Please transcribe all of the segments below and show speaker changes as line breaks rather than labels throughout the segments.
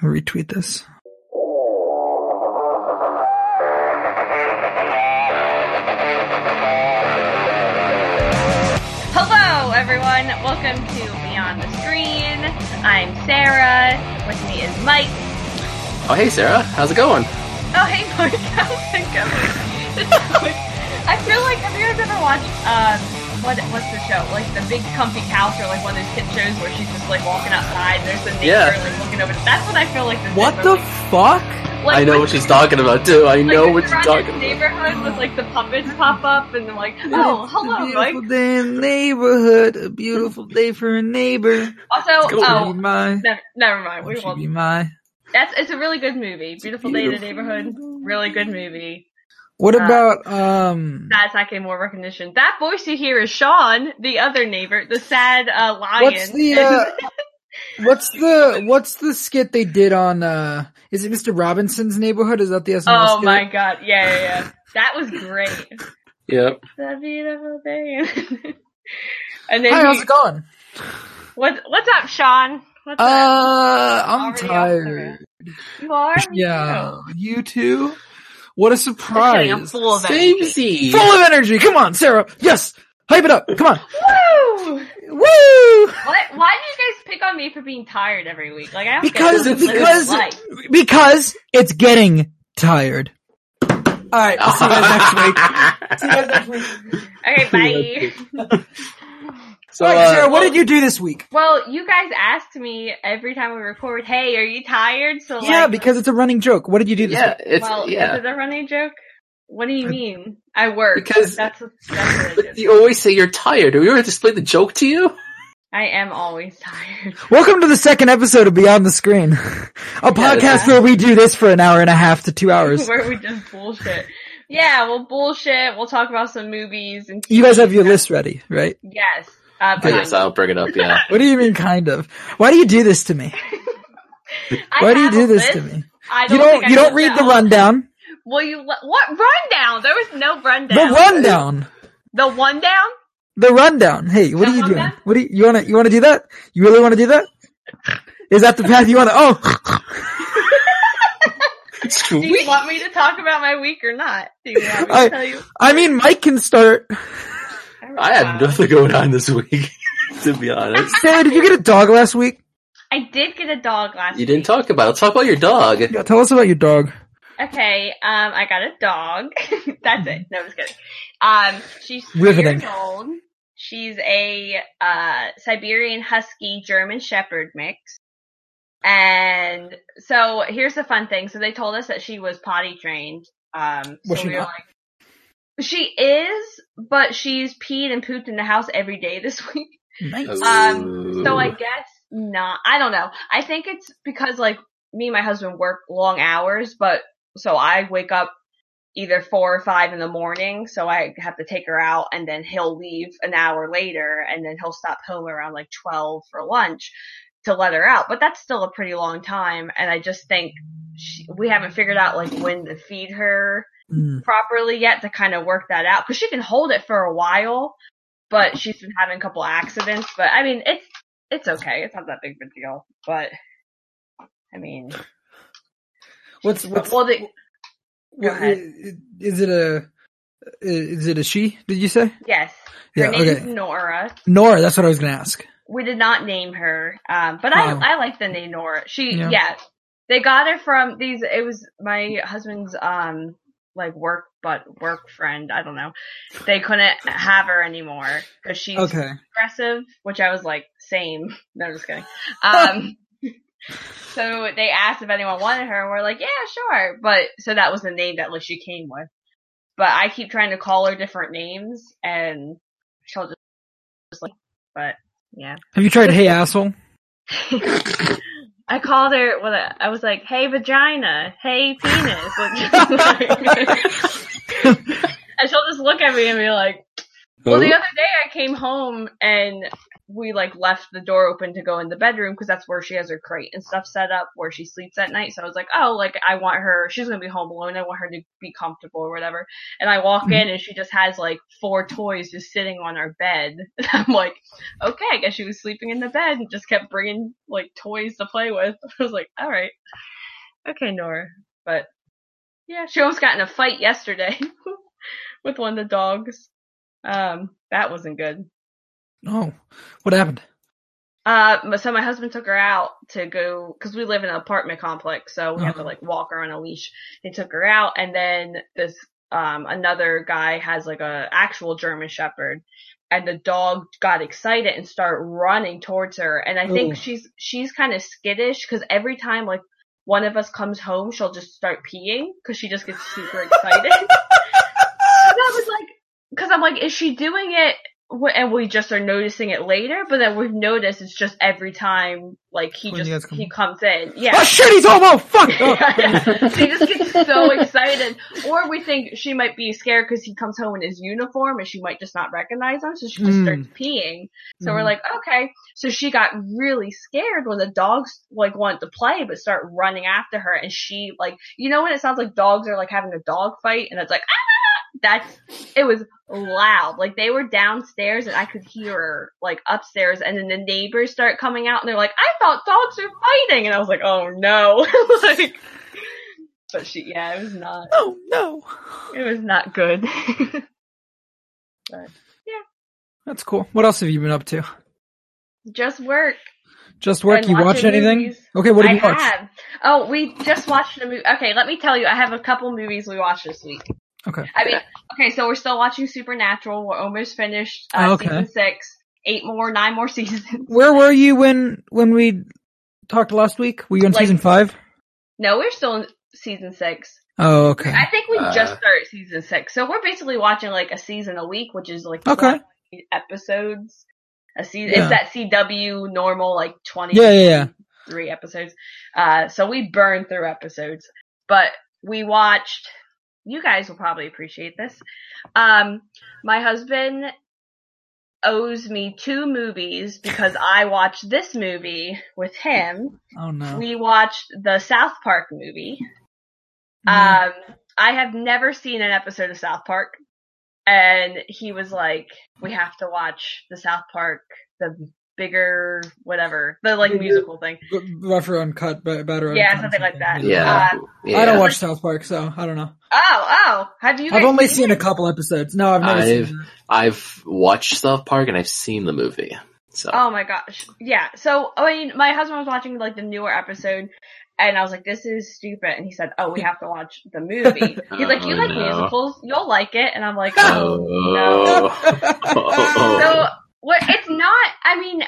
Retweet this
Hello, everyone. Welcome to Beyond the Screen. I'm Sarah. With me is Mike.
Oh, hey, Sarah. How's it going?
Oh, hey, Mike. How's it going? It's like- I feel like have you guys ever watched um what what's the show like the Big Comfy Couch or like one of those kid shows where she's just like walking outside and there's the neighbor
Yeah.
like looking over. That's what I feel like. This
What
is,
the
Like,
fuck?
like,
I know
when-
what she's talking about, too. I
like,
know
the
what you're
surrounding
talking about.
Neighborhood with like the puppets pop up and they're like, oh,
It's
hello,
a
Mike.
beautiful day in the neighborhood. A beautiful day for a neighbor.
Also,
Go.
Oh,
oh,
be my.
never, never mind.
Won't
We
she
won't
be my.
That's it's a really good movie. Beautiful, Day in the
beautiful.
Neighborhood. Really good movie.
What
Uh,
about um?
That's not getting more recognition. That voice you hear is Sean, the other neighbor, the sad uh, lion.
What's the uh, what's the what's the skit they did on uh? Is it Mr. Robinson's neighborhood? Is that the SNL
oh
skit?
my god! Yeah, yeah, yeah. That was great.
Yep.
That beautiful day. and
Hi,
then
how's
he,
it going?
what, what's up, Sean? What's up?
Uh, I'm
Already off the
tired.
You are?
Yeah, you too. What a surprise!
I'm full of energy.
Samesy.
Full of energy. Come on, Sarah. Yes, hype it up. Come on.
Woo!
Woo!
What? Why do you guys pick on me for being tired every week? Like I don't get
Because-
it. This is
because-
life.
Because it's getting tired. All right. I'll see you guys next week. See you guys next week.
Okay, bye.
So,
All right, Sarah.
uh,
What did you do this week?
Well, you guys asked me every time we record, "Hey, are you tired?" So
Yeah,
like,
because it's a running joke. What did you do this
yeah,
week?
it's,
well, is
yeah.
it a running joke? What
Uh,
do you mean? I work
Because-
that's what- that's what I did.
You always say you're tired. Are we ever explain the joke to you?
I am always tired.
Welcome to the second episode of Beyond the Screen, a podcast
that's-
where we do this for an hour and a half to two hours.
Where we just bullshit. Yeah, we'll bullshit. We'll talk about some movies and.
You guys have your
TV.
list ready, right?
Yes. Uh,
I
fine.
guess I'll bring it up, yeah.
What do you mean, kind of? Why do you do this to me?
I
Why do you
have
do
a
this to
list.
me?
I don't
You don't.
think I
You don't
wrote
read
that
the
all.
rundown.
Well, you le- what rundown? There was no
The
rundown.
rundown.
The one down.
The rundown. Hey, what
The
are you doing?
rundown?
What do you, you wanna? You wanna do that? You really wanna do that? Is that the path you wanna? Oh,
Do you want me to talk about my week or not? Do you want me to
I-
tell you?
I mean, Mike can start.
I
uh,
had nothing going on this week, to be honest.
Sarah, did you get a dog last week?
I did get a dog last
You didn't
week.
talk about it. Talk about your dog.
Yeah, tell us about your dog.
Okay, um, I got a dog. That's
Mm-hmm.
it. No, I'm just kidding. Um, she's three
Riveting.
years old. She's a uh, Siberian Husky German Shepherd mix. And so here's the fun thing. So they told us that she was potty trained. Um,
Was
so
she
we were
not?
like, she is, but she's peed and pooped in the house every day this week.
Nice.
Um, So I
Ooh.
guess not. I don't know. I think it's because like me and my husband work long hours, but so I wake up either four or five in the morning, so I have to take her out and then he'll leave an hour later and then he'll stop home around like 12 for lunch to let her out, but that's still a pretty long time. And I just think she, we haven't figured out like when to feed her
Mm.
properly yet to kind of work that out because she can hold it for a while, but she's been having a couple accidents. But I mean, it's it's okay. It's not that big of a deal. But I mean,
What's what's
well, the,
Well,
Go ahead.
i- i- Is it a is it a she? Did you say
yes, her
Yeah,
name is
okay.
Nora.
Nora? That's what I was gonna ask.
We did not name her, um, but
Oh.
I I like the name Nora. She
Yeah.
yeah. they got her from these. It was my husband's um like work but work friend. I don't know. They couldn't have her anymore because she's
Okay,
aggressive, which I was like, same. No, I'm just kidding. Um, so they asked if anyone wanted her, and we're like, yeah, sure. But so that was the name that like she came with. But I keep trying to call her different names, and she'll just, just like, but yeah.
have you tried Hey Asshole?
I called her. Well, I- I was like, "Hey, vagina. Hey, penis." Like, just like- and she'll just look at me and be like, well, the other day I came home and we like left the door open to go in the bedroom because that's where she has her crate and stuff set up where she sleeps at night. So I was like, oh, like I want her, she's gonna be home alone. I want her to be comfortable or whatever. And I walk in and she just has like four toys just sitting on our bed. And I'm like, okay, I guess she was sleeping in the bed and just kept bringing like toys to play with. I was like, all right, okay, Nora. But yeah, she almost got in a fight yesterday with one of the dogs. Um, that wasn't good.
Oh, what happened?
Uh, so my husband took her out to go, cause we live in an apartment complex, so we have to like walk her on a leash. He took her out and then this, um, another guy has like a actual German Shepherd and the dog got excited and started running towards her. And I think
Ooh.
she's, she's kind of skittish cause every time like one of us comes home, she'll just start peeing cause she just gets super excited. and I was like, cause I'm like, is she doing it w- and we just are noticing it later, but then we've noticed it's just every time, like he
When you guys
just
come-
he comes in,
Oh
yeah.
shit, he's homo! Fuck! Oh.
Yeah, yeah. she just gets so excited, or we think she might be scared because he comes home in his uniform and she might just not recognize him, so she just
Mm.
starts peeing. So we're
Mm.
like, okay. So she got really scared when the dogs like wanted to play but start running after her, and she like, you know, when it sounds like dogs are like having a dog fight, and it's like, ah! That's it was loud. Like they were downstairs and I could hear her like upstairs and then the neighbors start coming out and they're like, I thought dogs were fighting and I was like, Oh no like But she yeah, it was not
oh no,
it was not good.
that's cool. What else have you been up to?
Just work.
Just work?
Been
You watch
watching
anything?
movies.
Okay, what
I
did you watch?
have. Oh, we just watched a movie. Okay, let me tell you, I have a couple movies we watched this week.
Okay.
I mean, okay, so we're still watching Supernatural. We're almost finished uh,
Oh, Okay.
season six. Eight more, nine more seasons.
Where were you when when we talked last week? Were you on
Like-
season five?
No, we're still in season six.
Oh, okay.
I think we
Uh,
just started season six, so we're basically watching like a season a week, which is like
Okay.
20 episodes. A season.
Yeah.
It's that CW normal like twenty.
Yeah, yeah, yeah.
Three episodes. Uh, so we burn through episodes, but we watched. You guys will probably appreciate this. Um, my husband owes me two movies because I watched this movie with him.
Oh no.
We watched the South Park movie.
Mm.
Um, I have never seen an episode of South Park, and he was like, "We have to watch the South Park, the bigger whatever, the like
Bigger-
musical thing."
B- rougher uncut, ba- better.
Yeah,
uncut or
something like that. Uh,
Yeah. yeah.
I don't watch South Park, so I don't know.
Oh, oh, have you?
I've
guys
only seen a couple episodes. No, I've never
I've-
seen.
I've watched South Park and I've seen the movie. So
Oh my gosh, yeah. So I mean, my husband was watching like the newer episode. And I was like, this is stupid. And he said, oh, we have to watch the movie. He's like, you
Oh,
like
no.
musicals. You'll like it. And I'm like,
Oh.
no.
Oh.
So what? It's not. I mean,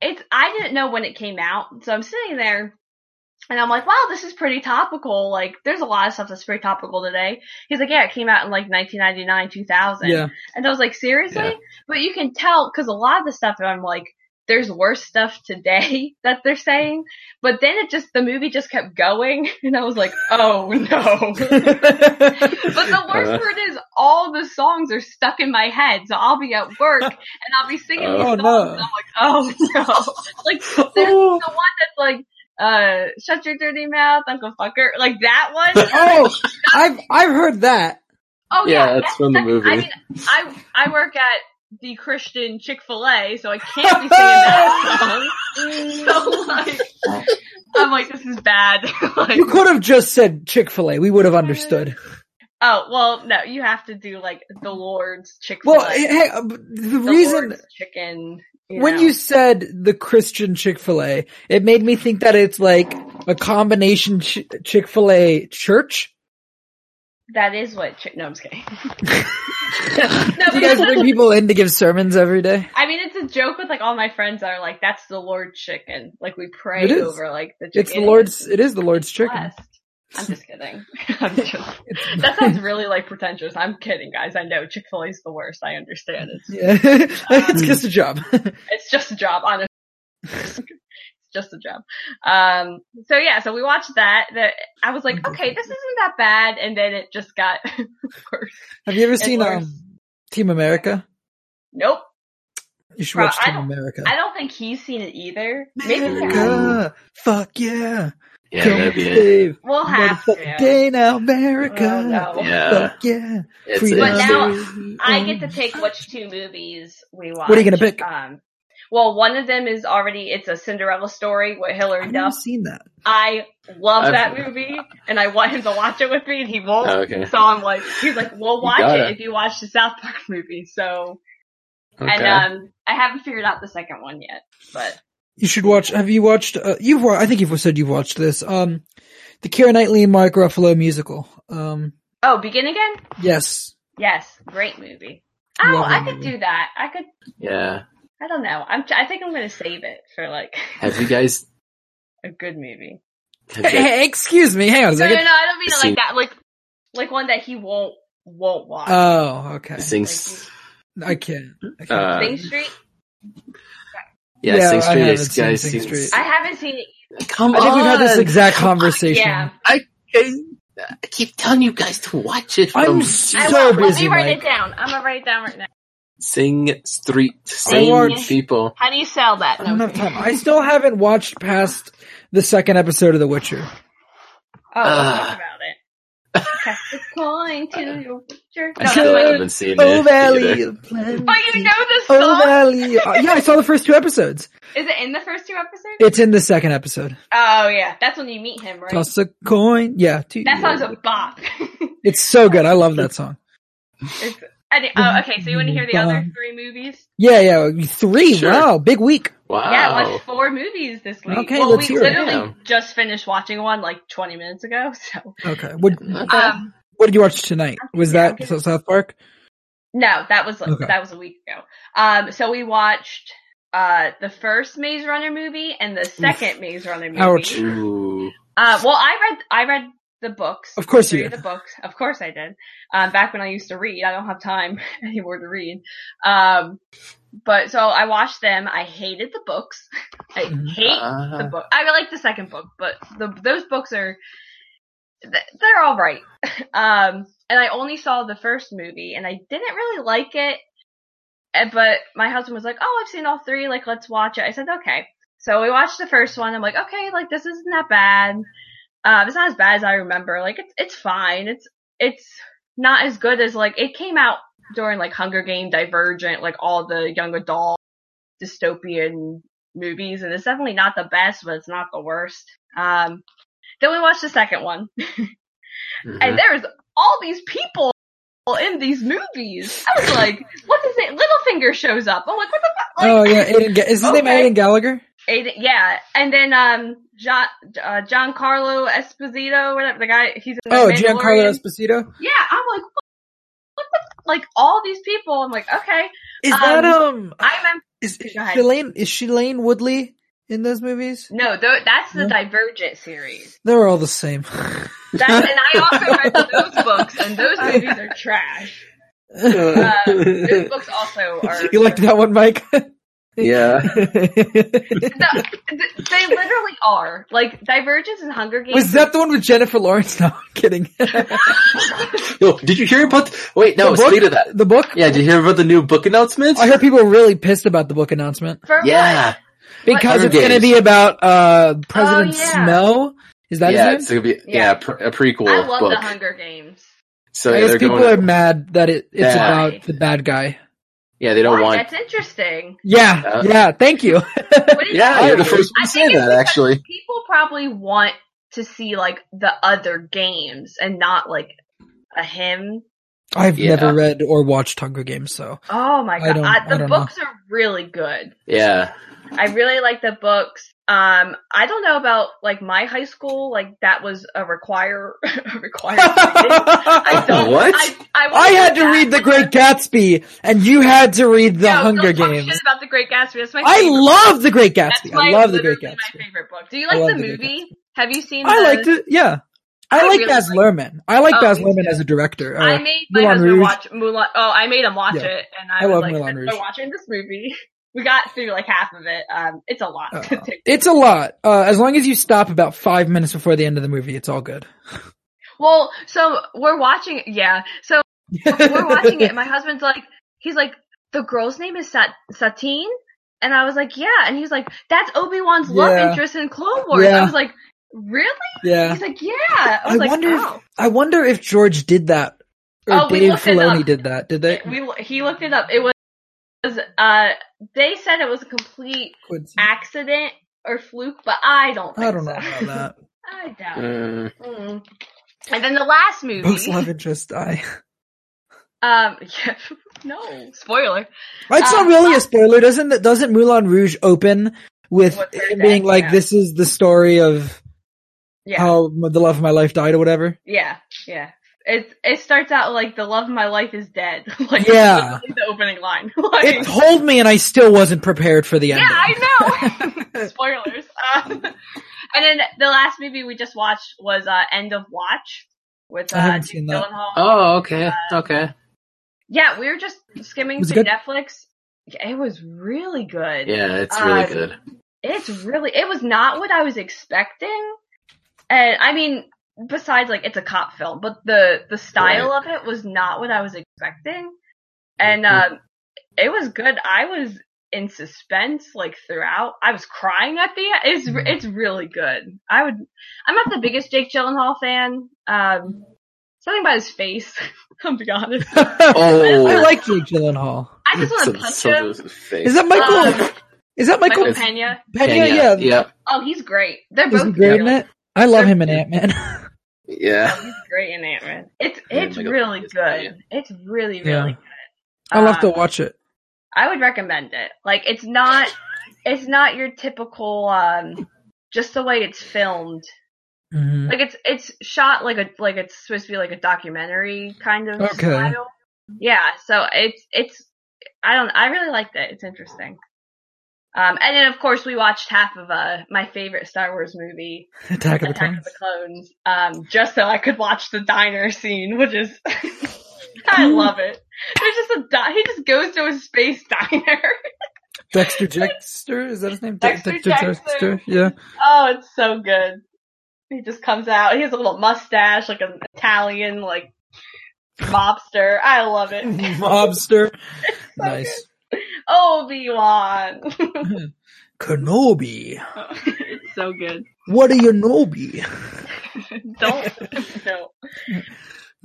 it's. I didn't know when it came out, so I'm sitting there, and I'm like, "Wow, this is pretty topical. Like, there's a lot of stuff that's pretty topical today." He's like, "Yeah, it came out in like 1999, 2000."
yeah,
And I was like, "Seriously?"
Yeah.
But you can tell because a lot of the stuff I'm like. There's worse stuff today that they're saying, but then it just, the movie just kept going and I was like, oh no. But the worst
Uh-huh.
Uh.
part is all the songs are stuck in my head. So I'll be at work and I'll be singing these
Oh,
songs.
no.
And I'm like, oh no! Like there's
Oh.
the one that's like, uh, shut your dirty mouth, Uncle Fucker. Like that one.
oh, I've I've heard that.
Oh
yeah,
yeah.
that's from the movie.
I mean, I I work at the Christian Chick Fil A, so I can't be singing that song. So like, I'm like, this is bad. like,
You could have just said Chick Fil A. We would have understood.
oh well, no, you have to do like the Lord's Chick Fil A.
Well, hey, uh, but the
the
reason
Lord's chicken.
when
know.
you said the Christian Chick Fil A, it made me think that it's like a combination ch- Chick Fil A church.
that is what chi- no, I'm just kidding. no,
You guys
because-
bring people in to give sermons every day.
I mean it's a joke with like all my friends that are like that's the Lord's chicken. Like we pray
It is.
over like the chicken.
It's the Lord's. It is the Lord's chicken.
Blessed. I'm just kidding. I'm just-
It's-
that sounds really like pretentious. I'm kidding, guys. I know Chick Fil A's the worst. I understand it's
yeah,
Um,
it's just a job.
it's just a job, honestly. it's just a job. Um, so yeah, so we watched that. That I was like, okay, this isn't that bad, and then it just got worse.
Have you ever seen
worse.
um, Team America?
Nope.
You should
Bro,
watch
I
Team
don't-
America.
I don't think he's seen it either. Maybe he has.
America, fuck yeah!
Yeah,
Come
that'd be it.
save
we'll have
motherfucking
to.
day now, America.
Oh, no.
Yeah,
Fuck yeah!
it's,
Freedom
But
it's-
now-
is-
I get to pick which two movies we watch.
What are you gonna pick?
Um, well, one of them is already it's a Cinderella story with Hillary
I've never
Duff.
seen that.
I love
I've-
that movie, and I want him to watch it with me, and he won't.
Oh, okay.
So I'm like, he's like, we'll watch
gotta.
it if you watch the South Park movie. So,
Okay.
and um, I haven't figured out the second one yet, but
You should watch. Have you watched? Uh, you've. wa- I think you've said you've watched this. Um, the Keira Knightley and Mark Ruffalo musical. Um,
oh, begin again.
yes.
Yes, great movie.
Love
Oh,
that
I could
movie.
do that. I could.
yeah.
I don't know. I'm. I think I'm gonna save it for like
Have you guys?
a good movie.
Have
Hey,
you guys
hey, excuse me. Hang on a
No, no, no.
second.
I don't mean it
Seen-
like that. Like, like one that he won't won't watch.
Oh, okay.
sing?
Like,
s-
I can't. I can't.
Uh,
Sing Street.
yeah,
Yeah,
Sing
I
Street.
haven't
Guys,
seen
guys
Sing
sing
Street.
I haven't seen it.
Come
I think we've had this
on.
exact conversation.
Yeah.
I keep telling you guys to watch it.
I'm
from-
so
I will. Let
busy,
me write
Mike.
it down. I'm gonna write it down right now.
Sing Street.
I
Same
watched-
people.
How do you sell that?
I don't have
note?
time. I still haven't watched past the second episode of The Witcher.
Oh,
Ah.
we'll talk about it. Cast a coin to your picture.
I
No,
still
no,
haven't seen
Oh
it
Valley,
either.
of Plenty.
But you know this song.
Oh Valley. Uh, yeah, I saw the first two episodes.
Is it in the first two episodes?
It's in the second episode.
oh yeah, that's when you meet him, right?
Toss a coin. Yeah, two.
That song's a bop.
It's so good. I love that song.
It's- I di- oh, okay. So you want to hear the other three movies?
Yeah, yeah. Three.
Sure.
Wow, big week.
Wow.
Yeah, I watched four movies this week.
Okay,
well,
let's
we
hear it.
literally
Oh. Damn.
just finished watching one like 20 minutes ago. So
Okay. What
um,
What did you watch tonight? Was
Yeah,
that South Park?
no, that was like,
Okay.
that was a week ago. Um, so we watched uh the first Maze Runner movie and the second Maze Runner movie.
Ouch.
Ooh.
Uh, well, I read I read the books.
Of course
Three
you
of
did.
the books. Of course I did. Um, back when I used to read, I don't have time anymore to read. Um, but so I watched them. I hated the books. I
Mhm.
hate the
Uh,
book. I like the second book, but the, those books are th- they're all right. Um, and I only saw the first movie, and I didn't really like it. Eh, But my husband was like, "Oh, I've seen all three. Like, let's watch it." I said, "Okay." So we watched the first one. I'm like, "Okay, like this isn't that bad. Uh, it's not as bad as I remember. Like, it's it's fine. It's it's not as good as like it came out during like Hunger Game, Divergent, like all the young adult dystopian movies, and it's definitely not the best, but it's not the worst. Um, then we watched the second one,
mhm.
and there's all these people in these movies. I was like, what is it? Littlefinger shows up. I'm like, what the fuck? Like,
Oh yeah, Aiden. Ga- is his
Okay.
name Aiden Gallagher?
Aiden- yeah, and then um, John uh, Giancarlo Esposito, whatever the guy, he's in the
Oh,
Mandalorian.
Giancarlo Esposito.
Yeah, I'm like, what? what the, like all these people. I'm like, okay,
Is
Um,
that um?
I remember.
Is, is
Go ahead.
she Lane? Is she Lane Woodley in those movies?
No, th- that's the
No.
Divergent series.
They're all the same.
That's, and I also read those books, and those movies are trash. Um, those books also are.
you liked that one, Mike?
yeah.
No, th- they literally are like Divergence and Hunger Games.
Was that the one with Jennifer Lawrence? No, I'm kidding.
Yo, Oh, did you hear about? th- Wait, no.
The book?
Speed of that.
the book?
Yeah, did you hear about the new book announcements?
I heard people were really pissed about the book announcement
for
yeah,
because
Hunger
it's going to
Games.
be about uh President
Oh, yeah.
Snow. Is that
yeah,
his
it's
name?
gonna be yeah,
Yeah.
pre- a
what?
prequel
I love
book.
the Hunger Games.
so
I
yeah,
guess
they're
people
going.
are mad that it, it's
Bad.
about the bad guy.
yeah, they don't
Wow,
want.
That's interesting.
Yeah,
Uh,
yeah. Thank you.
What do you
Yeah,
think?
you're the first one
I
to say
think it's
that.
because
Actually,
People probably want to see like the other games and not like a hymn.
I've
Yeah.
never read or watched Hunger Games, so
Oh my
I
god,
don't-
I-
I
the
don't know.
books are really good.
yeah,
I really like the books. Um, I don't know about like my high school. Like that was a require a requirement. I don't.
What?
I, I,
I had to read The Great Gatsby, and you had to read The
No,
Hunger
don't talk
Games.
Shit about the Great Gatsby. That's my.
I
favorite
love The Great
Book.
Gatsby.
That's my,
I love The Great
literally
Gatsby.
My favorite book. Do you
I
like
love
the
The Great
movie? Have you seen?
I
the-
liked it. Yeah, I,
I
like
really
Baz
like-
Luhrmann. I like
Oh,
Baz
me
Luhrmann
too.
as a director.
I
Uh,
made my
Moulin
husband
Rouge.
watch Mulan. Oh, I made him watch
Yeah.
it, and I,
I
was
love
like,
Moulin
"We're
Rouge.
watching this movie." We got through like half of it. Um, it's a lot. to
uh,
take.
it's a lot. Uh, as long as you stop about five minutes before the end of the movie, it's all good.
Well, so we're watching. Yeah, so we're watching it. and My husband's like, he's like, the girl's name is Sat- Satine? And I was like, yeah. And he's like, that's Obi-Wan's love
Yeah.
interest in Clone Wars.
Yeah.
I was like, really?
Yeah.
He's like, yeah. I was
I
like,
wonder if-
oh.
I wonder if George did that. Or
Oh, we
Dave
looked it
Filoni
up.
did that. Did they?
we, he looked it up. It was, was, uh, they said it was a complete accident or fluke, but I don't think
Oh, I don't
so.
know about that.
I doubt it.
Uh,
Mm. And then the last movie.
Books love interest die.
Um, yeah, no spoiler.
It's not
Um,
really a spoiler, doesn't it? Doesn't Moulin Rouge open with
With her
it being
death,
like,
yeah.
"This is the story of
Yeah,
how the love of my life died" or whatever?
yeah, yeah. It it starts out like the love of my life is dead. like
Yeah.
literally the opening line. like,
It told me, and I still wasn't prepared for the
yeah,
ending.
I know. Spoilers. Um, and then the last movie we just watched was uh, End of Watch with
I
uh,
haven't
Jake
seen that.
Gyllenhaal.
oh, okay, okay.
Yeah, we were just skimming
Was it
through
good?
Netflix. It was really good.
Yeah, it's really
Um,
good.
It's really it was not what I was expecting. And I mean, besides like it's a cop film, but the the style of it was not what I was expecting. And
Mhm.
um it was good. I was in suspense like throughout. I was crying at the end. It's re- it's really good. I would I'm not the biggest Jake Gyllenhaal fan. Um something about his face, I'll be honest.
Oh,
I like Jake Gyllenhaal.
I just want to
Some-
punch
some
him.
of his face.
Is that Michael?
Um,
is that Michael,
Michael
Pena?
Pena.
Yeah, yeah.
yeah,
Oh, he's great.
Is
They're
he
both
great
really
in it? I love him in Ant Man.
yeah.
Oh, he's great in Ant Man. It's
Yeah,
it's
Michael
really
Keaton's
good.
great.
It's really
Yeah.
really good.
I'll have to
Um,
watch it.
I would recommend it. Like it's not it's not your typical um just the way it's filmed.
Mhm.
Like it's it's shot like a like it's supposed to be like a documentary kind of
Okay.
style. Yeah, so it's it's I don't I really liked it. It's interesting. Um and then of course we watched half of uh my favorite Star Wars movie,
Attack of the
Attack
Clones.
of the Clones, um, just so I could watch the diner scene, which is, I love it. There's just a, di- he just goes to a space diner.
Dexter Dexter is that his name?
Dexter Jackson.
Dexter. Yeah.
oh, it's so good. He just comes out, he has a little mustache, like an Italian, like, mobster. I love it.
Mobster. nice.
Obi-Wan.
Kenobi.
it's so good.
What a Kenobi.
Don't, no.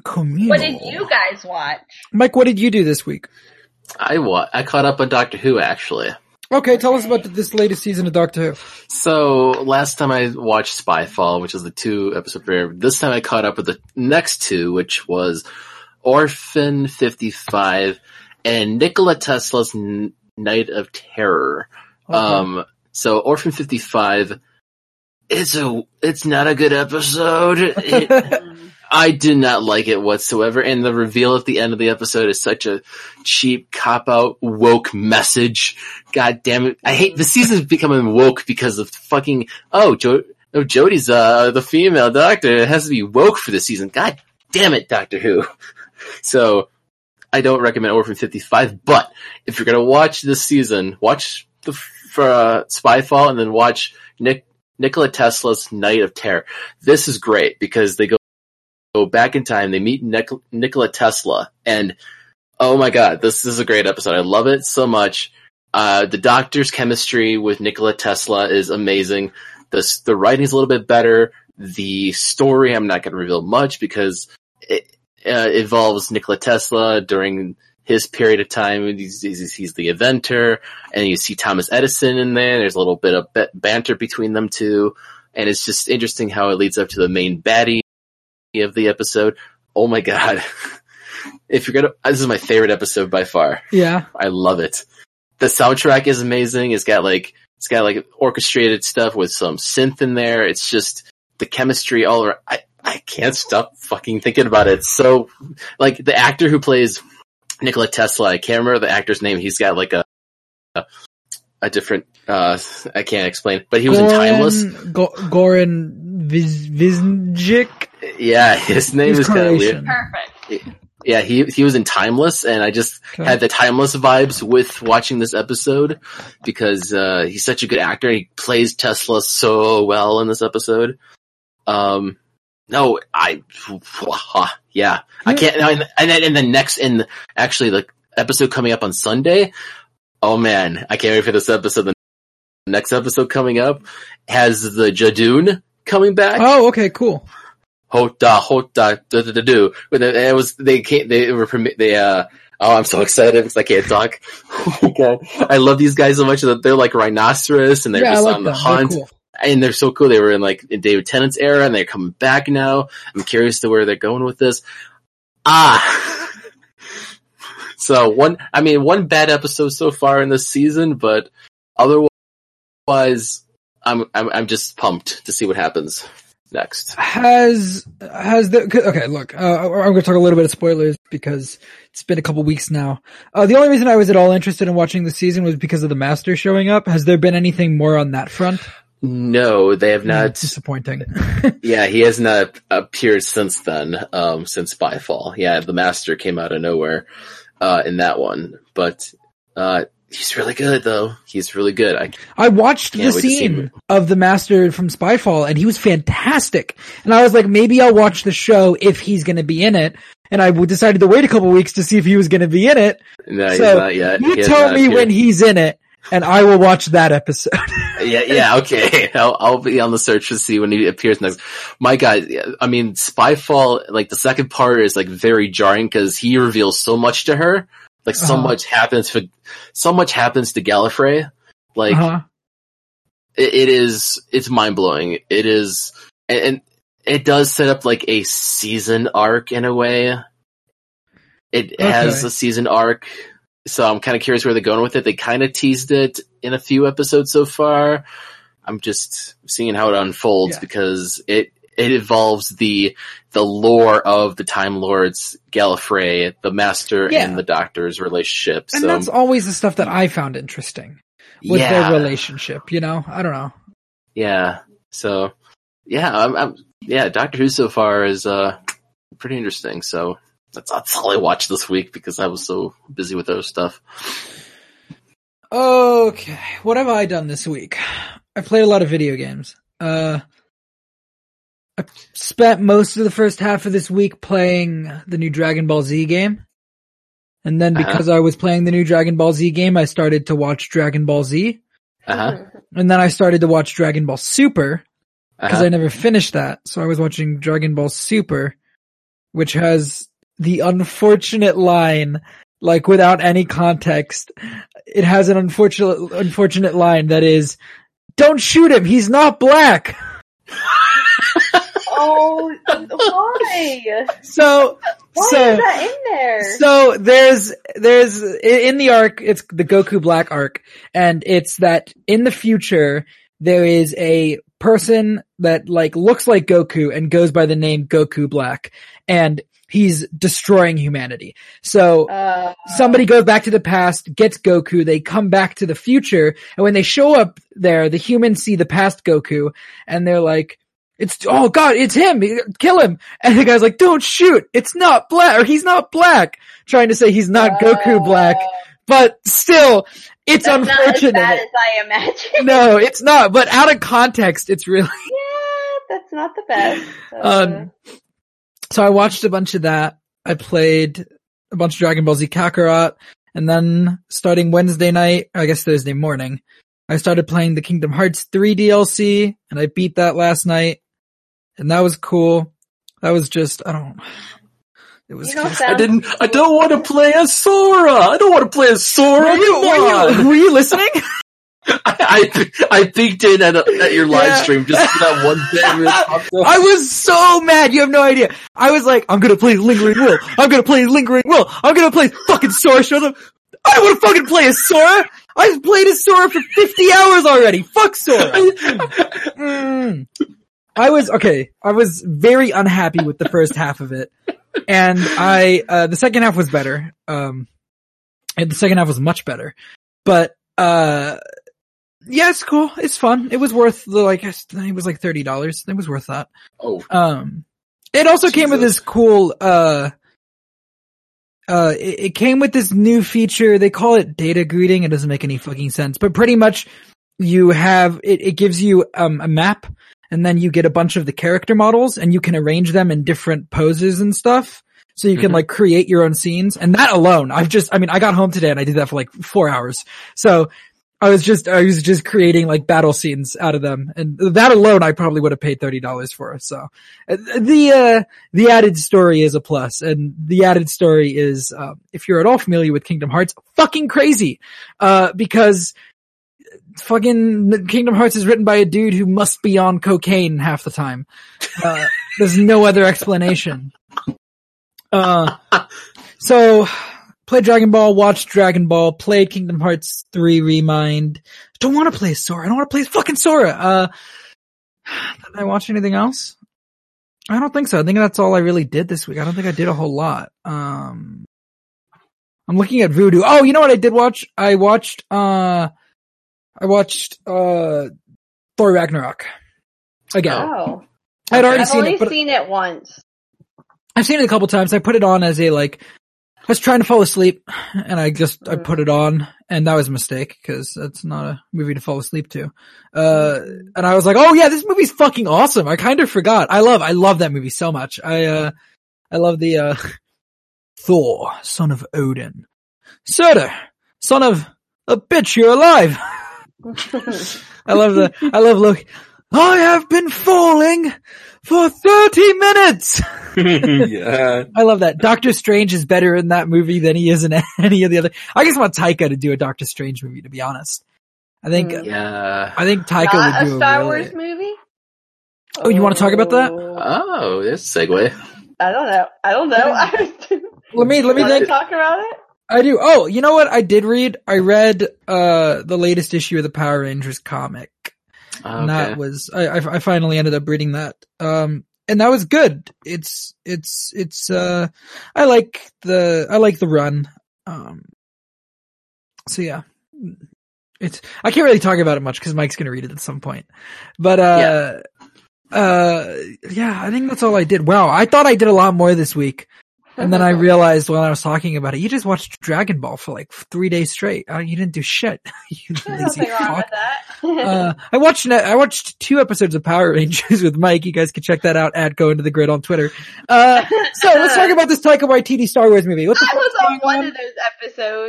Camino.
What did you guys watch?
Mike, what did you do this week?
I wa- I caught up on Doctor Who actually.
Okay, tell us about this latest season of Doctor Who.
So last time I watched Spyfall, which is the two episode premiere. This time I caught up with the next two, which was Orphan 55 and Nikola Tesla's N- Night of Terror. Um, so Orphan 55, it's a, it's not a good episode. It-
Mm.
I did not like it whatsoever, and the reveal at the end of the episode is such a cheap cop out woke message. God damn it! I hate the season's becoming woke because of fucking oh jo- oh Jody's uh the female doctor. It has to be woke for this season. God damn it, Doctor Who. So I don't recommend Orphan Fifty Five, but if you're gonna watch this season, watch the for uh, Spyfall and then watch Nick Nikola Tesla's Night of Terror. This is great because they go go back in time. They meet Nic- Nikola Tesla, and oh my god, this is a great episode. I love it so much. Uh, the Doctor's chemistry with Nikola Tesla is amazing. The s- the writing's a little bit better. The story I'm not going to reveal much because it uh, involves Nikola Tesla during his period of time. He's, he's, he's the inventor, and you see Thomas Edison in there. There's a little bit of ba- banter between them two, and it's just interesting how it leads up to the main baddie of the episode. Oh my god. if you're gonna, this is my favorite episode by far.
yeah.
I love it. The soundtrack is amazing. It's got like, it's got like orchestrated stuff with some synth in there. It's just the chemistry all around. I, I can't stop fucking thinking about it. It's so, like the actor who plays Nikola Tesla, I can't remember the actor's name. He's got like a, a, a different, uh, I can't explain, but he was in Timeless.
Go- Goran Viz- Viznik.
Yeah, his name
He's
is kind of
Croatian.
weird.
Perfect.
yeah, he he was in Timeless, and I just
Okay.
had the Timeless vibes with watching this episode because uh, he's such a good actor. He plays Tesla so well in this episode. Um, no, I yeah, I can't. And, and then in the next, in actually the episode coming up on Sunday. Oh man, I can't wait for this episode. The next episode coming up has the Jadoon coming back.
Oh, okay, cool.
Hota, hota, da da da do. And it was, they can't, they were, permi- they, uh, oh, I'm so excited because I can't talk. Oh my God. I love these guys so much that they're like rhinoceros and they're
yeah, I
just
like
on the
them. They're
hunt
cool.
and they're so cool. They were in like in David Tennant's era and they're coming back now. I'm curious to where they're going with this. Ah. so one, I mean, one bad episode so far in this season, but otherwise, I'm, I'm, I'm just pumped to see what happens next.
Has has the okay? Look, uh, I'm going to talk a little bit of spoilers because it's been a couple weeks now. Uh, the only reason I was at all interested in watching the season was because of the master showing up. Has there been anything more on that front?
No, they have
Hmm,
not.
disappointing.
Yeah, he has not appeared since then, um, since Spyfall. Yeah, the Master came out of nowhere, uh, in that one. But, uh, he's really good though. He's really good. I,
I watched
Can't
the
wait to see
scene
him.
of the master from Spyfall and he was fantastic. And I was like, maybe I'll watch the show if he's going to be in it. And I w- decided to wait a couple weeks to see if he was going to be in it.
no, he's
So,
not yet.
You
He has
tell
not
me when
appeared.
he's in it and I will watch that episode.
Yeah, yeah, okay. I'll, I'll be on the search to see when he appears next. My God, yeah, I mean, Spyfall, like the second part is like very jarring because he reveals so much to her. Like so
Uh-huh.
much happens for, so much happens to Gallifrey. Like,
uh-huh.
it, it is it's mind blowing. It is and, and it does set up like a season arc in a way. It has
Okay.
a season arc, so I'm kind of curious where they're going with it. They kind of teased it in a few episodes so far. I'm just seeing how it unfolds
Yeah.
because it it involves the the lore of the Time Lords, Gallifrey, the Master,
Yeah.
and the Doctor's relationship.
And
so
that's always the stuff that I found interesting with
yeah.
their relationship, you know? I don't know.
Yeah. So, yeah, I'm, I'm yeah, Doctor Who so far is uh pretty interesting. So that's, that's all I watched this week because I was so busy with other stuff.
Okay. What have I done this week? I played a lot of video games. Uh, I spent most of the first half of this week playing the new Dragon Ball Z game. And then
Uh-huh.
because I was playing the new Dragon Ball Z game, I started to watch Dragon Ball Z.
Uh
Uh-huh.
huh.
And then I started to watch Dragon Ball Super because
Uh-huh.
I never finished that. So I was watching Dragon Ball Super, which has the unfortunate line, like without any context, it has an unfortunate, unfortunate line that is, don't shoot him. He's not black.
Oh, why?
So,
Why
so,
is that in there?
so there's, there's i- in the arc, it's the Goku Black arc and it's that in the future, there is a person that like looks like Goku and goes by the name Goku Black and he's destroying humanity. So
uh,
somebody goes back to the past, gets Goku, they come back to the future, and when they show up there, the humans see the past Goku, and they're like, it's, oh god, it's him, kill him. And the guy's like, don't shoot, it's not black, or he's not black, trying to say he's not Goku black, but still, it's
that's not as
unfortunate.
bad as I imagined.
no, it's not, but out of context, it's really
yeah, that's not the best. Uh,
Um, so I watched a bunch of that. I played a bunch of Dragon Ball Z Kakarot, and then starting Wednesday night, I guess Thursday morning, I started playing the Kingdom Hearts 3 DLC, and I beat that last night, and that was cool. That was just, I don't, it was,
you don't
I
sound
didn't. I don't want to play as Sora. I don't want to play as Sora.
were you,
Come
were you,
on.
were you listening?
I, I I peeked in at, at your live
Yeah.
stream just for that one bit. and it popped up.
I was so mad. You have no idea. I was like, I'm gonna play Lingering Will. I'm gonna play Lingering Will. I'm gonna play fucking Sora. Shows up. I want to fucking play as Sora. I've played as Sora for 50 hours already. Fuck Sora. Mm. I was okay. I was very unhappy with the first half of it, and I uh, the second half was better. Um, and the second half was much better, but uh, yeah, it's cool. It's fun. It was worth the like. It was like thirty dollars. It was worth that.
oh,
Um, it also came with
Jesus.
this cool, uh, uh, it, it came with this new feature. They call it data greeting. It doesn't make any fucking sense, but pretty much you have, it, it gives you, um, a map and then you get a bunch of the character models and you can arrange them in different poses and stuff. So you can
Mhm.
like create your own scenes and that alone, I've just, I mean, I got home today and I did that for like four hours. So I was just, I was just creating like battle scenes out of them and that alone I probably would have paid $30 for. So uh, the, uh, the added story is a plus and the added story is, uh, if you're at all familiar with Kingdom Hearts, fucking crazy, uh, because fucking Kingdom Hearts is written by a dude who must be on cocaine half the time. Uh, there's no other explanation. Uh, so played Dragon Ball, watched Dragon Ball, played Kingdom Hearts 3 Remind. Don't want to play Sora. I don't want to play fucking Sora. Uh, did I watch anything else? I don't think so. I think that's all I really did this week. I don't think I did a whole lot. Um, I'm looking at Voodoo. Oh, you know what I did watch? I watched, uh, I watched, uh, Thor Ragnarok. Again.
Oh,
I had already
I've
seen
only
it, but
seen it once.
I've seen it a couple times. I put it on as a like, I was trying to fall asleep and I just, I put it on and that was a mistake because that's not a movie to fall asleep to. Uh, and I was like, oh yeah, this movie's fucking awesome. I kind of forgot. I love, I love that movie so much. I, uh, I love the, uh, Thor, son of Odin. Surtur, son of a bitch, you're alive. I love the, I love Loki. I have been falling for 30 minutes.
yeah.
I love that. Doctor Strange is better in that movie than he is in any of the other. I just want Taika to do a Doctor Strange movie, to be honest. I think,
Mm.
Yeah.
I think Taika
Not
would
a
do
Star
a really,
Wars movie.
Oh, you wanna talk about that?
Oh,
Oh, there's a segue.
I don't know. I don't know. I
Let me, let me
want to
think.
talk about it.
I do. Oh, you know what I did read? I read, uh, the latest issue of the Power Rangers comic.
Okay.
And that was, I, I, I finally ended up reading that. Um, and that was good. It's, it's, it's, uh, I like the, I like the run. Um, so yeah, it's, I can't really talk about it much because Mike's going to read it at some point, but, uh, uh, yeah, I think that's all I did. Wow. I thought I did a lot more this week. And then I realized while I was talking about it, you just watched Dragon Ball for like three days straight. Uh, you didn't do shit. you
There's
lazy
nothing wrong
fuck
with that.
uh, I watched ne- I watched two episodes of Power Rangers with Mike. You guys can check that out at Go Into the Grid on Twitter. Uh, so let's talk about this Taika Waititi Star Wars movie. What the
I
fuck
was
is
on
going
one
on?
of those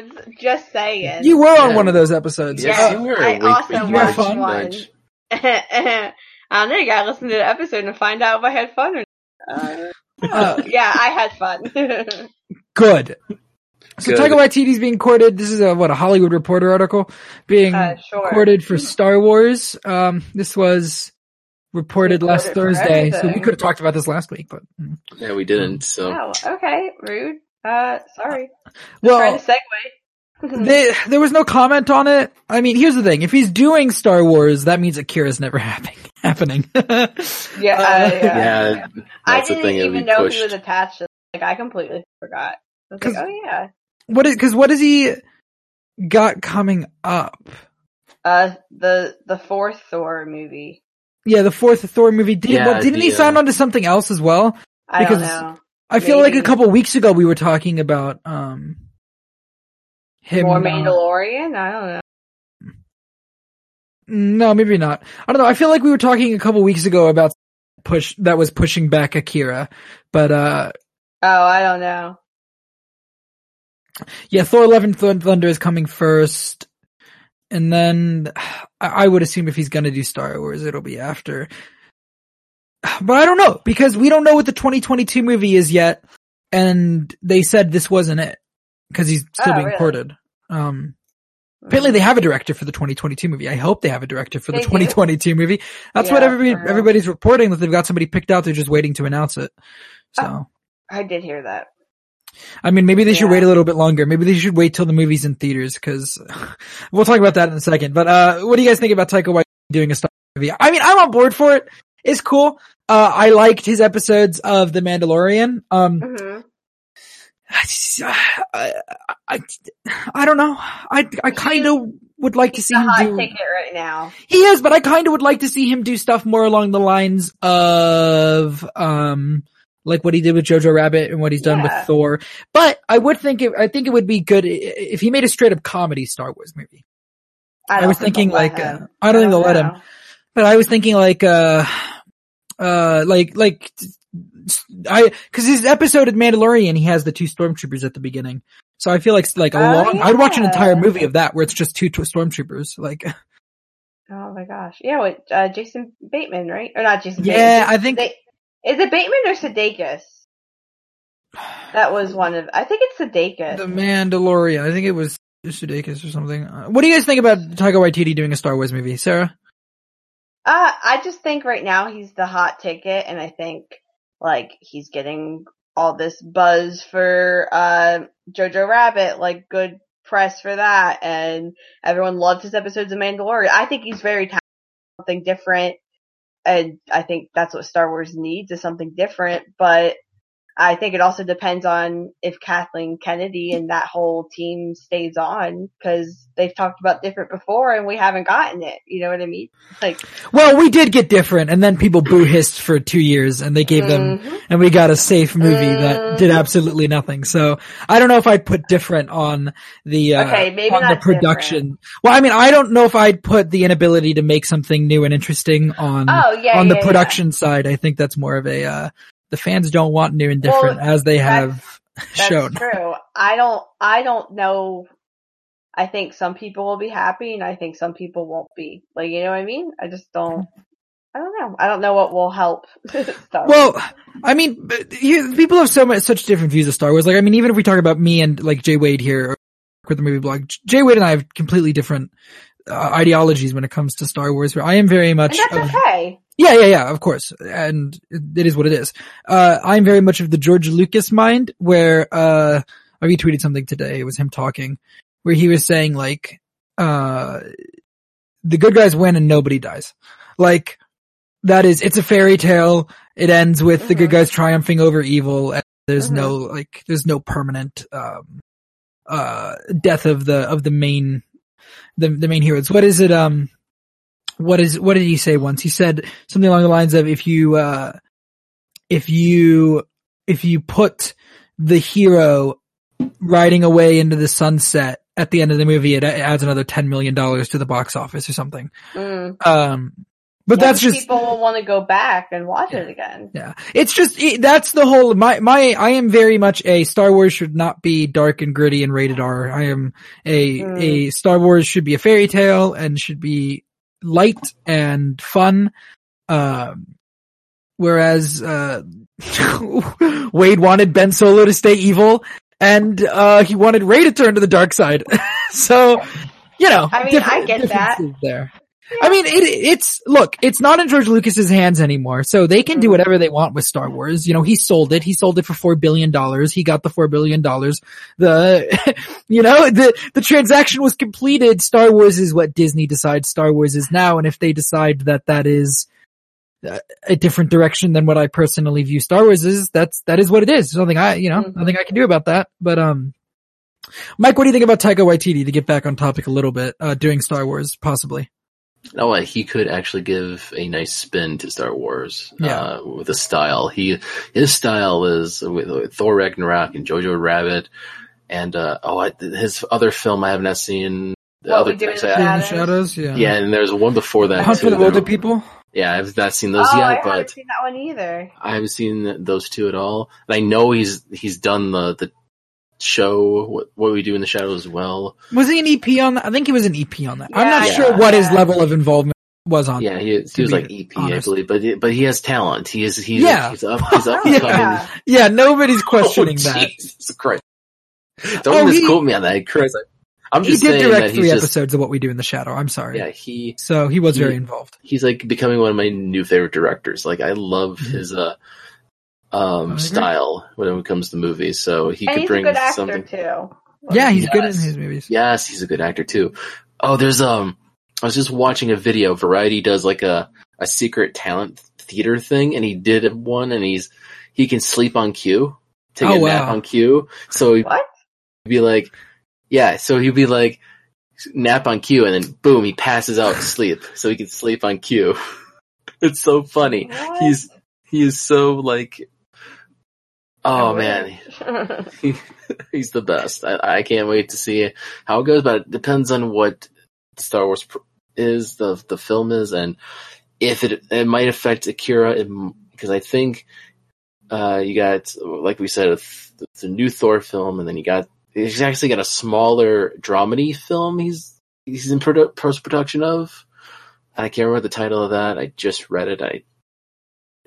episodes. Just saying.
You were on
Yeah.
one of those episodes.
Yes,
Yeah,
Uh,
you were a
I
weak
also
bitch.
watched
Bitch.
one. I don't know. You gotta listen to the episode and find out if I had fun or not. Uh,
uh,
yeah, I had fun.
good. So
Good.
Taika Waititi's being courted. This is a what a Hollywood Reporter article being
uh, sure.
recorded for Star Wars. Um, this was reported last
Reported for
Thursday, so we
everything.
could have talked about this last week, but mm.
Yeah, we didn't. So
Wow. Oh, Okay. Rude. Uh, sorry.
well,
Trying to
Hmm.
segue.
They, there was no comment on it. I mean, here's the thing: if he's doing Star Wars, that means Akira's never happening. Happening.
yeah,
uh,
uh, yeah.
yeah,
I
that's the
didn't
thing that we
even know he
pushed.
was attached. to Like I completely forgot. I was
'Cause-
like, oh yeah.
What is? Because what has he got coming up?
Uh, the the fourth Thor movie.
Yeah, the fourth Thor movie. Did,
Yeah,
well, didn't he
the,
sign
uh,
on to something else as well?
I
Because-
don't know.
I feel like a
Maybe.
couple weeks ago we were talking about um him.
More
uh,
Mandalorian. I don't know.
no, maybe not. I don't know. I feel like we were talking a couple weeks ago about push that was pushing back Akira, but uh
Oh, I don't know.
Yeah, Thor 11 Thor Thunder is coming first. And then I I would assume if he's going to do Star Wars, it'll be after. But I don't know because we don't know what the 2022 movie is yet. And they said this wasn't it because he's still
Oh,
being
really?
courted. Um, apparently they have a director for the 2022 movie. I hope they have a director for the
They do?
2022 movie. That's what
Yeah,
everybody,
for real.
everybody's reporting that they've got somebody picked out. They're just waiting to announce it. So.
Oh, I did hear that.
I mean, maybe they should
Yeah.
wait a little bit longer. Maybe they should wait till the movie's in theaters because we'll talk about that in a second. But, uh, what do you guys think about Taika Waititi doing a Star Wars movie? I mean, I'm on board for it. It's cool. Uh, I liked his episodes of The Mandalorian. Um,
hmm
I, just- uh, I, I, I don't know. I, I kind of would like to see
The
him
hot
do.
ticket right now.
He is, but I kind of would like to see him do stuff more along the lines of, um, like what he did with Jojo Rabbit and what he's done
Yeah.
with Thor. But I would think it, I think it would be good i- if he made a straight up comedy Star Wars movie.
I,
I,
don't
was
think
thinking
they'll let
like, uh,
him.
I don't think they'll let him,
know.
but I was thinking like, uh, uh, like, like, I because his episode of Mandalorian, he has the two stormtroopers at the beginning. So I feel like it's like a
Oh,
long. I'd watch an
yeah.
entire movie of that where it's just two tw- stormtroopers. Like,
Oh my gosh. Yeah, with uh, Jason Bateman, right? Or not Jason
yeah, I
Bateman.
think
They- is it Bateman or Sudeikis? That was one of, I think it's Sudeikis.
the Mandalorian. I think it was Sudeikis or something. Uh, what do you guys think about Taika Waititi doing a Star Wars movie, Sarah?
Uh, I just think right now he's the hot ticket and I think like he's getting all this buzz for, uh, Jojo Rabbit, like good press for that and everyone loves his episodes of Mandalorian. I think he's very talented, something different and I think that's what Star Wars needs is something different, but I think it also depends on if Kathleen Kennedy and that whole team stays on because they've talked about different before and we haven't gotten it. You know what I mean? Like,
Well, we did get different, and then people boo hissed for two years, and they gave them,
Mhm.
and we got a safe movie that
Mm.
did absolutely nothing. So I don't know if I'd put different on the uh,
Okay, maybe
on the
not
production. Well, I mean, I don't know if I'd put the inability to make something new and interesting on
Oh yeah,
on the
yeah, yeah.
production side. I think that's more of a uh, the fans don't want new and
Well,
different as they have
That's
shown.
true. I don't. I don't know. I think some people will be happy, and I think some people won't be. Like you know what I mean? I just don't. I don't know. I don't know what will help. Star Wars.
Well, I mean, but you, people have so much, such different views of Star Wars. Like, I mean, even if we talk about me and like Jay Wade here or with the movie blog, J- Jay Wade and I have completely different uh, ideologies when it comes to Star Wars. Where I am very
and
much,
that's
of-
okay.
yeah, yeah, yeah, of course, and it is what it is. Uh, I'm very much of the George Lucas mind, where uh, I retweeted something today. It was him talking, where he was saying like, uh, the good guys win and nobody dies. Like that is, it's a fairy tale. It ends with the good
Mhm.
guys triumphing over evil. And there's
Mhm.
no like, there's no permanent um, uh, death of the of the main the the main heroes. What is it? Um, what is what did he say once? He said something along the lines of if you uh, if you if you put the hero riding away into the sunset at the end of the movie, it adds another ten million dollars to the box office or something.
Mm.
Um, but
Maybe
that's just
people will want to go back and watch
Yeah.
it again.
yeah. It's just it, that's the whole my my I am very much a Star Wars should not be dark and gritty and rated R. I am a
Mm.
a Star Wars should be a fairy tale and should be light and fun. Um whereas uh Wade wanted Ben Solo to stay evil and uh he wanted Ray to turn to the dark side. so you know,
I mean, I
different-
get that.
differences there. I mean, it, it's look, it's not in George Lucas's hands anymore, so they can do
Mm-hmm.
whatever they want with Star Wars. You know, he sold it. He sold it for four billion dollars. He got the four billion dollars. The, you know, the the transaction was completed. Star Wars is what Disney decides Star Wars is now, and if they decide that that is uh, a different direction than what I personally view Star Wars is, that's that is what it is. There's nothing I, you know,
Mhm.
nothing I can do about that. But um, Mike, what do you think about Taika Waititi? To get back on topic a little bit, uh, doing Star Wars possibly.
No, what? He could actually give a nice spin to Star Wars.
Yeah.
Uh, with a style. He his style is with, with Thor Ragnarok and Jojo Rabbit, and uh, oh, I, his other film I have not seen. The
What
other
We Do in the
I-
Fear
Shadows.
in the shadows, yeah.
yeah, and there's one before that.
Hunt for
too.
the Wilder People.
Yeah, I've not seen those
oh, I
yet,
haven't
but
seen that one either.
I haven't seen those two at all. And I know he's he's done the the show what, what we do in the shadows as well.
Was he an EP on that? I think he was an EP on that. I'm
Yeah,
not
Yeah.
sure what his
yeah.
level of involvement was on.
Yeah, he,
To
he was
be
like EP,
honest.
I believe, but he- but he has talent. He is he's
Yeah.
he's up he's
Oh,
up and
Yeah.
coming.
Yeah, nobody's questioning
Oh,
that.
Jesus Christ! Don't
Oh, he-
misquote me on that, Chris. I, am
He
just
did
saying that
direct three
he's just
episodes of What We Do in the Shadow. I'm sorry.
yeah he
So he was
He-
very involved.
he's like becoming one of my new favorite directors. Like I love
Mhm.
his uh
I
um
agree.
style when it comes to movies. So he
and
could
he's a
bring
good actor
something.
too.
Yeah, he's good in
Yes.
his movies.
Yes, he's a good actor too. Oh, there's um, I was just watching a video. Variety does like a a secret talent theater thing, and he did one, and he's he can sleep on cue, take
Oh,
a nap
wow.
on cue. So he'd
What?
be like, yeah, so he'd be like nap on cue, and then boom, he passes out sleep, so he can sleep on cue. it's so funny.
What?
He's he is so like, oh
I
man,
wouldn't.
he's the best. I, I can't wait to see how it goes, but it depends on what Star Wars pr- is, the the film is, and if it it might affect Akira, because I think Uh, you got, like we said, a th- the new Thor film, and then you got he's actually got a smaller dramedy film. He's he's in produ- post production of. I can't remember the title of that. I just read it. I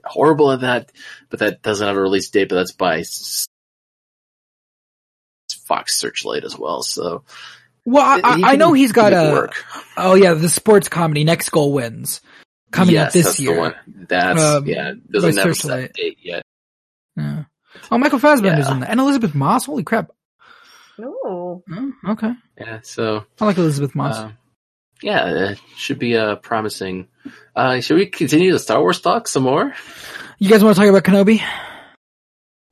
horrible at that, but that doesn't have a release date. But that's by S- Fox Searchlight as well. So
Well, I,
he
I, I
can
know he's got
make it
a. Oh yeah, the sports comedy Next Goal Wins coming
yes,
up this
that's
year.
The one. That's
Um,
yeah. Doesn't
by
have a
Searchlight.
set date yet.
Yeah. Oh, Michael Fassbender's
Yeah.
in that, and Elizabeth Moss. Holy crap!
Ooh.
Oh, okay,
Yeah. So
I like Elizabeth Moss.
Um, yeah, it should be uh, promising. Uh, should we continue the Star Wars talk some more?
you guys want to talk about Kenobi?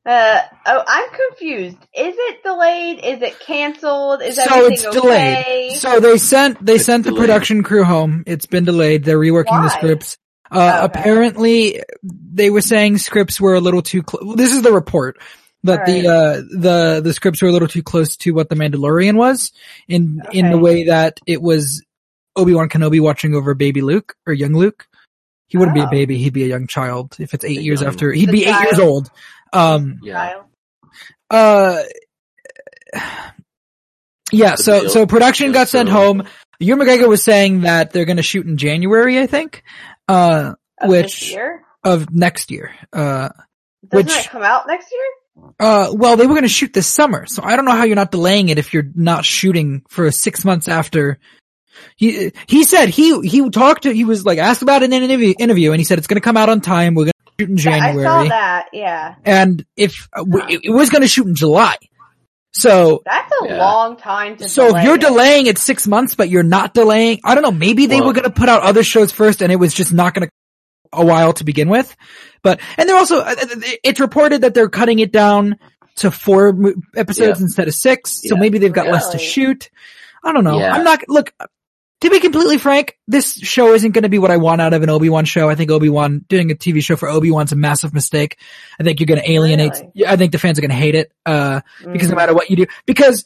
Uh, oh, I'm confused. Is it delayed? Is it canceled? Is
so
everything
it's
okay?
delayed. So they sent they
It's
sent the
delayed.
production crew home. It's been delayed. They're reworking the
Why? Oh,
scripts. Uh,
Okay.
apparently they were saying scripts were a little too close. This is the report that the, uh, the, the scripts were a little too close to what the Mandalorian was in, in the
Okay.
way that it was Obi-Wan Kenobi watching over baby Luke or young Luke. He wouldn't be
Oh.
a baby. He'd be a young child if it's eight
A
years
young-
after. He'd
The
be eight years
child.
old. Um,
Yeah,
uh, yeah.
The
So
deal-
so production
deal
got sent
through.
home. Ewan McGregor was saying that they're going to shoot in January, I think, uh,
Of
which-
this year?
of next year. Uh,
Doesn't
which-
it come out next year?
uh, well, they were going to shoot this summer, so I don't know how you're not delaying it if you're not shooting for six months after. He he said he he talked to he was like asked about it in an interview interview and he said it's going to come out on time. We're going to shoot in January.
I saw that. Yeah,
And if uh, w- it it was going to shoot in July, so
that's a
Yeah.
long time to.
So if
delay
you're
it.
delaying it six months, but you're not delaying, I don't know, maybe they
Well-
were going to put out other shows first and it was just not going to a while to begin with. But, and they're also, uh, uh, it's reported that they're cutting it down to four mo- episodes instead of six. So
Yeah.
maybe they've got less to
Really?
shoot. I don't know.
Yeah.
I'm not, look, to be completely frank, this show isn't going to be what I want out of an Obi-Wan show. I think Obi-Wan, doing a TV show for Obi-Wan's a massive mistake. I think you're going to alienate,
Really?
I think the fans are going to hate it. Uh, because no
Mm.
matter what you do, because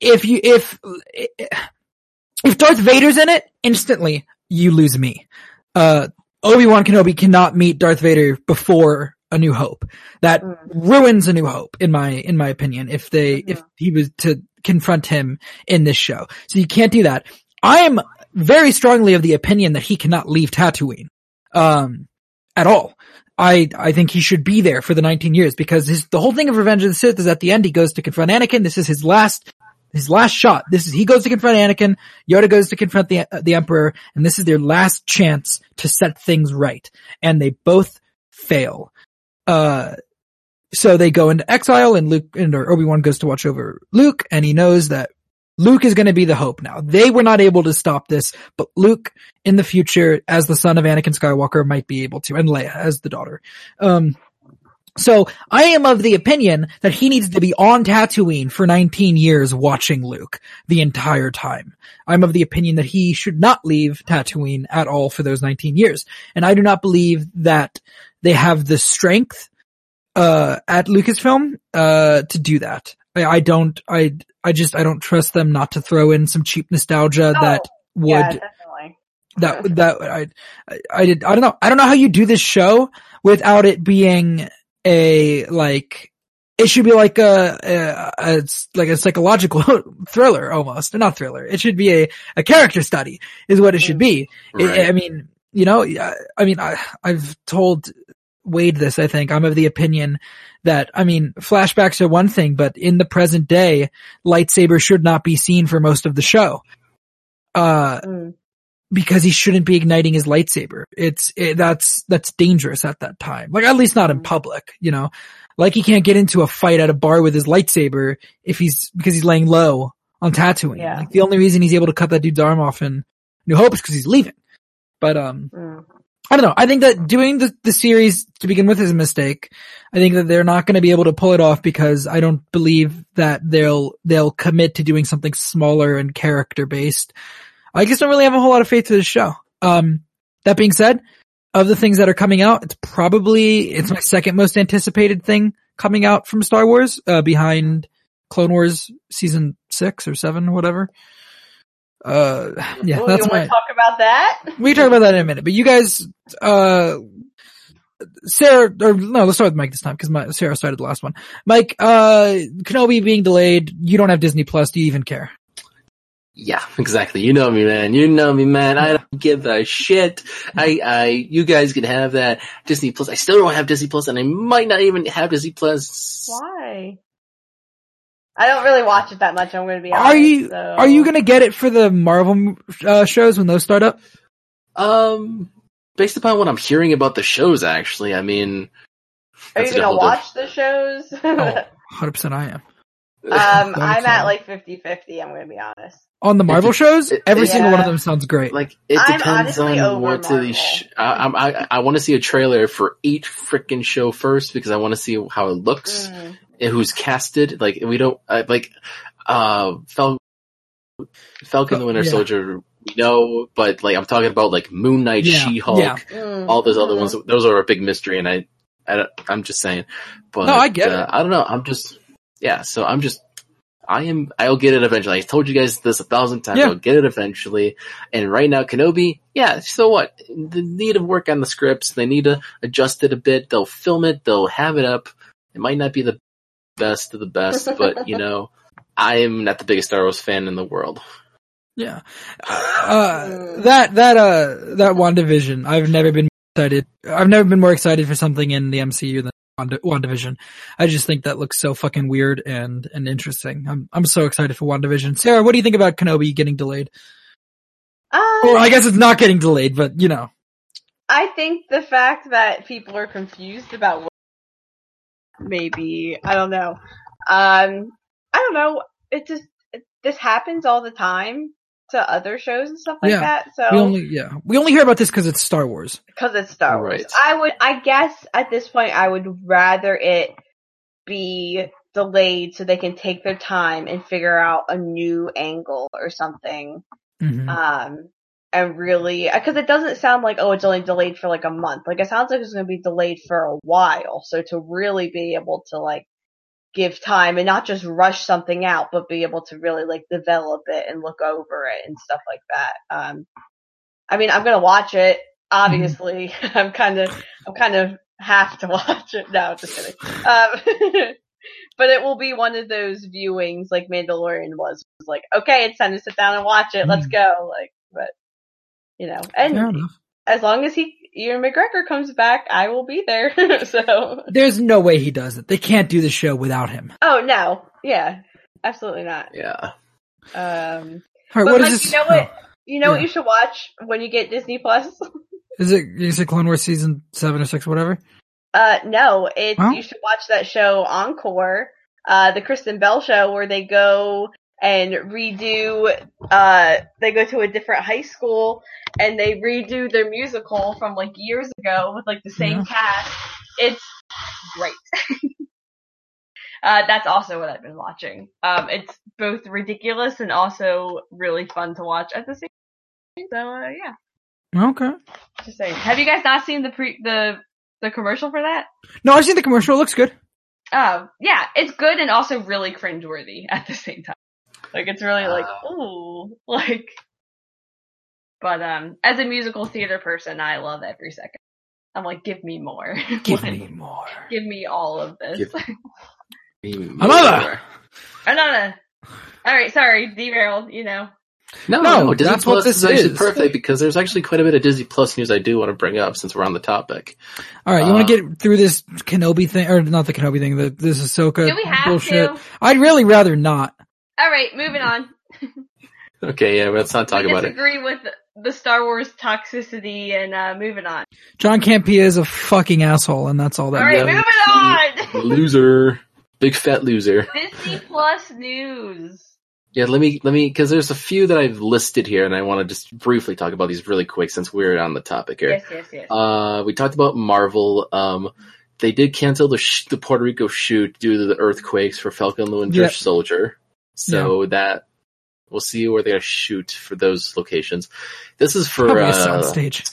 if you if if Darth Vader's in it, instantly you lose me. Uh, Obi Wan Kenobi cannot meet Darth Vader before A New Hope. That
Mm.
ruins A New Hope in my in my opinion. If they if
Mhm.
he was to confront him in this show, so you can't do that. I am very strongly of the opinion that he cannot leave Tatooine. Um, at all. I I think he should be there for the 19 years because his the whole thing of Revenge of the Sith is at the end he goes to confront Anakin. This is his last his last shot. This is he goes to confront Anakin. Yoda goes to confront the uh, the Emperor, and this is their last chance to set things right. And they both fail. Uh, so they go into exile, and Luke and or Obi Wan goes to watch over Luke, and he knows that. Luke is going to be the hope now. They were not able to stop this, but Luke in the future as the son of Anakin Skywalker might be able to, and Leia as the daughter. Um, so I am of the opinion that he needs to be on Tatooine for 19 years watching Luke the entire time. I'm of the opinion that he should not leave Tatooine at all for those 19 years. And I do not believe that they have the strength, uh, at Lucasfilm, uh, to do that. I, I don't, I, I just, I don't trust them not to throw in some cheap nostalgia
Oh,
that would
Yeah, definitely.
that that I I- I did I don't know I don't know how you do this show without it being a like it should be like a, a, a it's like a psychological thriller almost not thriller it should be a, a character study is what it should be I- I,
right.
mean, you know, I, I mean, I, I've told Wade this, I think. I'm of the opinion that, I mean, flashbacks are one thing, but in the present day, lightsaber should not be seen for most of the show. Uh,
Mm.
because he shouldn't be igniting his lightsaber. It's, it, that's, that's dangerous at that time. Like, at least not in
Mhm.
public, you know? Like, he can't get into a fight at a bar with his lightsaber if he's, because he's laying low on Tatooine.
Yeah.
Like, the only reason he's able to cut that dude's arm off in New Hope is because he's leaving. But, um,
Mm.
I don't know. I think that doing the, the series to begin with is a mistake. I think that they're not going to be able to pull it off because I don't believe that they'll, they'll commit to doing something smaller and character based. I just don't really have a whole lot of faith to this show. Um, that being said, of the things that are coming out, it's probably, it's my second most anticipated thing coming out from Star Wars, uh, behind Clone Wars season six or seven, whatever. Uh, yeah,
Ooh,
that's
you
my,
want to talk about that?
we can talk about that in a minute, but you guys, uh, Sarah, or no, let's start with Mike this time because my Sarah started the last one. Mike, uh, Kenobi being delayed, you don't have Disney Plus. Do you even care?
Yeah, exactly. You know me, man. You know me, man. I don't give a shit. I, I, you guys can have that Disney Plus. I still don't have Disney Plus, and I might not even have Disney Plus.
Why? I don't really watch it that much. I'm going to be honest.
Are you
so-
are you gonna get it for the Marvel uh, shows when those start up?
Um, based upon what I'm hearing about the shows, actually, I mean,
Are you
that's a
going to
whole diff-
watch the shows?
Oh, 100 percent. I am
um,
Don't
I'm
care.
at like 50-50, I'm going to be honest.
on the Marvel shows.
it-
Every
it-
single one of
Yeah.
them sounds great.
Like it
I'm
depends
honestly
on
over
what to the sh- I, I'm- I I want to see a trailer for each freaking show first because I want to see how it looks
Mm.
and who's casted. Like we don't uh, like uh Fal- Falcon the Winter
Yeah.
Soldier. We know, but like I'm talking about like Moon Knight,
Yeah,
She Hulk,
yeah.
Mm.
all those other ones. Those are a big mystery, and I I don't, I'm just saying. But
No, I get
uh, I don't know. I'm just yeah. So I'm just I am. I'll get it eventually. I told you guys this a thousand times.
Yeah.
I'll get it eventually. And right now, Kenobi. Yeah. So what? They need to work on the scripts. They need to adjust it a bit. They'll film it. They'll have it up. It might not be the best of the best, but you know, I am not the biggest Star Wars fan in the world.
Yeah. Uh, that, that, uh, that WandaVision, I've never been excited. I've never been more excited for something in the MCU than Wanda, WandaVision. I just think that looks so fucking weird and, and interesting. I'm, I'm so excited for WandaVision. Sarah, what do you think about Kenobi getting delayed?
Um,
Or I guess it's not getting delayed, but you know.
I think the fact that people are confused about what maybe I don't know. Um, I don't know. It just it, this happens all the time to other shows and stuff like
Yeah.
that.
We
So
only, yeah. We only hear about this because it's Star Wars.
because it's Star Wars,
Right.
I would. I guess at this point, I would rather it be delayed so they can take their time and figure out a new angle or something
hmm
um and really because it doesn't sound like oh it's only delayed for like a month like it sounds like it's going to be delayed for a while so to really be able to like give time and not just rush something out but be able to really like develop it and look over it and stuff like that um i mean i'm going to watch it obviously i'm kind of i'm kind of have to watch it now just kidding um but it will be one of those viewings like Mandalorian was. was like, okay, it's time to sit down and watch it. Let's
Mm.
go. Like, but you know, and
Fair enough.
as long as he Ian McGregor comes back, I will be there. so,
There's no way he does it. They can't do the show without him.
oh no, yeah, absolutely not.
Yeah.
Um,
All right,
But,
what is
like,
this? Oh.
you know what- you know what
Yeah.
you should watch when you get Disney Plus?
Oh, Is it, is it Clone Wars season seven or six, whatever?
Uh, no, it's
Huh?
you should watch that show Encore, uh, the Kristen Bell show where they go and redo, uh, they go to a different high school and they redo their musical from like years ago with like the same
Yeah.
cast. It's great. uh, that's also what I've been watching. Um, it's both ridiculous and also really fun to watch at the same time. So, uh, yeah,
Okay.
just saying. Have you guys not seen the pre, the, the commercial for that?
No, I've seen the commercial. It looks good.
Oh, yeah, it's good and also really cringeworthy at the same time. Like it's really like, ooh, like. But um, as a musical theater person, I love every second. I'm like, give me more,
Give
Like,
me more.
give me all of this.
Give-
Another!
oh, no, no. All right, sorry, derailed. You know,
No,
No,
no, Disney
that's what
Plus
this
is actually
is.
perfect because there's actually quite a bit of Disney Plus news I do want to bring up since we're on the topic.
All right, you want
Uh,
to get through this Kenobi thing, or not the Kenobi thing? The, this Ahsoka
do we have
bullshit.
to?
I'd really rather not.
All right, moving on.
Okay, yeah, let's not talk
we
about it.
disagree with the Star Wars toxicity and uh, moving on.
John Campia is a fucking asshole, and that's all that.
all right,
yeah,
moving
we-
on.
Loser, big fat loser.
Disney Plus news.
Yeah, let me let me because there's a few that I've listed here, and I want to just briefly talk about these really quick since we're on the topic here.
Yes, yes, yes.
Uh, we talked about Marvel. Um, they did cancel the sh- the Puerto Rico shoot due to the earthquakes for Falcon and the Winter
Yep.
Soldier. So that we'll see where they're gonna shoot for those locations. This is for
Probably a
uh,
soundstage.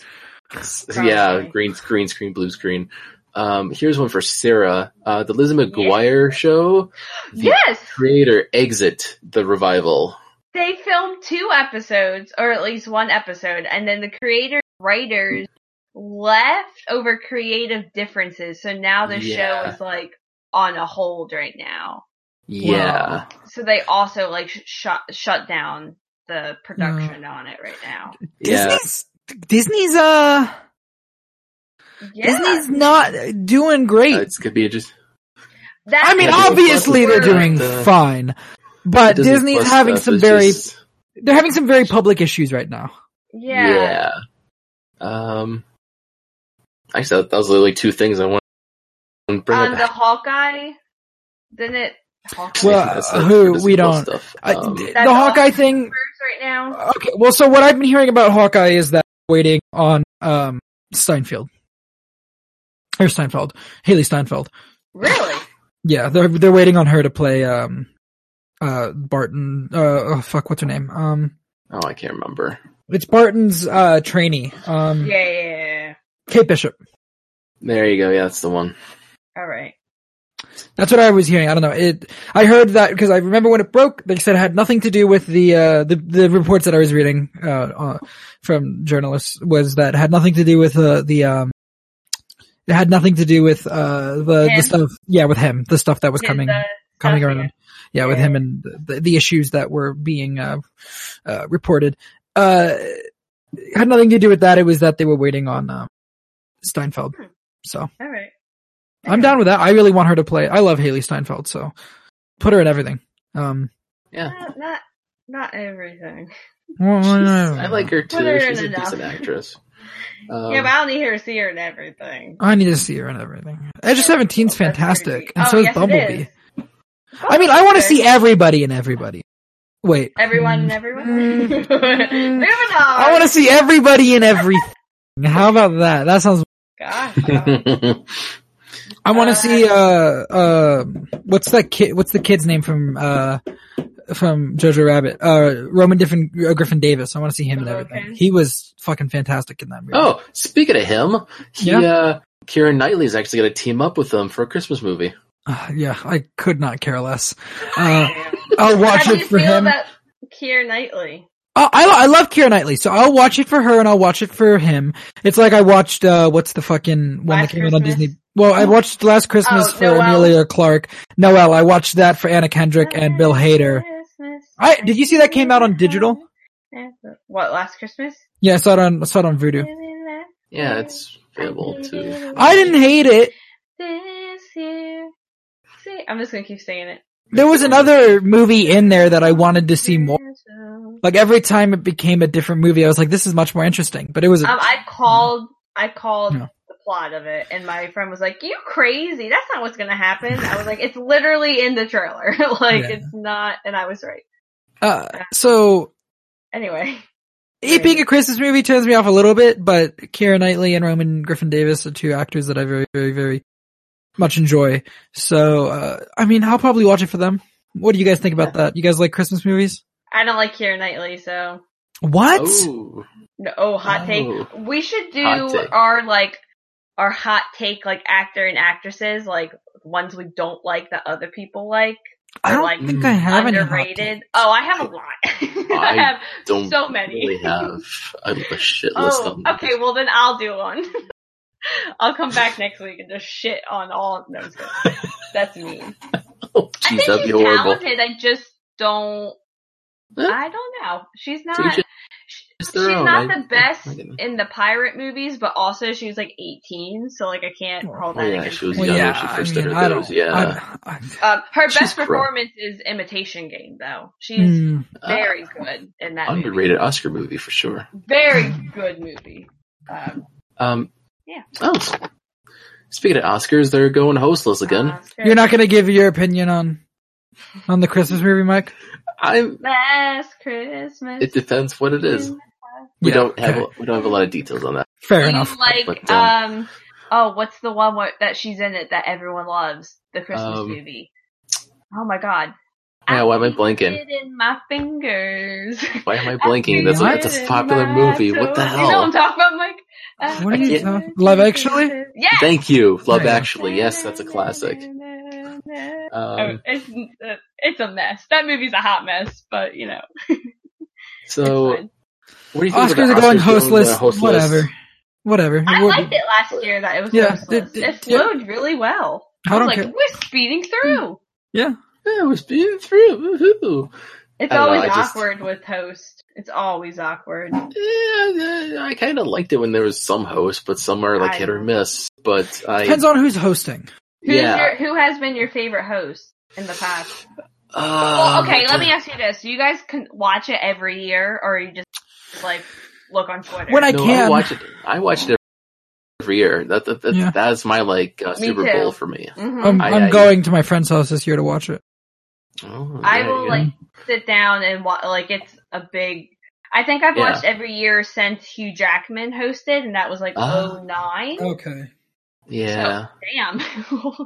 yeah,
Probably.
green green screen, blue screen. Um, here's one for Sarah. Uh, the Liz McGuire show the
yes,
creator exit the revival.
they filmed two episodes, or at least one episode, and then the creators, writers, left over creative differences. So now the show
Yeah.
is like on a hold right now.
Yeah.
So they also like sh- shut shut down the production on it right now.
Yeah. Uh,
Disney's Disney's uh
Yeah,
Disney's not doing great.
It's gonna be just
that
I mean,
Yeah, Disney
obviously
Plus
they're
is
doing
not the-
fine, but
Disney
Disney's
Plus
Uh, having
stuff
some
is
very
just-
they're having some very public issues right now.
yeah.
yeah. Um. Actually, that, that was literally two things I wanted to bring
on Um, the
up.
Hawkeye, then it Hawkeye
Well,
That's
uh,
the
Um, who-
Disney
we
Plus
don't-
Stuff.
I-
Um,
the
That's all.
Hawkeye thing.
right now.
Okay, well, so what I've been hearing about Hawkeye is that waiting on um Steinfeld or Steinfeld, Haley Steinfeld.
Really?
Yeah, they're they're waiting on her to play um uh Barton. Uh oh, fuck, what's her name? Um,
oh, I can't remember.
it's Barton's uh trainee. Um,
Yeah, yeah, yeah.
Kate Bishop.
There you go. Yeah, that's the one.
All right.
That's what I was hearing. I don't know. It. I heard that because I remember when it broke. They said it had nothing to do with the uh, the the reports that I was reading uh, uh, from journalists was that it had nothing to do with uh, the um. It had nothing to do with uh the,
Him.
the stuff. Yeah, with him, the stuff that was coming
His, uh,
coming
stuff,
around. Yeah, with
Yeah.
him and the, the issues that were being uh, uh reported. Uh, it had nothing to do with that. It was that they were waiting on uh, Steinfeld.
Hmm.
So.
All right.
I'm down with that. I really want her to play. I love Haley Steinfeld, so put her in everything. Um,
Yeah.
Not, not, not everything.
well,
She's-
I,
I like her
Well, there
too. She's a
isn't enough.
decent actress. Um,
yeah, but I don't need her to see her in everything.
I need to see her in everything. Edge of Seventeen's
That's pretty
fantastic,
deep.
and
Oh,
so is
yes, it
Bumblebee.
is. Oh,
I mean, I want to see everybody in everybody. Wait,
everyone and
Mm,
everyone.
Mm.
Moving on.
I want to see everybody in everything. How about that? That sounds.
Gosh.
Um,
I want
Uh,
to see. Uh, uh, what's that kid? What's the kid's name from? Uh, from Jojo Rabbit. Uh, Roman Griffin, uh, Griffin Davis. I want to see him in everything.
Oh, Okay.
He was fucking fantastic in that movie.
oh, speaking of him, he,
Yeah.
uh, Kieran Knightley's actually going to team up with them for a Christmas movie.
Uh, yeah, I could not care less. Uh,
Damn.
I'll watch
How do
it
you
for
feel
him. Uh,
about Keira Knightley?
I, I I love Keira Knightley, so I'll watch it for her and I'll watch it for him. It's like I watched uh what's the fucking one
Last
that came out on
Christmas?
Disney. Well, I watched Last Christmas
Oh,
for
Noel.
Amelia Clark. Noel, I watched that for Anna Kendrick and Bill
Ah.
Hader. I- did you see that came out on digital?
What last Christmas?
Yeah, I saw it on I saw it on Voodoo.
Yeah, it's available too.
I didn't hate it.
This year. See, I'm just gonna keep saying it.
There was another movie in there that I wanted to see more.
Um,
Like every time it became a different movie, I was like, "This is much more interesting." But it was a
Um, I called. I called
Yeah.
the plot of it, and my friend was like, "You crazy? That's not what's gonna happen." I was like, "It's literally in the trailer. like,
Yeah.
it's not." And I was right.
uh, so
Anyway,
It being a Christmas movie turns me off a little bit, but Keira Knightley and Roman Griffin Davis are two actors that I very, very, very much enjoy. So, uh, I mean, I'll probably watch it for them. What do you guys think about that? You guys like Christmas movies?
I don't like Keira Knightley, so
What?
Oh,
no. Oh, hot
Oh.
take. We should
Hot
do
take.
our like our hot take, like actor and actresses, like ones we don't like that other people like.
I don't
like,
think I have any. hot
underrated. Oh, I have a lot. I
I
have
don't
so many.
really have a, a shit list
oh,
on
okay. Well, then I'll do one. I'll come back next week and just shit on all. No, I'm just kidding. that's mean.
Oh,
I
jeez,
think
that'd be
she's
horrible.
talented. I just don't.
Huh?
I don't know. She's not.
Teach it.
sh-
It's
She's
their own.
not
I-
the best
I get it.
in the pirate movies, but also she was like 18, so like I can't hold
Oh,
that
yeah,
against
she was
her.
Well,
young
yeah,
when she
I
first
mean,
entered
I
those.
don't-
Yeah,
I, I,
Um, her
She's
best
pro.
performance is Imitation Game, though. She's
mm,
very good in that.
Uh,
movie.
underrated Oscar movie for sure.
very good movie. Um,
Um,
Yeah.
Oh, speaking of Oscars, they're going hostless again.
Oscar.
you're not gonna give your opinion on on the Christmas movie, Mike?
I'm.
last Christmas.
It depends what it is. We
Yeah,
don't have
okay.
a, we don't have a lot of details on that.
Fair
Do you
enough.
Like
But,
um,
um,
oh, what's the one where, that she's in it that everyone loves? The Christmas
Um,
movie. Oh my god.
Yeah, why am I
Get
blanking?
it in my fingers.
Why am I blanking? That's a,
What?
that's a popular movie. What the
You know what I'm
hell?
talking about, Mike? Uh,
What
are you
talking- Love Actually?
Yeah.
Thank you, Love
Yeah.
Actually. Yes, that's a classic.
Oh,
Um,
it's uh, it's a mess. That movie's a hot mess, but you know. it's
so,
fine.
what do you think about
Oscars
the
are going
Oscars doing the
hostless.
hostless?
Whatever. Whatever.
I
We'll-
liked it last year that it was
Yeah,
yeah,
it-
it,
it- yeah.
flowed really well.
I
I, was
don't
like,
care.
we're speeding through.
Yeah.
Yeah, we're speeding through. Woohoo.
It's
I don't know,
always
I just-
awkward with host. It's always awkward.
Yeah, yeah, I kind of liked it when there was some hosts, but some are like
I-
hit or miss. But I,
Depends on who's hosting.
Who's
yeah.
your, who has been your favorite host in the past? well,
Uh,
okay, let me ask you this: Do you guys can watch it every year, or you just like look on Twitter?
When I
no,
can.
I watch it. I watched it every year. That that, that,
Yeah.
that is my like uh,
Me
Super
too.
Bowl for me.
Mhm.
I'm,
I-
I'm
I-
going to my friend's house this year to watch it.
Oh,
I
yeah,
will
yeah.
like sit down and watch. Like it's a big. I think I've
Yeah.
watched every year since Hugh Jackman hosted, and that was like
Ah.
oh nine.
Okay.
yeah.
Damn,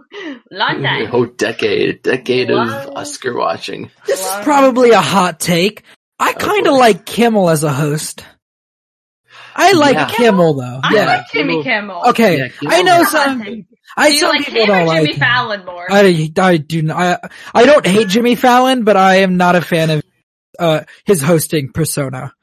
long time.
whole decade, decade
What?
of Oscar watching.
This is
Hello?
probably a hot take. I kind of
boy.
like Kimmel as a host. I like
Yeah.
Kimmel though.
I
Yeah.
like Jimmy
Kimmel.
Kimmel.
okay.
Yeah, Kimmel
I know
is-
some.
Do
I
you
some
like
people
him or
don't like.
Jimmy
him.
Fallon more?
I I do not. I, I don't hate Jimmy Fallon, but I am not a fan of uh his hosting persona.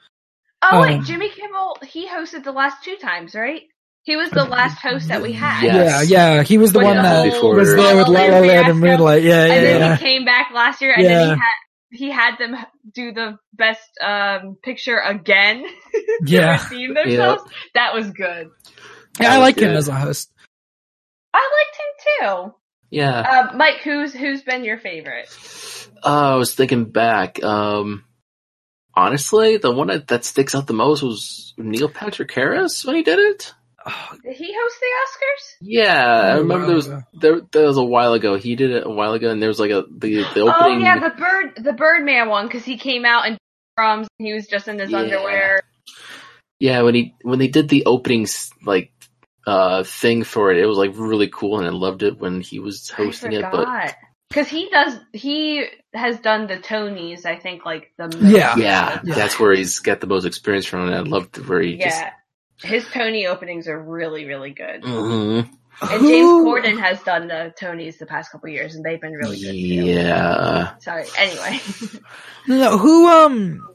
oh wait,
um,
Jimmy Kimmel. He hosted the last two times, right? He was the last host that we had.
Yeah. Yes.
Yeah, yeah. He was the
With
one
Yeah,
that
before-
was there with La La Land and Moonlight. Yeah, yeah,
and then
yeah.
he came back last year, and then
Yeah.
he had he had them do the best um picture again. to
yeah.
redeem themselves. That was good.
Yeah, I like him
Yeah.
as a host.
I liked him too.
Yeah.
Uh, Mike, who's who's been your favorite?
Uh, I was thinking back. Um, honestly, the one that, that sticks out the most was Neil Patrick Harris when he did it.
Oh,
Did he host the
Yeah,
Oh,
I remember there was
Wow.
there there was a while ago. He did it a while ago, and there was like a the the
Oscars?
opening.
Oh yeah, the bird the Birdman one because he came out in drums. And he was just in his
Yeah.
underwear.
Yeah, when he when they did the opening s- like uh thing for it, it was like really cool, and I loved it when he was hosting it. But
because he does he has done the Tonys. I think like the most
Yeah.
yeah,
Yeah.
that's where he's got the most experience from, and I loved where he just.
yeah. His Tony openings are really, really good.
Mhm.
And James
Who-
Corden has done the Tonys the past couple years, and they've been really good. too.
Yeah.
Sorry. Anyway,
No, no, who, um,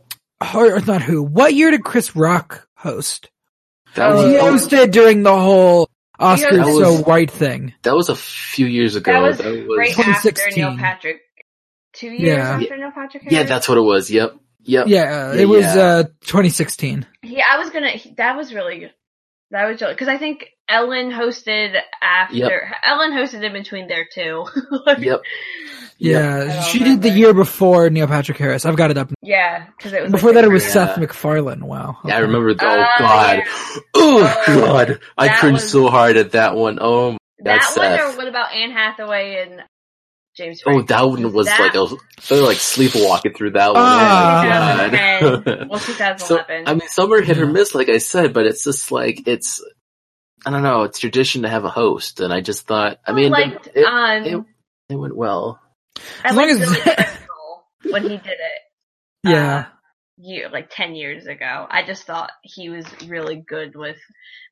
or, or not who, what year did Chris Rock host?
That
Oh,
was,
he
yeah.
that, was,
hosted during the whole Oscar
That
so
was-
white thing.
that was a few years ago.
that was, right after
2016.
Neil Patrick. Two years
Yeah.
after Neil Patrick.
yeah,
Harris?
that's what it was. Yep. Yep.
Yeah,
Yeah,
it was,
yeah.
uh, 2016.
He, I was gonna. He, that was really good. That was really because I think Ellen hosted after
Yep.
Ellen hosted in between there too.
Yep.
Yeah,
I don't
she did the
Oh, remember.
year before Neil Patrick Harris. I've got it up.
Yeah, because it was
Before
like
that it was
Yeah.
Seth MacFarlane. Wow.
Yeah, I remember. the- oh
Uh,
God.
yeah.
Oh
Oh,
God. I
that
cringed
was-
so hard at that one. Oh. my-
that
That's
one
Seth.
or what about Anne Hathaway and James?
Oh,
Franco?
that one was
That-
like a. They were like sleepwalking through that one.
Ah.
oh, my God.
2010. well,
So
2011.
I mean, some are hit or
Yeah.
miss, like I said, but it's just like it's. I don't know. It's tradition to have a host, and I just thought. I mean,
liked,
it,
um,
it, it went well.
I
As long
liked
as-
Billy Crystal when he did it.
Yeah.
uh, year like 10 years ago. I just thought he was really good with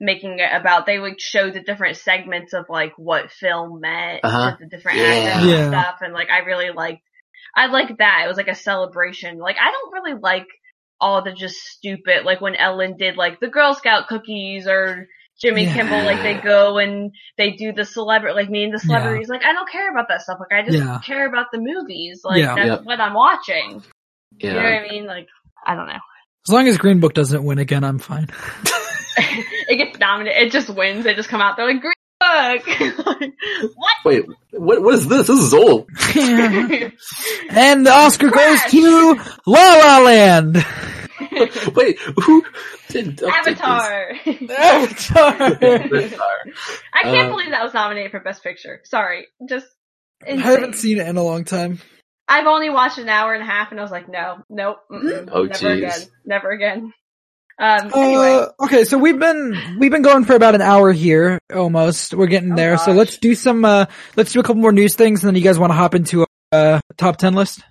making it about they would show the different segments of like what film meant
Uh-huh.
with the different
Yeah.
actors
Yeah.
and stuff and like I really liked I liked that. It was like a celebration. Like I don't really like all the just stupid like when Ellen did like the Girl Scout cookies or Jimmy
Yeah.
Kimmel, like they go and they do the celebrity, like me and the
Yeah.
celebrities. Like I don't care about that stuff. Like I just
Yeah.
care about the movies. Like
Yeah.
that's
Yep.
what I'm watching. You know
Yeah,
what I mean? Like, I don't know.
As long as Green Book doesn't win again, I'm fine.
it gets dominant. It just wins. They just come out. They're like, green book. Like, what?
Wait, what? What is this? This is old.
yeah,
and the Oscar
Crash!
goes to La La Land.
Wait, who? Did, oh, did
Avatar.
Avatar.
this- Avatar.
I can't
Uh,
believe that was nominated for Best Picture. Sorry. Just.
I
Insane.
haven't seen it in a long time.
I've only watched an hour and a half, and I was like, no, nope, mm-mm,
Oh,
never
jeez.
again, never again. Um, anyway,
Uh, okay, so we've been we've been going for about an hour here almost. We're getting
Oh,
there. So
gosh.
let's do some uh let's do a couple more news things and then you guys want to hop into uh top 10 list?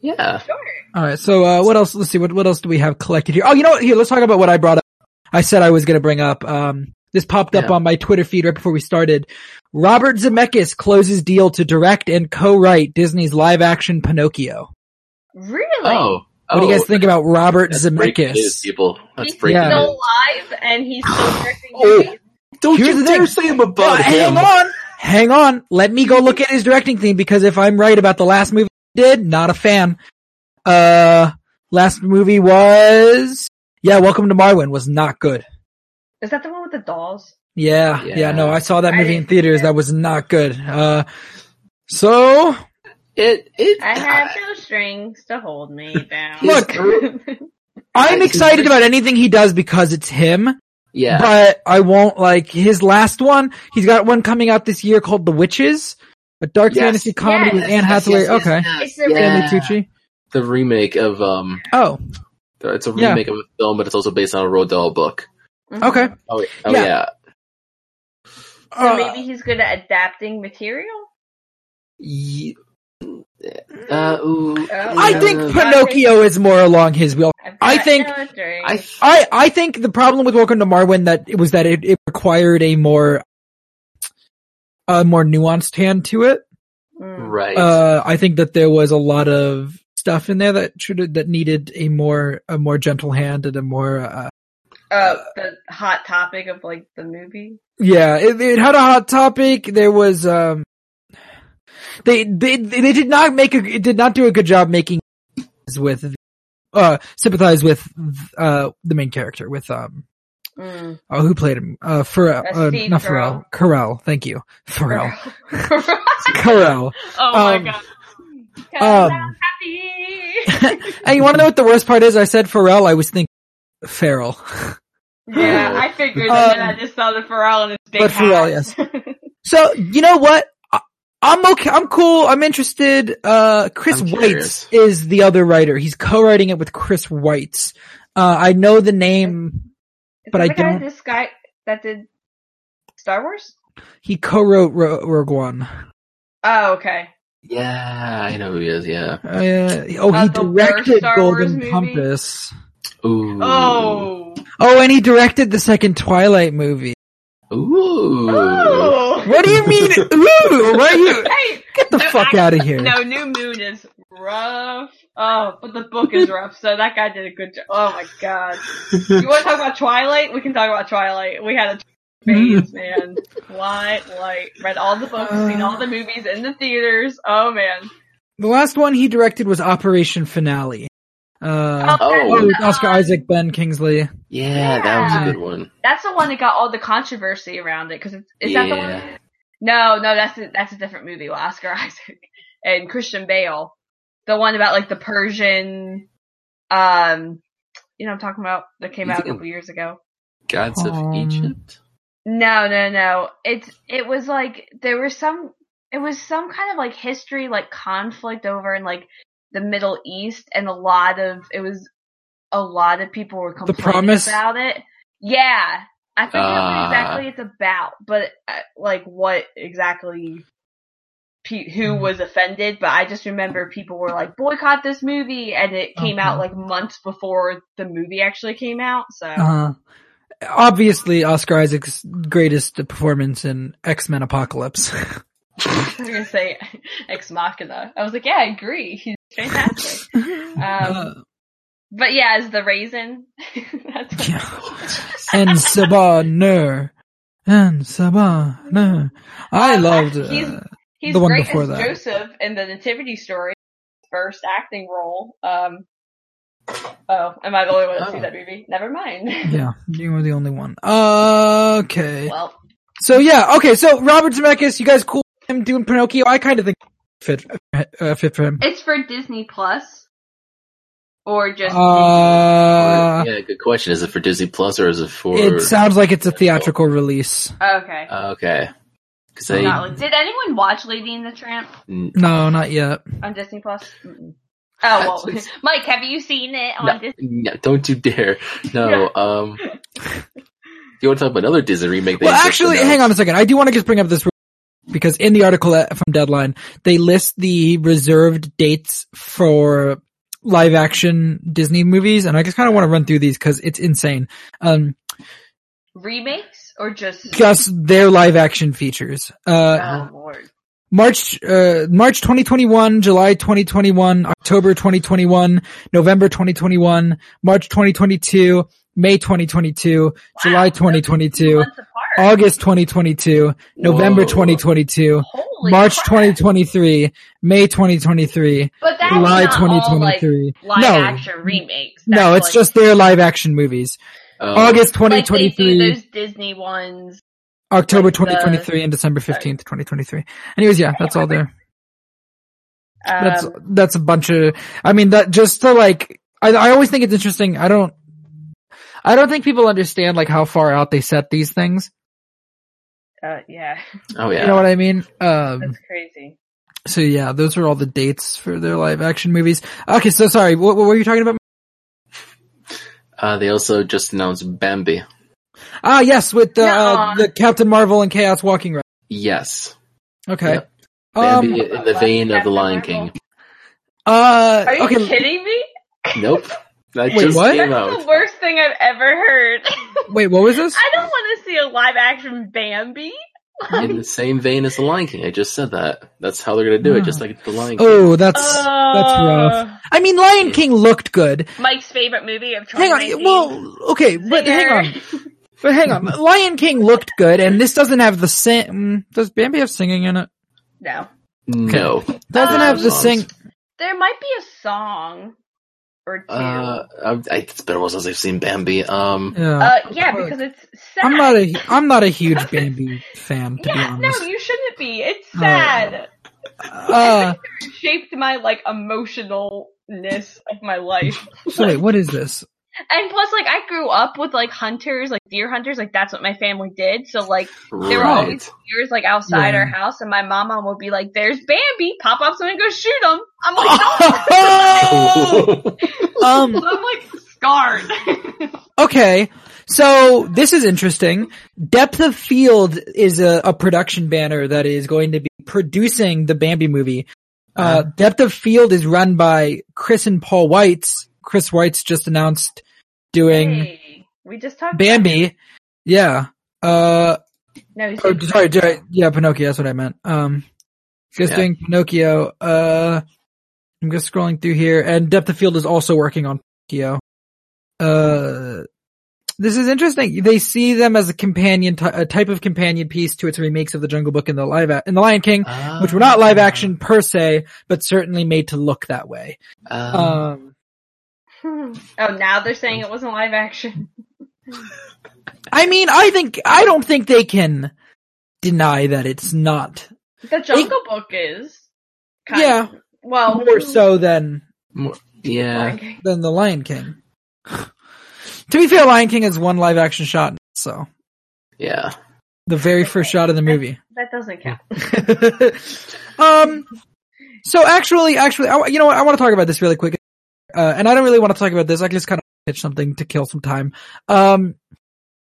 yeah.
sure.
All right. So uh what else let's see what what else do we have collected here? Oh, you know what? Here, let's talk about what I brought up. I said I was going to bring up um this popped up
Yeah.
on my Twitter feed right before we started. Robert Zemeckis closes deal to direct and co-write Disney's live action Pinocchio.
Really?
Oh,
What do you guys think about Robert
that's breaking news,
Zemeckis?
people? That's
he's
breaking
Yeah.
still
news.
alive and he's still directing
Oh.
movies.
Don't
Here's
you
the thing.
dare say I'm above
Uh,
him.
hang on, hang on. Let me go look at his directing thing because if I'm right about the last movie he did, not a fan. Uh, last movie was yeah. Welcome to Marwin was not good.
Is that the one with the dolls?
Yeah, yeah,
Yeah.
no, I saw that
I
movie in
didn't
theaters. That was not good. Uh, so
It it. uh,
I have no strings to hold me down.
Look. I'm
I-
excited about anything he does because it's him,
yeah.
but I won't like his last one. He's got one coming out this year called The Witches, a dark
Yes.
fantasy comedy with
Yes,
Anne Hathaway. okay.
It's the
Stanley
Yeah.
Tucci.
The remake of um,
Oh,
it's a
Yeah.
remake of a film, but it's also based on a Roald Dahl book.
okay.
Oh, oh
Yeah.
yeah.
So
Uh,
maybe he's good at adapting material?
Ye- Uh,
Oh.
ooh,
I think
uh,
put-
Pinocchio is more along his wheel.
I've
I
got
think-
no strings.
I th-
I, I think the problem with Welcome to Marwin that it was that it, it required a more, a more nuanced hand to it.
Mm.
right.
Uh, I think that there was a lot of stuff in there that should that needed a more a more gentle hand and a more uh,
Uh, the hot topic of like the movie.
yeah. It, it had a hot topic. There was um, they they they did not make a it did not do a good job making with uh sympathize with uh the main character with um
Mm.
oh who played him uh Pharrell
That's
uh,
Steve
not Pharrell Carell thank you Pharrell
oh
Carell
my
Um,
god. 'Cause
um,
I'm happy.
and you want to know what the worst part is I said Pharrell I was thinking Farrell.
yeah, I figured, and then I just saw the Pharrell in his big
Um, but
hat.
Pharrell, yes. So you know what? I, I'm okay. I'm cool. I'm interested. Uh, Chris
I'm
Whites
curious.
is the other writer. He's co-writing it with Chris Whites. Uh, I know the name.
Is
But
that
I
the guy-
don't-
This guy that did Star Wars.
He co-wrote Ro- Rogue One.
Oh, okay.
yeah, I know who he is. Yeah.
Uh, oh,
Uh,
he
the worst
directed
Star Wars
Golden
movie?
Compass.
Ooh.
Oh.
Oh, and he directed the second Twilight movie.
Ooh.
Oh.
What do you mean? Ooh, why you?
Hey,
Get the
No,
fuck
I-
out of here.
no, New Moon is rough. Oh, but the book is rough, so that guy did a good job. Oh my god. You want to talk about Twilight? We can talk about Twilight. We had a phase, man. Twilight. Read all the books, seen all the movies in the theaters. Oh man.
The last one he directed was Operation Finale. Uh,
Oh.
oh,
that's
with
the
Oscar
one-
Isaac, Ben Kingsley.
Yeah, that was a good one.
That's the one that got all the controversy around it. Because it's is that the one?
Yeah.
No, no, that's a, that's a different movie. With Oscar Isaac and Christian Bale, the one about like the Persian, um, you know, what I'm talking about that came
You
out a
think-
couple years ago.
Gods
Um,
of Egypt.
No, no, no. It's it was like there was some it was some kind of like history like conflict over in like the Middle East and a lot of it was a lot of people were complaining
Promise?
about it. Yeah. I forget what
Ah.
exactly it's about, but uh, like what exactly pe- who
Mm-hmm.
was offended, but I just remember people were like boycott this movie and it came out
Okay.
like months before the movie actually came out. So
Uh, obviously, Oscar Isaac's greatest performance in X Men Apocalypse.
I was gonna say ex machina. I was like, yeah, I agree. He's fantastic. Um,
Uh,
but yeah, as the raisin, that's what
yeah. And Sabaner. And Sabaner. I
Um,
loved uh,
he's- he's
The one
great
before
as
that.
Joseph in the Nativity story, first acting role. Um, oh, am I the only one to see
Oh.
that movie? Never mind.
Yeah, you were the only one. Uh, okay.
well,
So yeah, okay, so Robert Zemeckis, you guys cool with him doing Pinocchio? I kind of think fit, uh, fit for him.
it's for Disney Plus, or just
Uh,
yeah, good question. Is it for Disney Plus or is it for?
it sounds like it's a theatrical release.
okay.
okay. Because
Hey.
Not
I
like- did anyone watch Lady and the Tramp
n-
No, not yet.
on Disney Plus? Mm-mm. Oh well,
That's-
Mike, have you seen it on Disney?
no, don't you dare. No. Um. You want to talk about another Disney remake? they
Well,
just
actually,
announced?
hang on a second. I do want to just bring up this because in the article at- from Deadline, they list the reserved dates for live action Disney movies, and I just kind of want to run through these because it's insane. Um,
remakes or just
just their live action features. Uh,
oh lord
March, uh, March 2021, July 2021, October 2021, November 2021, March 2022, May 2022, July
those are two
2022,
months apart.
August 2022, November
Whoa.
2022,
Holy
March
crap.
2023, May 2023,
But that's
July
not all, like,
2023.
live
No.
action remakes.
no, it's
That's, like-
just their live action movies.
Oh,
August
like they
2023.
do those Disney ones.
October
Like the-
2023 and December 15th, 2023. Anyways, yeah, that's all there.
Um,
That's, that's a bunch of, I mean, that just to like, I, I always think it's interesting. I don't, I don't think people understand like how far out they set these things.
uh, yeah,
oh yeah.
You know what I mean? Um,
that's crazy.
so yeah, those are all the dates for their live action movies. Okay, so sorry, what, what were you talking about?
Uh, they also just announced Bambi.
Ah, yes, with the, uh,
Nuh-uh.
the Captain Marvel and Chaos Walking Right.
Yes,
Okay.
Yep.
Um,
Bambi in the vein of the Lion King.
uh,
Are you
okay.
kidding me?
Nope, that
Wait,
just
what?
came
That's the
out.
worst thing I've ever heard.
Wait, what was this?
I don't want to see a live action Bambi.
In the same vein as the Lion King. I just said that. That's how they're gonna do it, just like the Lion King.
Oh, that's,
Uh,
I mean, Lion King looked good.
Mike's favorite movie of
Hang
2019.
on. Well, okay, but hang
Singer.
on. But hang on. Lion King looked good, and this doesn't have the sing. mm, Does Bambi have singing in it?
No,
No,
Doesn't
Uh,
have the sing.
there might be a song or two.
Uh,
Uh,
I, I- it's been a while since I've seen Bambi. Um,
Yeah.
Uh, yeah, because it's sad.
Uh, I'm not a. I'm not a huge Bambi fan, to be
yeah, no,
honest.
you shouldn't be. It's
Oh.
sad.
Uh,
It shaped my like emotionalness of my life.
so wait, what is this?
And plus, like, I grew up with like hunters, like deer hunters, like that's what my family did. So like, there were
right.
always deers like outside
Yeah.
our house, and my mama would be like, "There's Bambi, pop up someone go shoot him." I'm like,
um.
no. I'm like scarred.
Okay. So this is interesting. Depth of Field is a, a production banner that is going to be producing the Bambi movie. Uh, Depth of Field is run by Chris and Paul Whites. Chris White's just announced doing
Hey, we just talked.
Bambi. Yeah. Uh,
No, he's
oh, sorry, sorry. Yeah, Pinocchio. That's what I meant. Um, just
Yeah.
doing Pinocchio. Uh, I'm just scrolling through here, and Depth of Field is also working on Pinocchio. Uh, this is interesting. They see them as a companion, ty- a type of companion piece to its remakes of the Jungle Book and the live a- and the Lion King,
Uh,
which were not live action per se, but certainly made to look that way.
Um,
Um,
oh, now they're saying it wasn't live action.
I mean, I think I don't think they can deny that it's not
The Jungle Book is. kind
Yeah.
of- Well,
more so than
yeah.
Okay.
than the Lion King. to be fair, Lion King has one live action shot, so
Yeah.
the very first shot of the movie.
That doesn't count.
um, so actually, actually, I, you know what? I want to talk about this really quick, uh, and I don't really want to talk about this. I just kind of pitch something to kill some time. Um,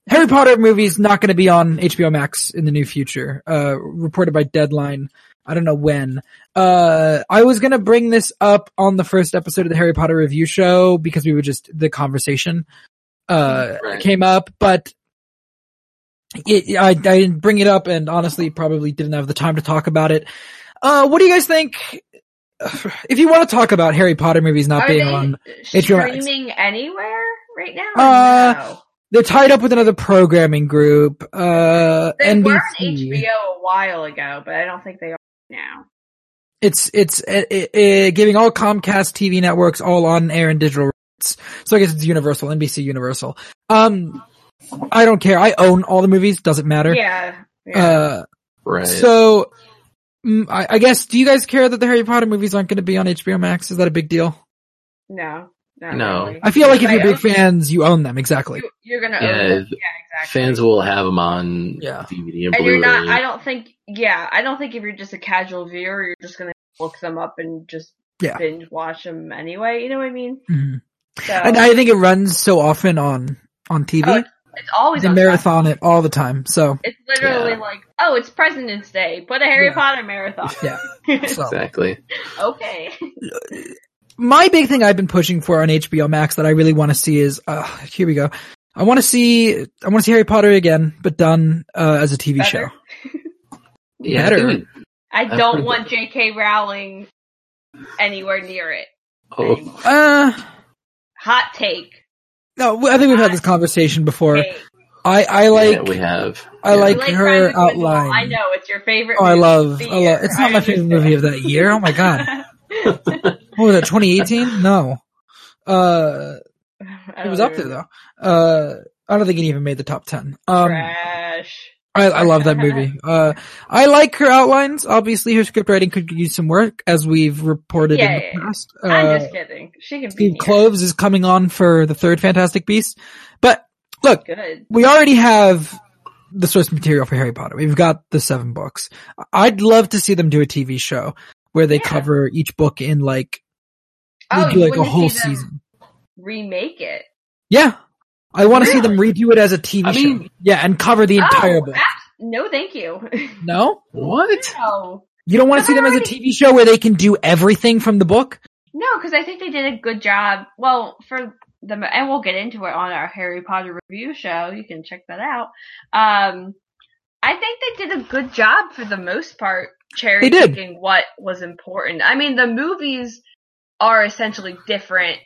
Harry Potter movie's not going to be on HBO Max in the new future. Uh, reported by Deadline. I don't know when. Uh, I was gonna bring this up on the first episode of the Harry Potter review show because we were just the conversation uh
Right.
came up, but it, I I didn't bring it up and honestly probably didn't have the time to talk about it. Uh, what do you guys think? If you want to talk about Harry Potter movies not
Are
being
they
on, HBO Max.
streaming anywhere right now?
Uh,
no.
they're tied up with another programming group. Uh,
They
NBC.
were on HBO a while ago, but I don't think they are now.
It's it's uh, uh, uh, giving all Comcast TV networks all on air and digital rights. So I guess it's Universal, NBC Universal. Um, I don't care. I own all the movies. Doesn't matter.
Yeah. yeah.
Uh,
Right.
so mm, I, I guess do you guys care that the Harry Potter movies aren't going to be on HBO Max? Is that a big deal?
no. Not
No.
Really.
I feel like if
I
you're big
own-
fans, you own them exactly.
You, you're gonna
Yeah,
own it.
the
yeah, exactly.
Fans will have them on
Yeah.
DVD
and
and, Blu-ray.
you're not. I don't think. Yeah, I don't think if you're just a casual viewer, you're just gonna look them up and just
Yeah.
binge watch them anyway. You know what I mean?
Mhm.
So
And I think it runs so often on on TV.
Oh, it's always
they
on
marathon it all the time. So
It's literally
Yeah.
like, oh, it's President's Day. Put a Harry
Yeah.
Potter marathon.
Yeah. so.
Exactly.
okay.
my big thing I've been pushing for on HBO Max that I really want to see is uh here we go. I want to see I want to see Harry Potter again, but done uh, as a TV
Better?
show.
Yeah. I
Better.
think
I
I've
don't
heard
want J.K. Rowling anywhere near it.
Oh,
Uh,
Hot take.
no, I think we've had this conversation before.
Hey,
I, I
yeah,
like,
we have.
I
Yeah.
like
you
her
Friends with Benefits?
outline.
I know it's your favorite.
oh, I
movie
love,
of
I
the year.
love, it's not
I
my favorite movie of that year. Oh my god.
understand.
What was that, 2018? No. Uh,
I
it was
don't
up there
remember.
though. Uh, I don't think it even made the top 10. Um,
Trash.
I, I love that movie. Uh, I like her outlines. Obviously, her script writing could use some work, as we've reported
Yeah,
in
yeah,
the
yeah.
past.
I'm
Uh,
just kidding. She can be
Steve Cloves is coming on for the third Fantastic Beast, but look,
good.
we already have the source material for Harry Potter. We've got the seven books. I'd love to see them do a TV show where they
Yeah.
cover each book in like
Oh,
they
you
do like a
wouldn't
whole
see them
season.
Remake it.
Yeah, I want to see them redo it as a TV
I mean-
show. Yeah, and cover the entire
oh,
book.
abs- no, thank you.
No,
What?
no,
you don't want to
But
see them as a
already-
TV show where they can do everything from the book.
no, because I think they did a good job. Well, for the and we'll get into it on our Harry Potter review show. You can check that out. Um, I think they did a good job for the most part, cherry
They did.
picking what was important. I mean, the movies are essentially different.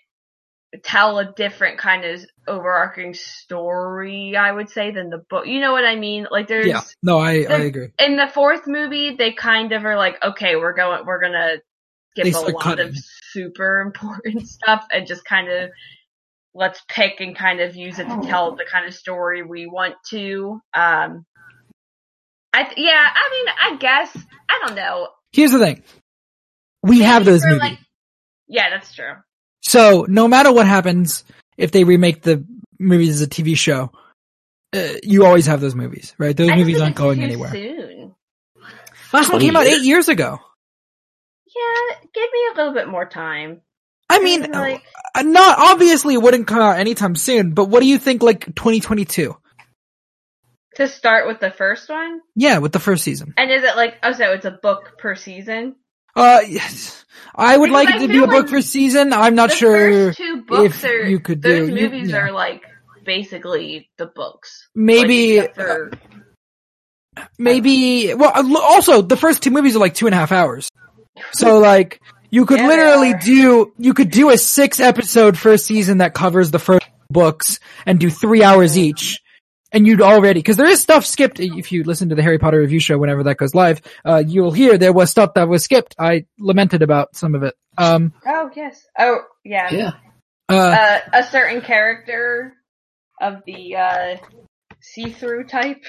Tell a different kind of overarching story, I would say, than the book. You know what I mean? Like there's
Yeah, no, I I
There's-
agree.
in the fourth movie, they kind of are like, okay, we're going, we're gonna
They
skip a
start
lot
cutting.
of super important stuff and just kind of let's pick and kind of use it to tell the kind of story we want to. Um, I th- yeah, I mean, I guess I don't know.
Here's the thing: we have
Maybe
those
for,
movies.
like- yeah, that's true.
So no matter what happens, if they remake the movies as a TV show, uh, you always have those movies, right? Those
I just
movies
think
aren't
it's
going
too
anywhere.
Soon.
Last one came out
20
eight years ago.
Yeah, give me a little bit more time.
I mean,
like,
uh, not obviously it wouldn't come out anytime soon. But what do you think, like 2022?
to start with the first one,
Yeah, with the first season.
and is it like oh, so it's a book per season?
Uh, yes. I would
Because
like
I
it to be
feel
a book
like
for season. I'm not
the
sure.
first two books
if
are
you could
those
do- you-
movies
yeah.
are like basically the books.
Maybe,
Like, except for-
maybe. Well, al- also the first two movies are like two and a half hours. So like you could
Yeah, they
literally
are.
do you could do a six episode first season that covers the first books and do three hours each. And you'd already, cause there is stuff skipped, if you listen to the Harry Potter review show whenever that goes live, uh, you'll hear there was stuff that was skipped. I lamented about some of it. Um,
oh yes, oh yeah.
Yeah.
uh,
Uh, a certain character of the uh, see-through type.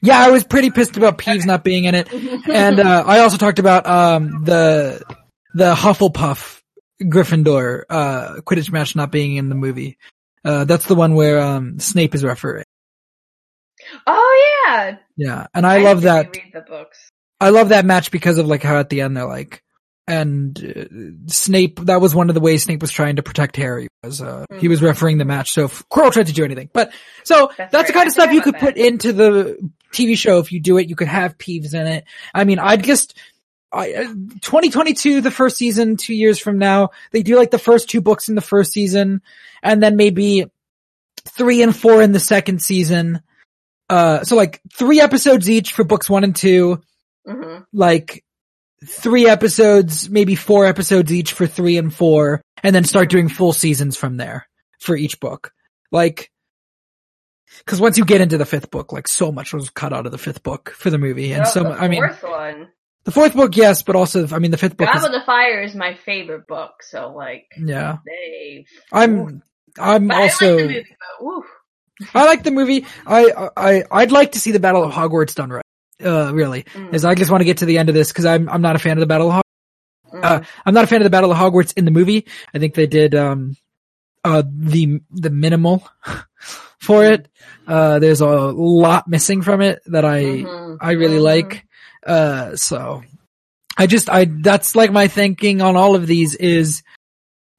yeah, I was pretty pissed about Peeves not being in it. and uh, I also talked about um, the the Hufflepuff Gryffindor uh, Quidditch match not being in the movie. Uh, that's the one where um, Snape is refereeing.
oh yeah,
Yeah, and I,
didn't
love
really
that.
Read the books.
I love that match because of like how at the end they're like, and uh, Snape. That was one of the ways Snape was trying to protect Harry. Was uh, he was refereeing the match, so if Quirrell tried to do anything. But so that's,
Mm-hmm. That's
the
right.
kind
I
of stuff
forgot
you could
about
put into the TV show if you do it. You could have Peeves in it. I mean, I'd just. I, uh, 2022, the first season, two years from now, they do like the first two books in the first season, and then maybe three and four in the second season. Uh, so like three episodes each for books one and two,
hmm
like three episodes, maybe four episodes each for three and four, and then start doing full seasons from there for each book. Like, cause once you get into the fifth book, like so much was cut out of the fifth book for the movie. And so, mu- I mean,
fourth one,
the fourth book, yes, but also, I mean, the fifth book
Goblet
is,
of the Fire is my favorite book. So like
yeah,
they,
I'm, I'm
but I
also,
like the movie, but, ooh,
I like the movie. I, I, I'd like to see the Battle of Hogwarts done right. Uh, really,
Mm,
is I just want to get to the end of this because I'm, I'm not a fan of the Battle of Hogwarts.
mm.
uh, I'm not a fan of the Battle of Hogwarts in the movie. I think they did um uh the the minimal for it. Uh there's a lot missing from it that I
Mhm.
I really
Mhm.
like. Uh so I just I that's like my thinking on all of these is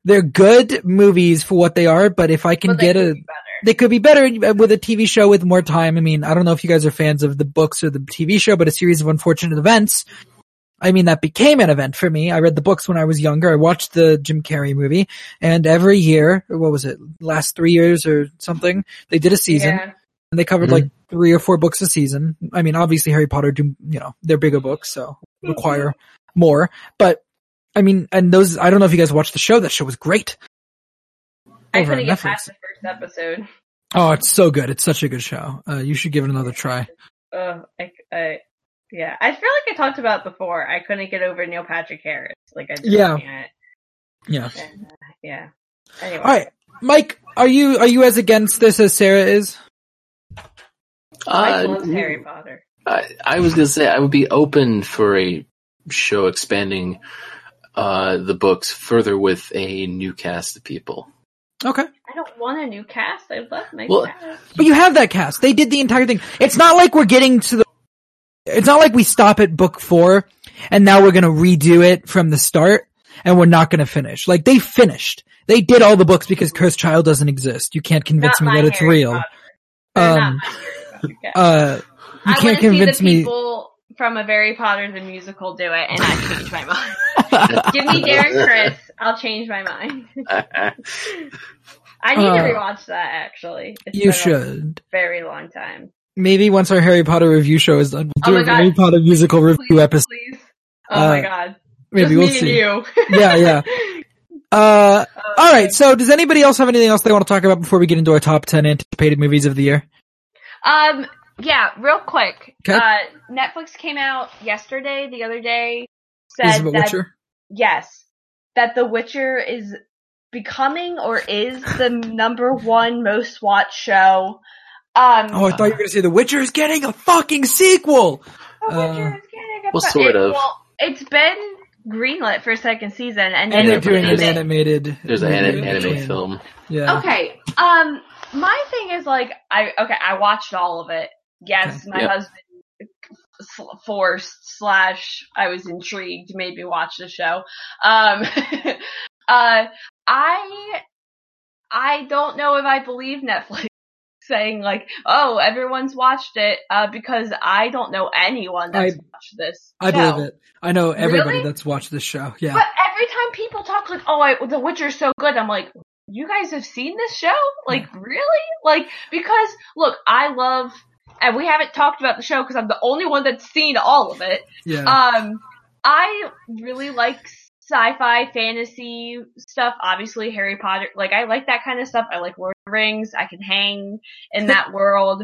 they're good movies for what they are, but if I can
But they
get
could
a
be better.
they could be better with a TV show with more time. I mean, I don't know if you guys are fans of the books or the TV show, but a series of unfortunate events. I mean, that became an event for me. I read the books when I was younger. I watched the Jim Carrey movie and every year, what was it? Last three years or something, they did a season
Yeah.
and they covered like three or four books a season. I mean, obviously Harry Potter do, you know, they're bigger books, so require more, but I mean, and those, I don't know if you guys watched the show, that show was great.
I
Over
couldn't
on
get
Netflix.
past the first episode.
Oh, it's so good. It's such a good show. Uh, you should give it another try.
Ugh, I, I, yeah, I feel like I talked about it before. I couldn't get over Neil Patrick Harris. Like I just
Yeah.
can't.
Yeah.
And, uh, yeah. Anyway,
All right, Mike, are you are you as against this as Sarah is?
Mike
Uh,
loves Harry Potter.
I, I was gonna say I would be open for a show expanding uh, the books further with a new cast of people.
Okay,
I don't want a new cast. I love my
Well-
cast.
but you have that cast. They did the entire thing. It's not like we're getting to the. It's not like we stop at book four, and now we're gonna redo it from the start, and we're not gonna finish. Like they finished. They did all the books because Cursed Child doesn't exist. You can't convince
Not
me
my
that it's
Harry
real.
Potter. They're not
Um,
my Harry Potter cast.
Uh, you
I
can't
want to
convince
see the
me.
people from a Harry Potter the musical do it, and I change my mind. Give me Derek Chris. I'll change my mind. I need
Uh,
to rewatch that actually. It's
You
been a
should.
very long time.
Maybe once our Harry Potter review show is done,
Oh
we'll do
my
a
God.
Harry Potter musical review
Please,
episode.
please. Oh my
Uh,
god.
Maybe
Just
we'll
me
see.
And
yeah, yeah.
you.
Uh,
Oh,
all right. So, does anybody else have anything else they want to talk about before we get into our top ten anticipated movies of the year?
Um, yeah, real quick.
'Kay.
Uh, Netflix came out yesterday, the other day,
Is
said
it
that,
Witcher?
yes, that The Witcher is becoming or is the number one most watched show. Um,
Oh, I thought you were going to say The Witcher is getting a fucking sequel.
The Witcher
uh,
is getting a
well,
fu-
sort
it-
of.
Well, it's been greenlit for a second season
And
and, then
they're
it's
doing an
been-
animated.
There's an anime, anime
animated-
film.
Yeah.
Okay. Um, my thing is like I okay. I watched all of it. Yes, my
Yep.
husband sl- forced slash I was intrigued made me watch the show. Um, uh, I I don't know if I believe Netflix saying like, oh, everyone's watched it, uh, because I don't know anyone that's
I-
watched this.
I
show.
believe it. I know everybody
Really?
that's watched this show. Yeah.
But every time people talk like, "Oh, I, The Witcher's so good," I'm like, "You guys have seen this show? Like, really? Like, because look, I love, and we haven't talked about the show because I'm the only one that's seen all of it.
yeah.
Um, I really like sci-fi, fantasy stuff. Obviously, Harry Potter. Like, I like that kind of stuff. I like Lord of the Rings. I can hang in that world.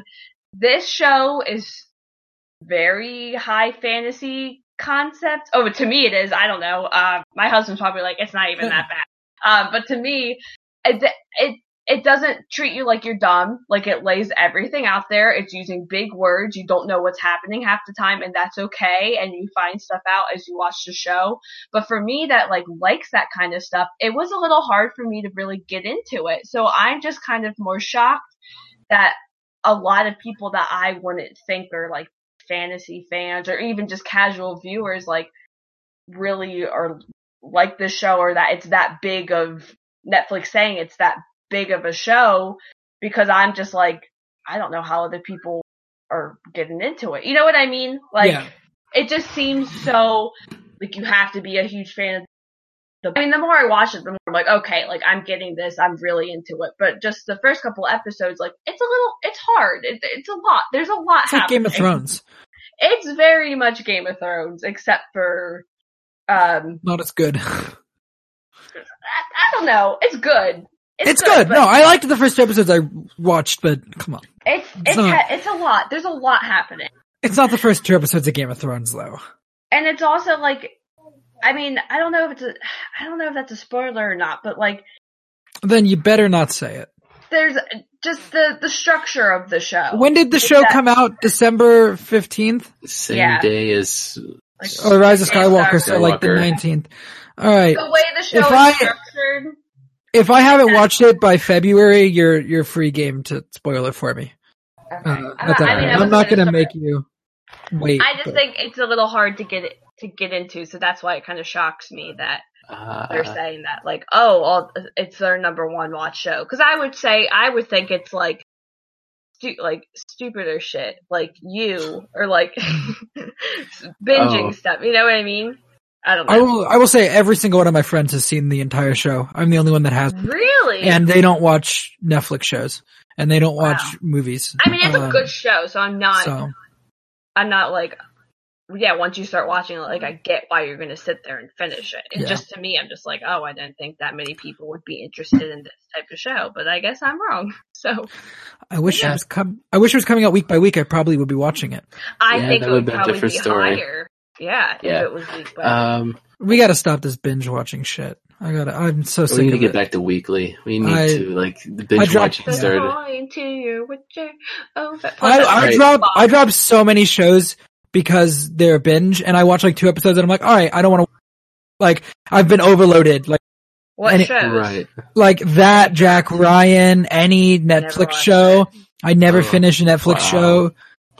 This show is very high fantasy concept. Oh, to me it is. I don't know. Uh, my husband's probably like, it's not even that bad. Um, but to me, it, it, it doesn't treat you like you're dumb. Like it lays everything out there. It's using big words. You don't know what's happening half the time and that's okay. And you find stuff out as you watch the show. But for me that like likes that kind of stuff, it was a little hard for me to really get into it. So I'm just kind of more shocked that a lot of people that I wouldn't think are like fantasy fans or even just casual viewers like really are like this show or that it's that big of Netflix saying it's that big of a show because I'm just like I don't know how other people are getting into it. You know what I mean? Like
yeah.
it just seems so like you have to be a huge fan of the I mean the more I watch it the more I'm like okay like I'm getting this I'm really into it but just the first couple episodes like it's a little it's hard it, it's a lot there's a lot
It's like Game of
happening
Thrones.
it's very much Game of Thrones, except for um
Not as good.
I, I don't know. It's good.
It's, good.
but
No, I liked the first two episodes I watched, but come on.
it's
it's
it's
not-
ha- it's a lot. There's a lot happening,
It's not the first two episodes of Game of Thrones though.
and it's also like, I mean, I don't know if it's a, I don't know if that's a spoiler or not, but like,
Then you better not say it.
there's just the the structure of the show.
When did the show
Exactly.
come out? December 15th?
Same
Yeah.
day as
like,
Or Oh, Rise of
Yeah,
Skywalker, so like the
Skywalker.
19th. Alright.
the way the show
If
is
I-
structured,
If I haven't watched it by February, you're, you're free game to spoil it for me.
okay.
Uh,
I'm not-
that's all
I mean,
right.
I
I'm
wasn't
not gonna
start-
make you wait.
I just
but-
think it's a little hard to get it to get into, so that's why it kind of shocks me that they're
Uh-huh.
uh,
saying that like oh all, it's their number one watch show because i would say i would think it's like stu- like stupider shit like you or like binging
Oh.
stuff you know what i mean i don't
I
know
will, I will say every single one of my friends has seen the entire show. I'm the only one that has,
really
and they don't watch Netflix shows. and they don't watch
Wow.
movies.
I mean, it's
Um,
a good show, so I'm not,
So
I'm not like, yeah. Once you start watching it, like I get why you're gonna sit there and finish it. And
Yeah.
just to me, I'm just like, oh, I didn't think that many people would be interested in this type of show, but I guess I'm wrong. So
I wish
yeah.
it was com- I wish it was coming out week by week. I probably would be watching it.
I
Yeah,
think
that
it would
would've been a
probably be
different story.
higher. Yeah,
Yeah.
if it was week by
Uh,
Um,
We got to stop this binge watching shit. I got. to I'm so sick
we need to
of
get
it.
back to weekly. We need
I-
to like the binge
dropped-
watching
The
started.
coin to your witcher. Oh, that-
I, I
Right.
drop I drop so many shows because they're binge, and I watch like two episodes, and I'm like, all right, I don't want to. Like I've been overloaded, like
What
and it-
shows?
Right.
like that Jack Ryan, any Netflix
watched
show. I never
Oh,
finish a Netflix
wow.
show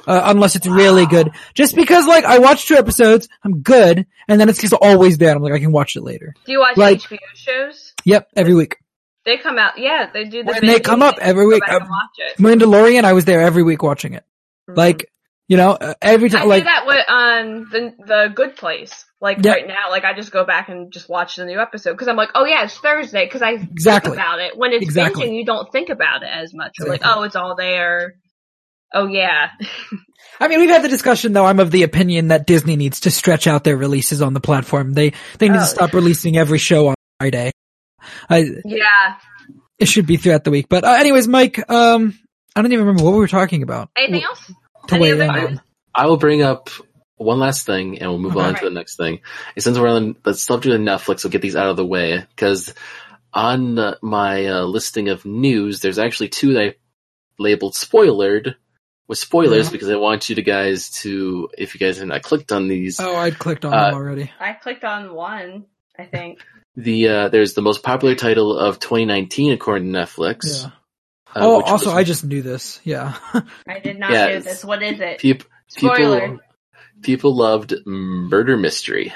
uh, unless it's really good. Just because like I watch two episodes, I'm good, and then it's just always there. and I'm like, I can watch it later.
Do you watch
Like-
HBO shows?
Yep, every week.
They come out. Yeah, they do. The
When they
big
come up
thing.
every
Go
week,
back and
um,
watch it.
Mandalorian, I was there every week watching it. Like, you know, uh, every
Mm-hmm. I
time, like,
do that with um the the Good Place. Like
Yeah.
right now, like I just go back and just watch the new episode because I'm like, oh yeah, it's Thursday because I
Exactly.
think about it. When it's
Exactly.
binging, you don't think about it as much. You're Like,
Exactly.
oh, it's all there. Oh yeah,
I mean, we've had the discussion though. I'm of the opinion that Disney needs to stretch out their releases on the platform. They they need
Oh,
to stop releasing every show on Friday. I,
yeah.
it should be throughout the week. But uh, anyways, Mike, um, I don't even remember what we were talking about.
Anything else?
To
Any
weigh
other
in
news?
on.
I will bring up one last thing, and we'll move
Okay.
on to the next thing. And since we're on the subject of Netflix, we'll get these out of the way because on uh, my uh, listing of news, there's actually two that I labeled spoilered with spoilers
Mm-hmm.
because I want you to guys to, if you guys have not clicked on these,
Oh, I clicked on
Uh,
them already.
I clicked on one. I think.
the uh, there's the most popular title of 2019 according to Netflix.
Yeah.
uh,
oh,
which
also,
was
I just knew this. Yeah.
I did not
Yeah,
do
it's-
this. What is it?
peop-
Spoiler.
people people loved murder mystery.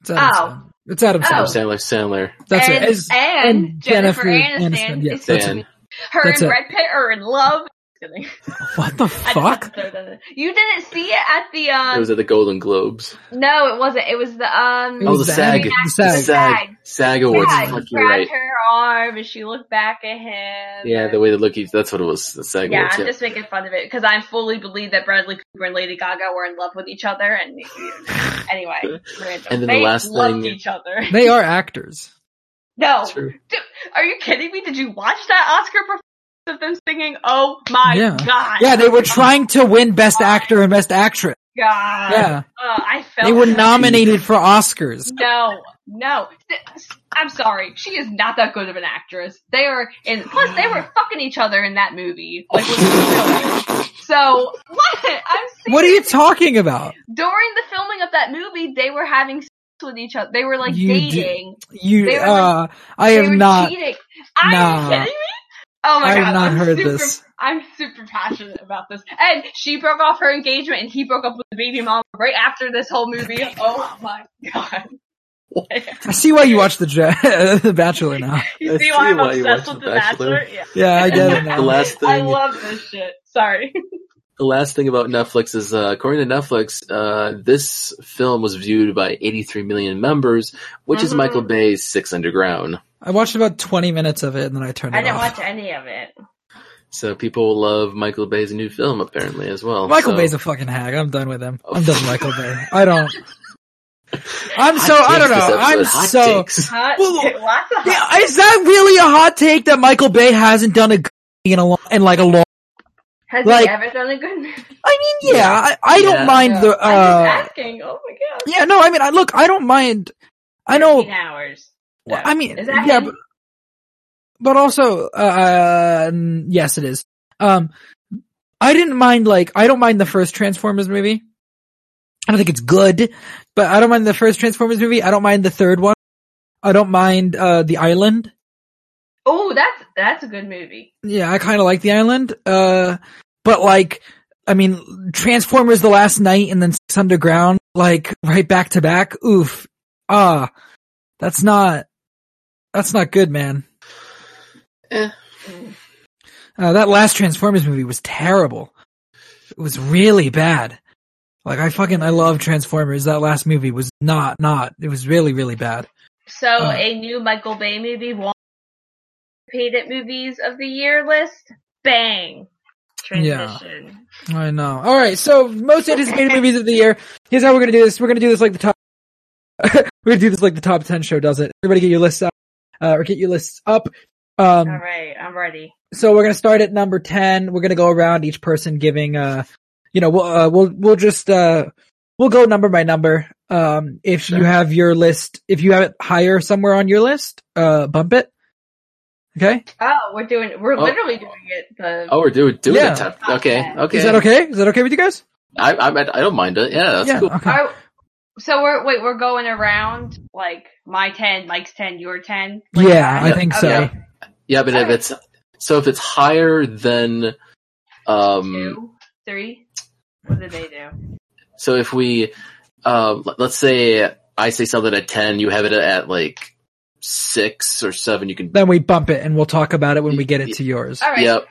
It's Adam
Oh.
Sandler. It's Adam
Oh.
Adam
Sandler.
Sandler, Sandler,
That's
and,
it. It's-
and
and
Jennifer,
Jennifer
Aniston.
Aniston, yes,
is-
That's
Dan.
her
That's
and
it.
Brad Pitt are in love. Just kidding.
what the
I just had to
fuck?
throw that in. You didn't see it at the
It
um.
was at the Golden Globes.
no, it wasn't. It was the um.
It
Oh,
was the
the SAG.
Emmy- the
SAG.
SAG.
SAG, Awards.
yeah,
Fuck,
he
you're
grabbed
right.
her arm and she looked back at him.
Yeah,
and-
the way they look at that's what it was. The SAG
yeah,
Awards.
I'm
yeah.
just making fun of it because I fully believe that Bradley Cooper and Lady Gaga were in love with each other. And anyway, random.
And then the
they
last
loved
thing-
each other.
They are actors.
No,
That's true.
Are you kidding me? Did you watch that Oscar performance of them singing? Oh my
Yeah.
god! Oh
Yeah, they were trying to win Best Actor and Best Actress.
God.
Yeah.
Uh, I felt.
They were nominated for Oscars.
No, no. I'm sorry. She is not that good of an actress. They are in. Plus, they were fucking each other in that movie. Like, with the children. so what? I'm serious.
What are you talking about?
During the filming of that movie, they were having sex with each other. They were like
You did-
dating.
You,
They were
uh, I
They
have
were
not,
cheating. Are
Nah.
you kidding me? Oh my
I
god!
have not
I'm
heard
super,
this.
I'm super passionate about this. And she broke off her engagement, and he broke up with the baby mom right after this whole movie. Oh my god!
I see why you watch the, Ja- the Bachelor now.
You
I
see
see
why I'm
why you
obsessed
watch
with
The
The Bachelor?
Bachelor.
Yeah.
Yeah, I get it
The
now.
last
I
thing,
love this shit. Sorry.
the last thing about Netflix is, uh, according to Netflix, uh, this film was viewed by 83 million members, which is
Mhm.
Michael Bay's Six Underground.
I watched about 20 minutes of it and then I turned it
I didn't
off.
watch any of it.
So people love Michael Bay's new film apparently as well.
Michael
So-
Bay's a fucking hag. I'm done with him. I'm done with Michael Bay. I don't. I'm so,
Hot
I don't
takes
know.
this episode.
I'm
Hot
so.
takes.
Hot,
Well,
lots of hot.
Yeah, is that really a hot take that Michael Bay hasn't done a good in a long, in like a long?
Has
like-
he ever done a good movie?
I mean, yeah, I, I don't
Yeah.
mind the.
I'm
uh
just asking. Oh my god.
Yeah, no, I mean, I look, I don't mind. I know.
13 hours.
Well, I mean,
Is that
yeah,
him?
but, but also, uh, mm, yes, it is. Um, I didn't mind, like, I don't mind the first Transformers movie. I don't think it's good, but I don't mind the first Transformers movie. I don't mind the third one. I don't mind, uh, The Island.
Oh, that's that's a good movie.
Yeah, I kind of like The Island. Uh, but like, I mean, Transformers The Last Night and then Six Underground, like, right back to back. Oof. Ah, that's not, that's not good, man.
Mm.
Uh, that last Transformers movie was terrible. It was really bad. Like I fucking I love Transformers. That last movie was not not. It was really really bad.
So
Uh.
a new Michael Bay movie won the anticipated movies of the year list. bang
Yeah.
transition.
I know. All right, so most anticipated movies of the year. Here's how we're gonna do this. We're gonna do this like the top. we're gonna do this like the top ten show does it. Everybody, get your lists up, uh, or get your lists up. Um,
All right, I'm ready.
so we're gonna start at number ten. We're gonna go around each person giving, uh, you know, we'll uh, we'll we'll just uh, we'll go number by number. Um, if
Sure.
you have your list, if you have it higher somewhere on your list, uh, bump it. Okay,
Oh, we're doing. We're
Oh.
literally doing it. The
Oh, we're doing doing
Yeah.
it. Top. Okay, okay.
is that okay? Is that okay with you guys?
I, I I don't mind it. Yeah, that's
yeah.
cool.
Okay.
Are- so we're wait. We're going around like my ten, Mike's ten, your ten. like
yeah,
that?
I think so.
Okay.
Yeah, but if
Alright.
it's so if it's higher than um
Two, three. What did they do?
so if we um let- let's say I say something at 10, you have it at like 6 or 7, you can
then we bump it and we'll talk about it when we get it to yours.
All right,
Yep.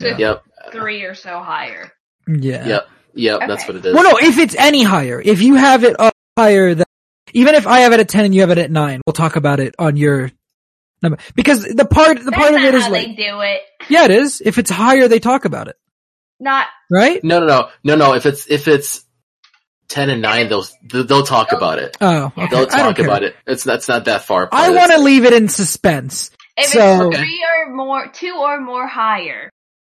Yeah.
Yep.
three or so higher.
Yeah.
Yep. Yep, that's
Okay.
what it is.
Well, no, if it's any higher, if you have it up higher than, even if I have it at 10 and you have it at 9, we'll talk about it on your number. Because the part, the
That's
part of
not
it is
how
like,
they do it.
yeah, it is. If it's higher, they talk about it,
Not
right?
No, no, no, no, no. If it's if it's ten and nine, they'll they'll talk about it.
Oh, okay.
They'll
I don't
talk
care.
about it. It's that's not that far. apart.
I
It's-
want to leave it in suspense.
if
So-
it's three or more, two or more higher.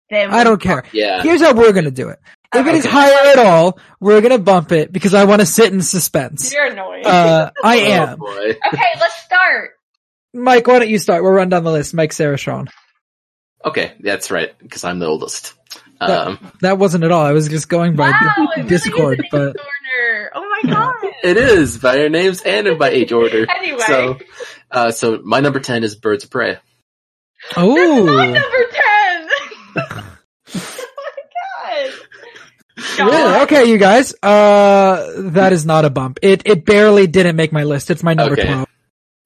Then
I don't care.
Yeah.
Here's how we're gonna do it. If it is
Okay.
higher at all, we're gonna bump it because I want to sit in suspense.
You're annoying.
Uh, I
Oh,
am.
boy.
okay, let's start.
Mike, why don't you start? We'll run down the list. Mike, Sarah, Sean.
Okay, that's right. Because I'm the oldest.
That-
Um,
That wasn't at all. I was just going by
Wow, it
Discord,
really is an
but
order. Oh my god.
it is by our names and by age order.
Anyway.
So, uh, so my number ten is Birds of Prey.
That's
oh,
my number ten. oh my god.
Really? Okay, you guys. Uh, that is not a bump. It it barely didn't make my list. It's my number
Okay.
twelve.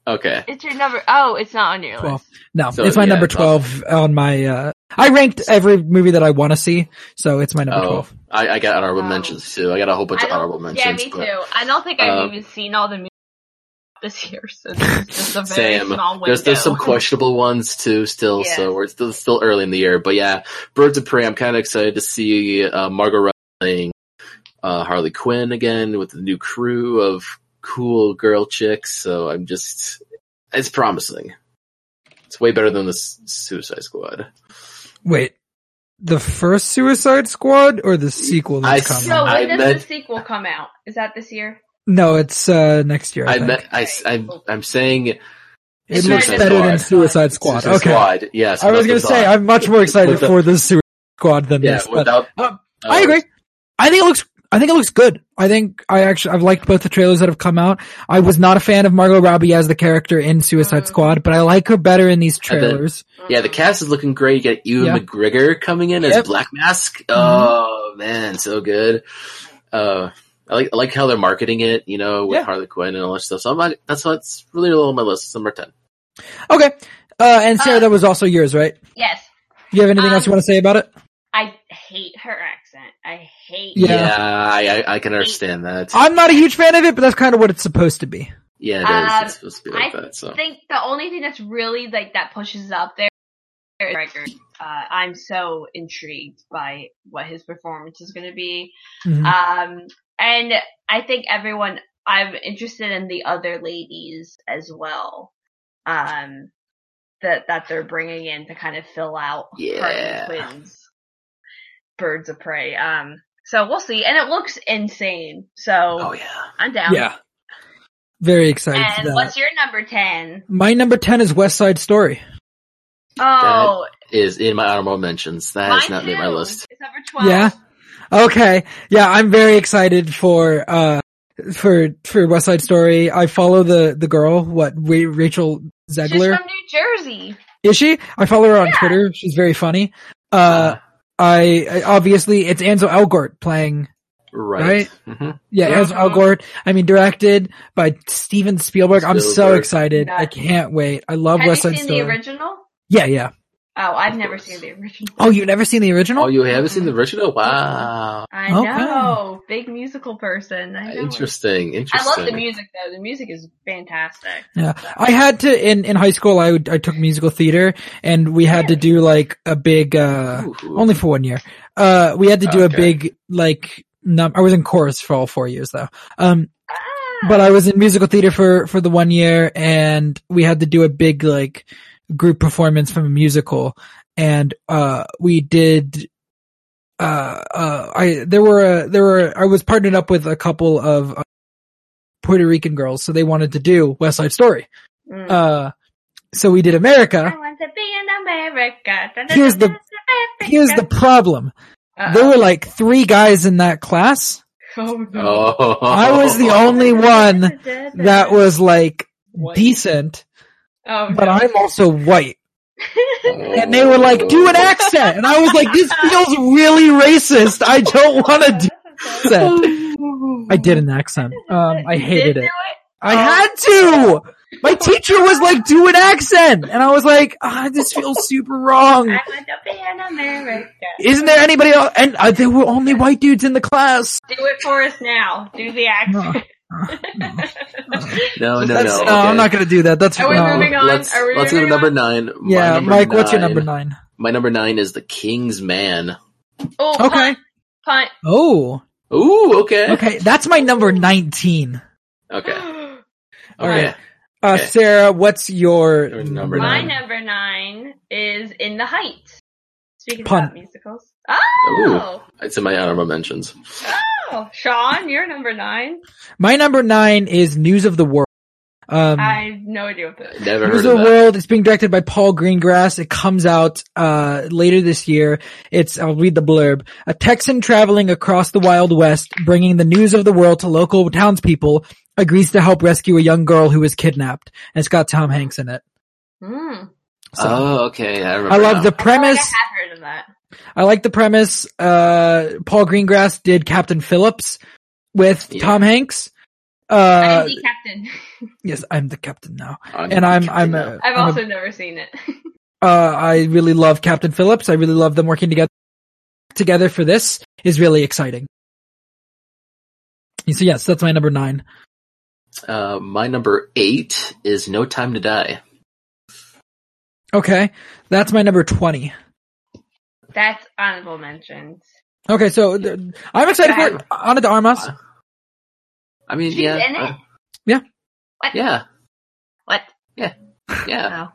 Okay.
It's your number. Oh, it's not on your
Twelve.
list.
No,
So,
it's my
yeah,
number
it's
twelve on my. uh I ranked every movie that I want to see, so it's my number
Oh,
twelve.
I, I got honorable
Oh.
mentions too. I got a whole bunch
I
of
don't-
honorable mentions.
yeah, me
but-
too. I don't think I've
Um,
even seen all the movies this year, so this is just a very
Same.
small window.
There's there's some questionable ones too still,
Yeah.
so we're still still early in the year. But yeah, Birds of Prey. I'm kind of excited to see uh, Margot Robbie playing uh, Harley Quinn again with the new crew of cool girl chicks. So I'm just it's promising. It's way better than the S- Suicide Squad.
Wait, the first Suicide Squad or the sequel
I
that's coming?
So
I
when does
meant-
the sequel come out? Is that this year?
no, it's uh next year. I,
I,
think.
met, I am saying
it
Suicide
looks better than
Squad.
Suicide Squad.
Suicide
okay,
Squad. Yes,
I was
without
gonna
the
say
dog.
I'm much more excited
With the-
for the Suicide Squad than
yeah,
this. but-
without. Oh,
um, I agree. I think it looks. I think it looks good. I think I actually I've liked both the trailers that have come out. I was not a fan of Margot Robbie as the character in Suicide
Mm.
Squad, but I like her better in these
And then-
trailers.
Yeah, the cast is looking great. You got Ewan
Yeah.
McGregor coming in
Yep. Mm-hmm.
as Black Mask. Oh man, so good. Uh, I like I like how they're marketing it. You know, with
Yeah.
Harley Quinn and all that stuff. So I'm like, that's what's really low on my list. It's number ten.
Okay, uh, and Sarah,
Uh,
that was also yours, right?
Yes.
You have anything else you
um,
want to say about it?
I hate her accent. I hate.
Yeah.
I, I I can understand that.
I'm not a huge fan of it, but that's kind of what it's supposed to be.
yeah, it is.
Um,
it's supposed to be like that. So
I think the only thing that's really like that pushes it up there is Gregor. Uh, I'm so intrigued by what his performance is going to be.
Mm-hmm.
Mhm.
Um, and I think everyone, I'm interested in the other ladies as well. Um, that that they're bringing in to kind of fill out
Yeah.
Harley Quinn's Birds of Prey. Um, so we'll see, and it looks insane. So
oh yeah,
I'm down.
yeah, very excited for
And
that.
what's your number ten?
My number ten is West Side Story.
Oh,
is in my honorable mentions. That has
mine
not made my
too.
list.
It's number twelve.
Yeah. Okay. Yeah, I'm very excited for uh for for West Side Story. I follow the the girl, what we, Rachel
she's
Zegler
from New Jersey.
is she? I follow her on
Yeah. Uh-huh.
Twitter. She's very funny. Uh, I, I obviously it's Ansel Elgort playing.
Right. Mhm.
Yeah,
Yeah.
Uh-huh.
Ansel Elgort. I I mean, directed by Steven Spielberg. I'm so
Spielberg.
excited. I
Nice.
can't wait. I love
Have you
West Side
seen the
Story.
original?
yeah, yeah.
Oh, I've
Of
never
course.
seen the original.
Oh, you've never seen the original?
Oh, you haven't seen
Mm-hmm.
the original? Wow.
I
Okay.
know, big musical person. I know.
Interesting.
I
Interesting.
love the music though. The music is fantastic.
Yeah. I had to in in high school. I would, I took musical theater, and we had to do like a big uh
Ooh.
only for one year. Uh, we had to do
Okay.
a big like. Num- I was in chorus for all four years though. Um,
Ah,
but I was in musical theater for for the one year, and we had to do a big like group performance from a musical, and uh, we did. Uh, uh, I there were a, there were I was partnered up with a couple of uh, Puerto Rican girls, so they wanted to do West Side Story.
mm.
Uh, so we did America.
I want to be in America. Da, da,
Here's
da,
the-
da,
Here's the
America.
problem:
Uh-oh.
there were like three guys in that class.
Oh, no.
Oh.
I was the only one That was like
White.
decent,
Oh,
but
no.
I'm also white.
Oh.
and they were like, do an accent. And I was like, this feels really racist. I don't want to do an accent. I did an accent. Um, I
You
hated
did
it.
do
I had to. My teacher was like, do an accent. And I was like, ah, this feels super wrong.
I want to be in America.
Isn't there anybody else? And uh, there were only white dudes in the class.
Do it for us now. Do the accent.
No, no, no.
That's-
okay.
I'm not going to do that. That's
Are we
no.
moving on?
Let's,
Are we
let's go to
moving
number
on?
nine. My
Yeah,
number
Mike, what's your number nine?
My number nine is The King's Man.
oh,
Okay.
punt, punt.
Oh,
Ooh, okay.
okay. That's my number 19.
Okay.
All
Okay.
right. Uh,
Okay.
Sarah, what's your
Your number
number
My
nine.
nine?
number nine is In the Heights. Speaking
Punt.
about musicals. Oh,
It's in my honorable mentions.
oh, Sean, you're number nine.
My number nine is News of the World. Um,
I have no idea what that is.
Never
News
heard
of the
of that.
World. It's being directed by Paul Greengrass. It comes out uh, later this year. It's I'll read the blurb. A Texan traveling across the Wild West, bringing the news of the world to local townspeople, agrees to help rescue a young girl who is kidnapped. And it's got Tom Hanks in it.
Hmm.
So
Oh, okay. I remember.
I love the
now.
I feel like I
premise.
have heard of that.
I like the premise. Uh, Paul Greengrass did Captain Phillips with
Yeah.
Tom Hanks.
I'm
Uh,
the captain.
yes, I'm the captain now,
I'm-
and I'm I'm a, I'm
I've
a
also never seen it.
Uh, I really love Captain Phillips. I really love them working together. Together for this is really exciting. So yes, that's my number nine.
Uh, my number eight is No Time to Die.
Okay, that's my number twenty.
That's honorable mentions.
Okay, so th- I'm excited for it. Ana de Armas.
I mean,
She's
yeah,
in it?
uh,
Yeah.
What?
yeah,
What?
yeah.
Oh.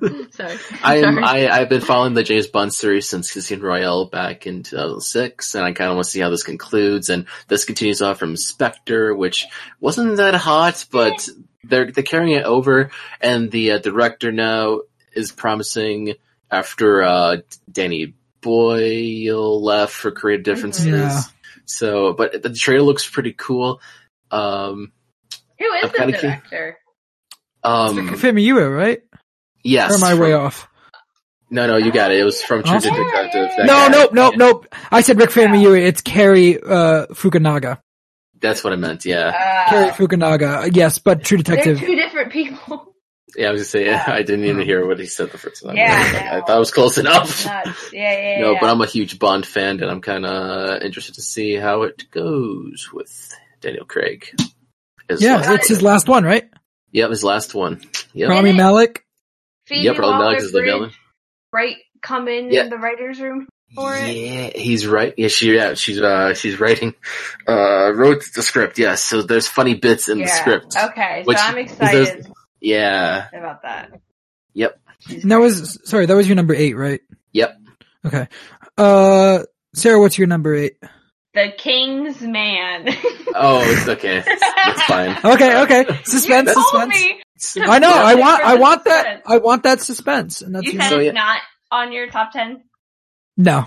Sorry.
I am.
Sorry.
I I've been following the James Bond series since Casino Royale back in 2006, and I kind of want to see how this concludes. And this continues on from Spectre, which wasn't that hot, but they're they're carrying it over. And the uh, director now is promising after uh, Danny Boyle left for creative differences.
Yeah.
So, but the trailer looks pretty cool. Um,
Who is
I've
the
gotta keep-
director?
um,
Femi Yue, right?
yes.
Or am I way
from-
off?
No, no, you got it. It was from True
Huh?
Detective.
Yeah.
No,
That guy.
nope, nope, nope. I said Rick Femi Yue. It's Carrie uh, Fukunaga.
That's what I meant. Yeah,
Carrie
Uh,
Fukunaga. Yes, but True
they're
Detective.
two different people.
yeah. I was just saying. I didn't
Hmm.
even hear what he said the first time.
Yeah,
I,
no.
thought it was close enough.
Nuts. Yeah, yeah, yeah.
No, but I'm a huge Bond fan, and I'm kind of interested to see how it goes with Daniel Craig. His
Yeah,
last-
it's his last one, right?
Yep, his last one. Yep.
Rami
it-
Malik.
Phoebe
yep, Rob Knox
Waller-Bridge,
is the villain.
Right, come in
Yeah.
the writers' room for it.
Yeah, he's right. Yeah, she yeah, she's uh she's writing uh wrote the script. Yes, so there's funny bits in the
Yeah.
script.
Okay,
Which-
so I'm
there's-
excited
Yeah.
about that.
Yep.
She's
And that was sorry, that was your number eight, right?
Yep.
Okay. Uh Sarah, what's your number eight?
the King's Man.
Oh, it's okay. It's, it's fine.
Okay, okay. Oh, Suspense,
you told
suspense.
me
I know, I want I want that
Suspense.
I want that suspense. And that's
you
your
said
So, yeah.
it's not on your top ten.
No.
All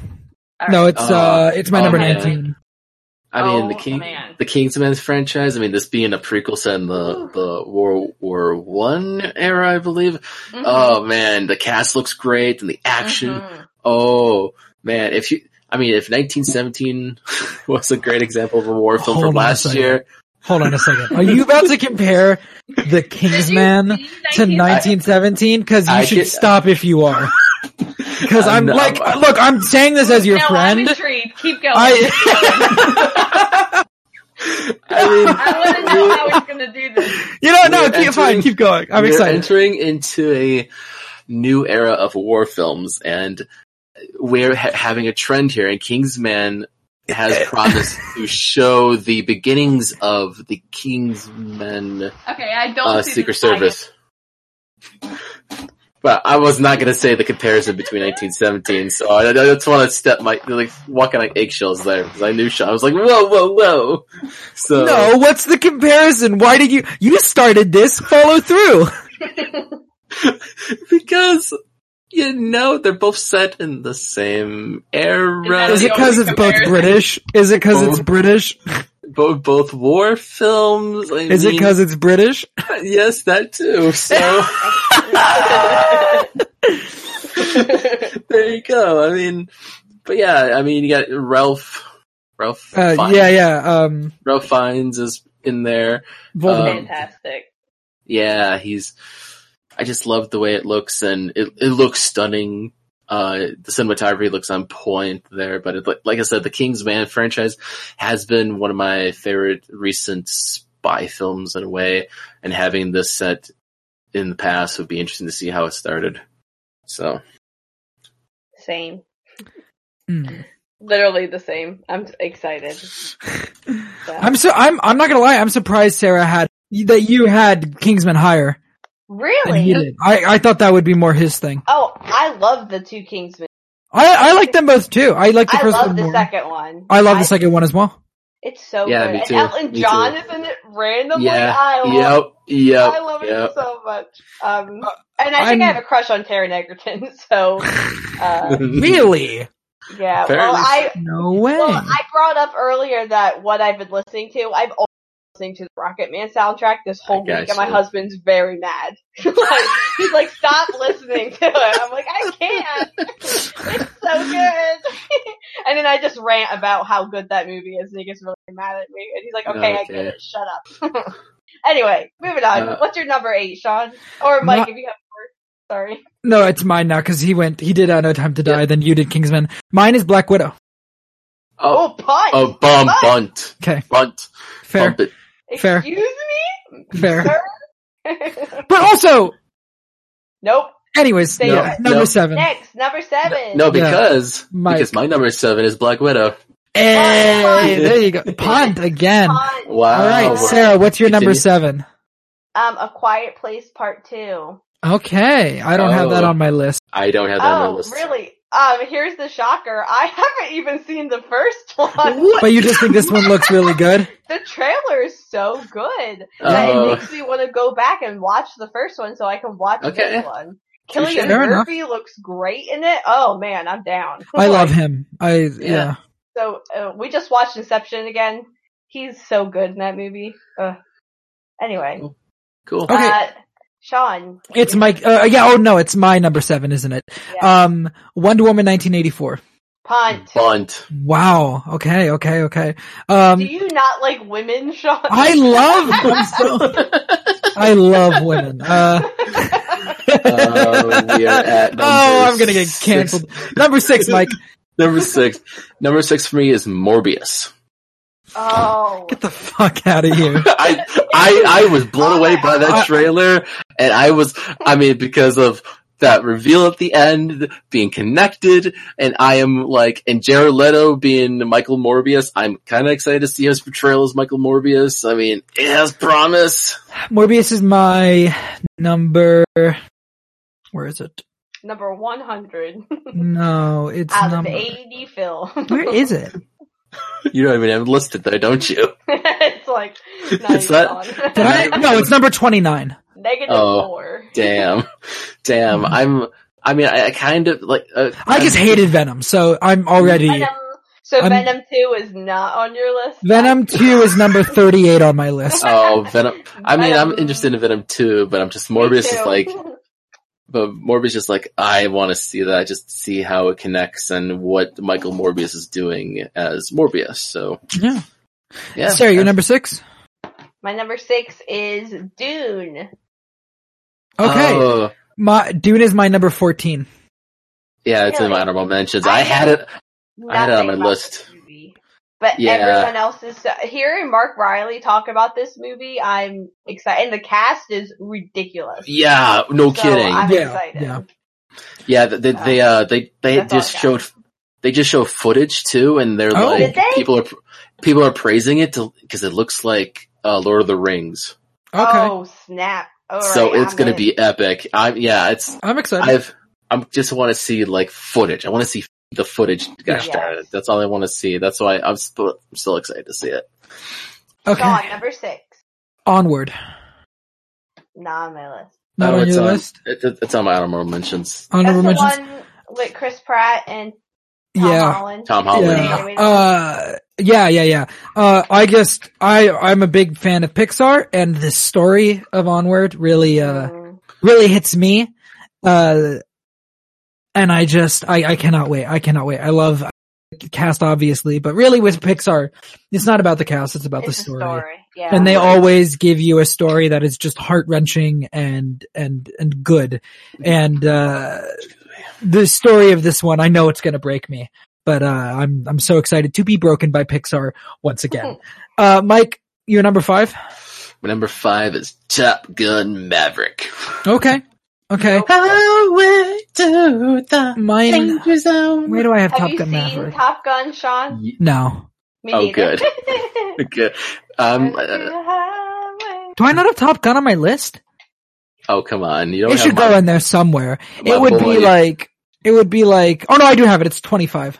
No,
right.
it's uh it's my
Oh,
number
man.
nineteen.
I mean, the
Oh,
King,
man.
the Kingsman franchise. I mean, this being a prequel set in the
Ooh.
the World War One era, I believe.
Mhm,
Oh man, the cast looks great and the action.
mhm.
Oh man, if you, I mean, if 1917 was a great example of a war film
Hold
from
on a
last
second.
year,
Hold on a second. Are you about to compare the
Did you
Kingsman
see
to
1917?
nineteen seventeen? Cause you
I
should
did-
stop if you are. Because I'm
I'm-
like,
I'm-
look, I'm saying this as your
no, I'm
friend.
intrigued. Keep going.
I.
I mean,
I want to know how he's gonna do this.
you know, no,
We're
keep, fine,
entering-
keep going. I'm
we're
excited.
entering into a new era of war films, and we're ha- having a trend here. And Kingsman has promised to show the beginnings of the Kingsman
Okay, I don't.
uh,
see
Secret
this slide.
Service. But I was not going to say the comparison between 1917, so I, I just want to step my like walking on eggshells there because I knew Sean. I was like, whoa, whoa, whoa. So
No, what's the comparison? Why did you, you started this, follow through.
because you know they're both set in the same era.
That's
Is it
the
cause
only
it's both
comparison.
British? Is it cause it's
Oh.
British?
both both war films. I
Is it
mean,
cause it's British?
yes, that too. So there you go. I mean, but yeah, I mean, you got Ralph. Ralph.
Uh,
Fiennes.
yeah, yeah, um,
Ralph Fiennes is in there.
Voldemort.
Um,
Fantastic.
Yeah, he's. I just love the way it looks, and it it looks stunning. Uh, the cinematography looks on point there, but it, like I said, the Kingsman franchise has been one of my favorite recent spy films in a way, and having this set in the past would be interesting to see how it started. So,
Same.
mm.
Literally the same. I'm excited. So-
I'm so I'm I'm not gonna lie. I'm surprised Sarah had that you had Kingsman higher than he
really?
did. I I thought that would be more his thing.
Oh, I love the two Kingsmen.
I I like them both too. I like the
I
first
love
one
the
more.
second one.
I love the second one as well.
It's so
Yeah,
good.
me too.
And Elton
Me
John
too.
is in it randomly.
yeah,
I love
yep, yep,
I love
yep.
it so much. Um, and I
I'm-
think I have a crush on Taryn Egerton, so uh,
Really?
yeah. Well,
Apparently
I
No way.
well I brought up earlier that what I've been listening to, I've always been listening to the Rocket Man soundtrack this whole
I
week, and my
gotcha.
husband's very mad. like he's like, "Stop listening to it." I'm like, "I can't. it's so good." and then I just rant about how good that movie is, and he gets really mad at me. And he's like, "Okay, I get
Okay.
it. Shut up." anyway, moving on.
Uh,
What's your number eight, Sean or Mike?
My-
if you have more. Sorry.
no, it's mine now because he went. He did uh, No Time to Die. Then you did Kingsman. Mine is Black Widow.
Oh,
Oh, punch.
oh, bum,
Bunt.
bunt,
Okay,
bunt,
fair,
bump it.
fair.
Excuse me.
fair.
Sir?
But also,
nope.
anyways,
Stay
yeah,
away.
number
No.
seven.
Next, number seven.
No, because
Mike.
because my number seven is Black Widow.
Hey, there you go. Punt again.
Punch.
Wow.
All right,
wow.
Sarah, what's your number
Continue.
seven?
Um, A Quiet Place Part Two.
Okay, I don't have that
Oh.
on my list.
I don't have that on my
Oh,
list.
really? Um, here's the shocker. I haven't even seen the first one.
But you just think this one looks really good?
The trailer is so good that
Oh.
it makes me want to go back and watch the first one so I can watch
Okay.
this one. Killian
Fair enough.
Murphy looks great in it. Oh man, I'm down.
I love him. I yeah.
So uh, we just watched Inception again. He's so good in that movie. Ugh. Anyway,
Cool.
Okay.
uh, Sean.
It's my uh, yeah. Oh no, it's my number seven, isn't it?
Yeah.
Um, Wonder Woman, nineteen eighty four.
Punt.
Bunt.
Wow. Okay. Okay. Okay. Um,
Do you not like women, Sean?
I love them so. I love women. Uh,
Uh, we are at number
oh, I'm gonna get
six.
canceled. Number six, Mike.
Number six. Number six for me is Morbius.
oh.
Get the fuck out of here.
I I I was
Oh
blown away by that trailer, and I was I mean because of that reveal at the end being connected, and I am like and Jared Leto being Michael Morbius. I'm kind of excited to see his portrayal as Michael Morbius. I mean, it has promise.
Morbius is my number. Where is it?
Number 100
No, it's
out
number.
of 80 film.
Where is it?
You don't even have it listed there, don't you?
it's like, not
Is
even
that-
on.
Did I? No, it's number twenty nine.
Negative
Oh.
four.
Damn, damn. I'm. I mean, I, I kind of like. Uh,
Hmm. I just hated Venom, so I'm already.
Venom. So
I'm-
Venom 2 is not on your list?
Venom two is number thirty eight on my list.
Oh, Venom. I mean, I'm
Venom.
interested in Venom too, but I'm just
Me
Morbius
too.
is like but Morbius just like I want to see that, just see how it connects and what Michael Morbius is doing as Morbius. So
Yeah.
yeah,
Sarah, you're number six.
My number six is Dune.
Okay,
Oh,
my Dune is my number fourteen.
Yeah, it's in my
Really?
honorable mentions.
I
I had it. I had it
Nothing
on my
about
list.
this movie. But
Yeah.
everyone else is uh, hearing Mark Riley talk about this movie. I'm excited, and the cast is ridiculous.
Yeah, no
So
kidding.
I'm
Yeah,
excited.
yeah.
yeah, they they uh, they they
That's all
just
I got.
showed they just show footage too, and they're
Oh.
like
Did they?
people are people are praising it because it looks like uh, Lord of the Rings.
Okay.
Oh snap! All
so
right,
it's
I'm
gonna
in.
be epic. I'm yeah, it's
I'm excited.
I've I'm just want to see like footage. I want to see the footage. Gosh
Yeah.
darn it, that's all I want to see. That's why I'm still I'm still excited to see it.
okay.
Sean, number six.
Onward.
Not on my list.
Not
Oh,
on
it's
your
on-
list.
It, it- it's on my honorable mentions.
That's
Honorable
the
mentions.
one with Chris Pratt and Tom
Yeah.
Holland.
Tom Holland.
Yeah.
Yeah. Uh, yeah, yeah, yeah. Uh, I just, I, I'm a big fan of Pixar and the story of Onward really, uh,
Mm.
really hits me. Uh, and I just, I, I cannot wait. I cannot wait. I love the cast, obviously, but really with Pixar, it's not about the cast. It's about
it's
the
a
story.
story. Yeah.
And they always give you a story that is just heart wrenching and, and, and good. And, uh, the story of this one, I know it's going to break me, but, uh, I'm, I'm so excited to be broken by Pixar once again. uh, Mike, you're number five.
My number five is Top Gun Maverick.
Okay. Okay.
Highway to the
Mine.
zone.
Where do I have,
Have
Top
you
Gun
seen
Maverick?
Top Gun, Sean?
no.
Me
Mm, Oh,
neither.
good. Okay. Um. uh,
Do I not have Top Gun on my list?
oh come on. You don't
It
have
should
my-
go in there somewhere.
my
It would be
boy.
like, it would be like, oh no, I do have it. It's 25.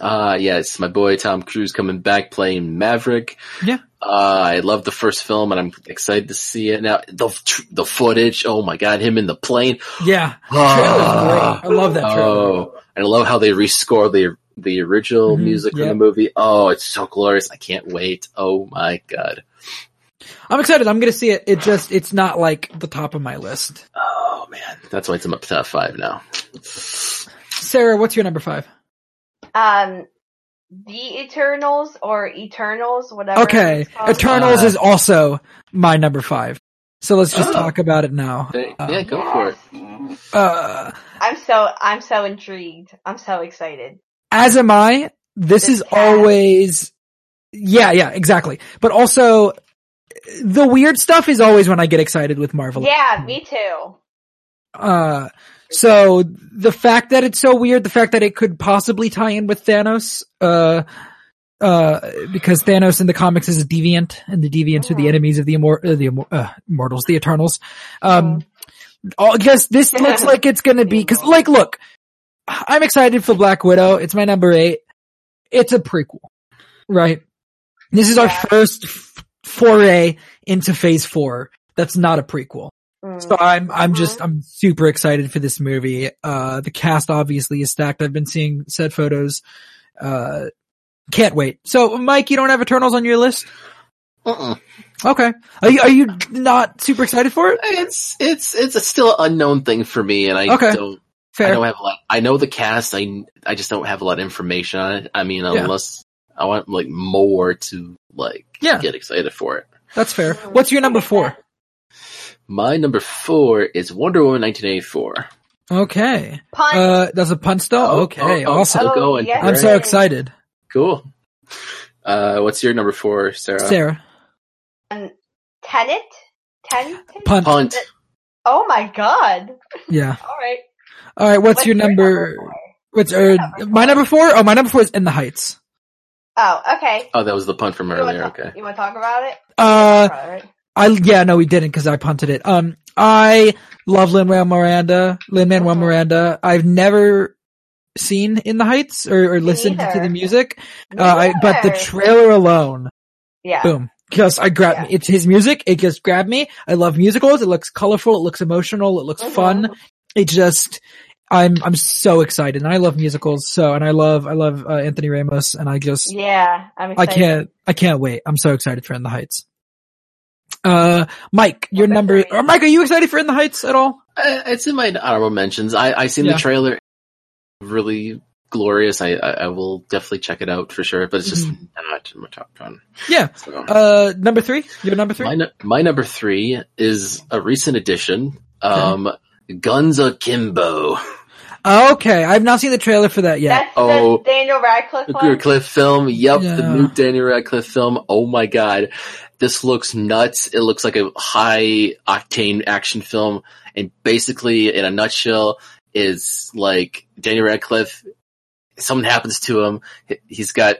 Uh yes, my boy Tom Cruise coming back playing Maverick.
Yeah.
Uh, I love the first film, and I'm excited to see it now. The tr- the footage. Oh my god, him in the plane.
Yeah.
Ah.
Trailer's great. I love that trailer.
Oh, and I love how they rescored the the original
Mhm,
music from
yep.
the movie. Oh, it's so glorious! I can't wait. Oh my god.
I'm excited. I'm going to see it. It just, it's not like the top of my list.
Oh man, that's why it's in my top five now.
Sarah, what's your number five?
um, the Eternals or Eternals, whatever.
Okay.
it's called.
Eternals
Uh,
is also my number five. So let's just
Oh.
talk about it now.
Hey,
Uh,
yeah, go for it.
Uh,
I'm so I'm so intrigued. I'm so excited.
as am I. This
This
is
cat.
always, yeah, yeah, exactly. But also, the weird stuff is always when I get excited with Marvel.
Yeah, me too.
Uh, so the fact that it's so weird, the fact that it could possibly tie in with Thanos, uh, uh, because Thanos in the comics is a deviant, and the deviants are the
Mhm.
enemies of the immor- uh, the immor- uh, immortals, the Eternals. Um, I guess this looks like it's gonna be because, like, look, I'm excited for Black Widow. It's my number eight. It's a prequel, right? This is our
Yeah.
first f- foray into Phase Four. That's not a prequel.
Mm.
So I'm I'm just I'm super excited for this movie. Uh the cast obviously is stacked. I've been seeing said photos. Uh can't wait. So Mike, you don't have Eternals on your list?
Uh-uh.
Okay. Are you are you not super excited for it?
It's it's it's a still unknown thing for me, and I
Okay.
don't I
Fair.
don't have a lot. I know the cast. I I just don't have a lot of information on it. I mean,
Yeah.
unless I want like more to like
Yeah.
get excited for it.
That's fair. What's your number 4?
My number four is Wonder Woman 1984.
Okay.
Punch.
Uh that's a punch though. Okay.
oh,
Awesome.
still
Oh,
going.
yes.
I'm so
Great.
excited.
Cool. Uh, what's your number four, Sarah?
Sarah,
um, Tenet. Tenet.
punch.
Punt.
Oh my god!
Yeah.
All right.
All right, what's, your number,
four?
what's
Your
uh,
number
my
four.
number 4? Oh, my number 4 is In the Heights.
Oh, okay.
Oh, that was the punt from
You want
earlier.
to
Okay.
you want to talk about it?
Uh
All right.
I yeah no we didn't because I punted it. Um, I love Lin Manuel Miranda. Lin Manuel
Mhm.
Miranda. I've never seen In the Heights or, or listened to
neither.
the music, uh, I, but the
Sure.
trailer alone,
yeah.
boom, just I grab
Yeah.
me. It's his music. It just grabbed me. I love musicals. It looks colorful. It looks emotional. It looks
Mhm.
fun. It just. I'm I'm so excited, and I love musicals. So, and I love I love uh, Anthony Ramos, and I just
Yeah, I'm
I
excited.
can't, I can't wait. I'm so excited for In the Heights. Uh, Mike, your
Number
number,
three.
or Mike, are you excited for In the Heights at all?
Uh, it's in my honorable mentions. I I seen
Yeah.
the trailer. Really glorious. I, I I will definitely check it out for sure. But it's just not in my top ten.
Mm-hmm. Yeah.
So.
Uh, number three, your number three?
My, nu- my number three is a recent addition. Um, Guns Akimbo.
Uh, Okay, I've not seen the trailer for that yet.
That's
Oh.
the Daniel Radcliffe
The
one.
Radcliffe film. Yep, the
Yeah.
new Daniel Radcliffe film. Oh my god, this looks nuts. It looks like a high octane action film, and basically, in a nutshell, is like Daniel Radcliffe. Something happens to him. He- He's got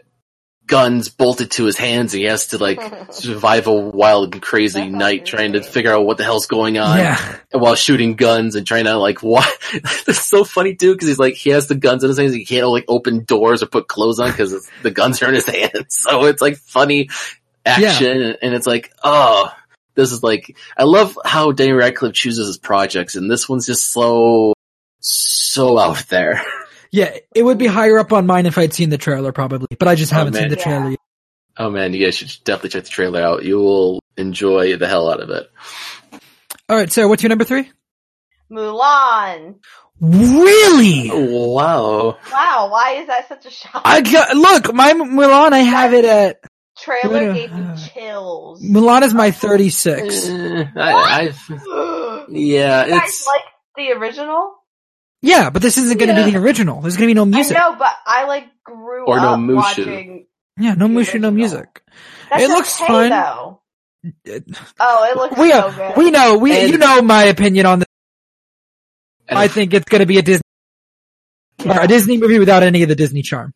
guns bolted to his hands, and he has to like survive a wild and crazy
That sounds
night trying to
insane.
figure out what the hell's going on
yeah.
while shooting guns and trying to like what that's so funny too because he's like he has the guns in his hands he can't like open doors or put clothes on because the guns are in his hands so it's like funny action and, and it's like oh this is like i love how daniel radcliffe chooses his projects and this one's just so so out there
Yeah, it would be higher up on mine if I'd seen the trailer probably, but I just
Oh,
haven't
man.
seen the
Yeah.
trailer yet.
oh man you guys should definitely check the trailer out you will enjoy the hell out of it
Alright, Sarah, what's your number three?
Mulan.
Really?
Oh. wow
Wow, why is that such a shock?
I got, look, my Mulan, I have it at,
Trailer
What a-
gave me chills.
Mulan is my 36.
Uh,
Eh, I, I,
you
yeah
guys
it's
like the original?
Yeah, but this isn't gonna
Yeah.
be the original. There's gonna be no music.
I know, but I like grew
Or no
up
Mushu.
watching.
Yeah, no
The
mushu, no
original.
music.
That's
It looks
okay,
fun.
Though.
It-
Oh, it looks
We
so
are,
good.
we know, we,
And-
you know my opinion on this.
And-
I think it's gonna be a Disney, or a Disney movie without any of the Disney charm.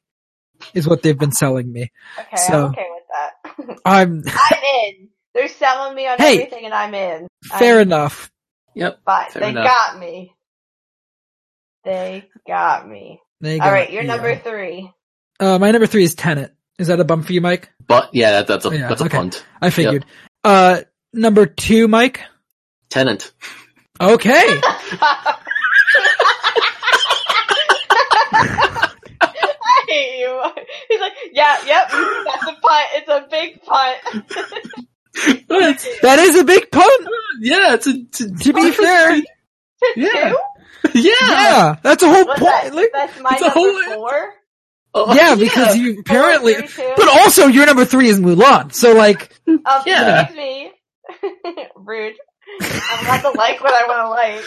Is what they've been selling me.
okay,
so-
I'm okay with that.
I'm,
I'm in. They're selling me on
Hey.
everything, and I'm in.
fair
I'm
enough.
yep
Fine.
Fair
they
enough.
got me. They got me.
There you
All
go.
right, you're
Yeah.
number three.
Uh, my number three is Tenet. Is that a bump for you, Mike?
but Oh, yeah that, that's a
Yeah,
that's a
okay.
punt
I figured. Uh, number two, Mike.
Tenant.
Okay.
I hate you. He's like, yeah, yep, that's a punt. It's a big punt.
Oh,
that is a big pun.
yeah, it's a, it's a-
To be fair.
Yeah.
Two?
yeah.
Yeah. That's a whole
What's
point.
that?
Like,
That's my
it's a
number
whole-
four.
Oh,
yeah, because you
Four,
apparently,
three, two.
but also your number three is Mulan. So like,
um,
yeah.
Excuse me. Rude. I'm not to like what I want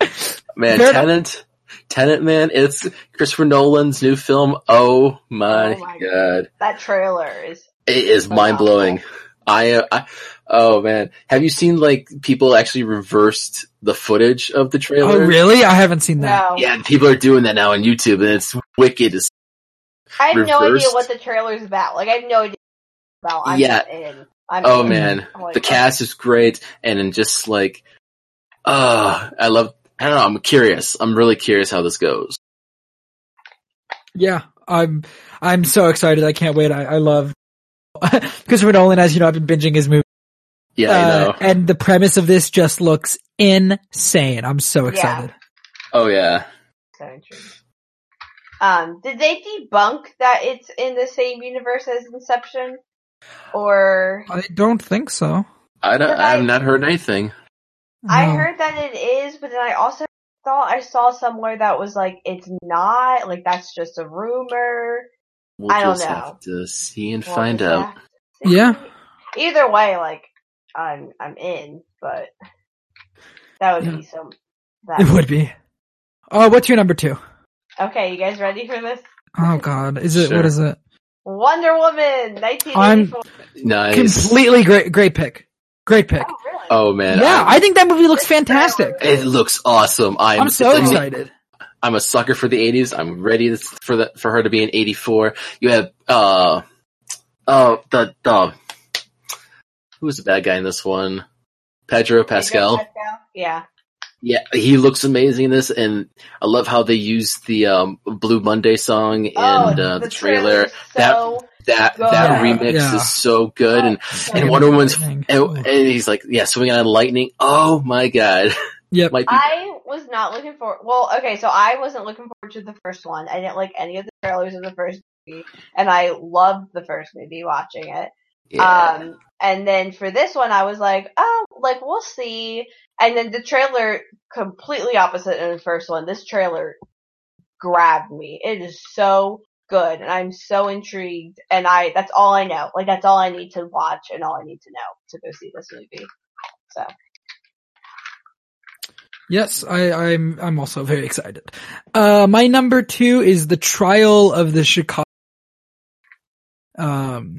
to like.
man,
fair enough.
Tenant. Tenant, man, it's Christopher Nolan's new film. Oh my, Oh,
Oh my
god,
That trailer is.
it is
Phenomenal.
mind blowing. I, uh, I, oh man, have you seen like people actually reversed the footage of the trailer?
oh really? I haven't seen that.
No.
Yeah, people are doing that now on YouTube, and it's wicked. It's,
I have no idea
Reversed.
what the trailer's about. Like, I have no idea what it's about. I'm
Yeah.
just in. I'm
oh
in.
man,
I'm like,
the cast is great, and then just like, uh, I love. I don't know. I'm curious. I'm really curious how this goes.
Yeah. I'm, I'm so excited. I can't wait. I, I love, Christopher Nolan, as you know, I've been binging his movie.
Yeah, I know.
Uh, and the premise of this just looks insane. I'm so
Yeah.
excited.
Oh yeah.
So intrigued. Um, did they debunk that it's in the same universe as Inception? Or
I don't think so.
I don't,
Did
I have
I-
not heard anything.
I
No.
heard that it is, but then I also thought I saw somewhere that was like it's not. Like that's just a rumor.
We'll
I don't
just
know.
have to see and
We'll
find
just have
out.
to see.
Yeah.
Either way, like I'm I'm in, but that would be some. That
It would be. Oh, what's your number two?
Okay, you guys ready for this?
Oh God, is it?
Sure.
What is it?
Wonder Woman, 1984.
Nice.
Completely great, great pick. Great pick.
Oh, really?
oh man.
yeah,
I-
I, think that movie looks fantastic.
it looks awesome. I'm,
I'm so
I mean,
excited.
I'm a sucker for the 80s. I'm ready to, for the, for her to be in 84. You have, uh, oh, the, the, who was the bad guy in this one? Pedro Pascal.
Yeah.
Yeah, he looks amazing in this, and I love how they used the um, Blue Monday song in
Oh,
uh, the, trailer.
trailer's
That
so
that
good.
that
Yeah,
remix
yeah.
is so good, and
so
and
good.
Wonder Woman's
Lightning.
and, and he's like, yeah, swing on lightning. Oh my god,
Yep.
might be.
I was not looking for. Well, okay, so I wasn't looking forward to the first one. I didn't like any of the trailers of the first movie, and I loved the first movie watching it.
yeah.
Um, and then for this one, I was like, oh, like we'll see. And then the trailer completely opposite of the first one. This trailer grabbed me. It is so good, and I'm so intrigued. And I, that's all I know. Like that's all I need to watch, and all I need to know to go see this movie. So
Yes, I, I'm. I'm also very excited. Uh, my number two is the trial of the Chicago, um,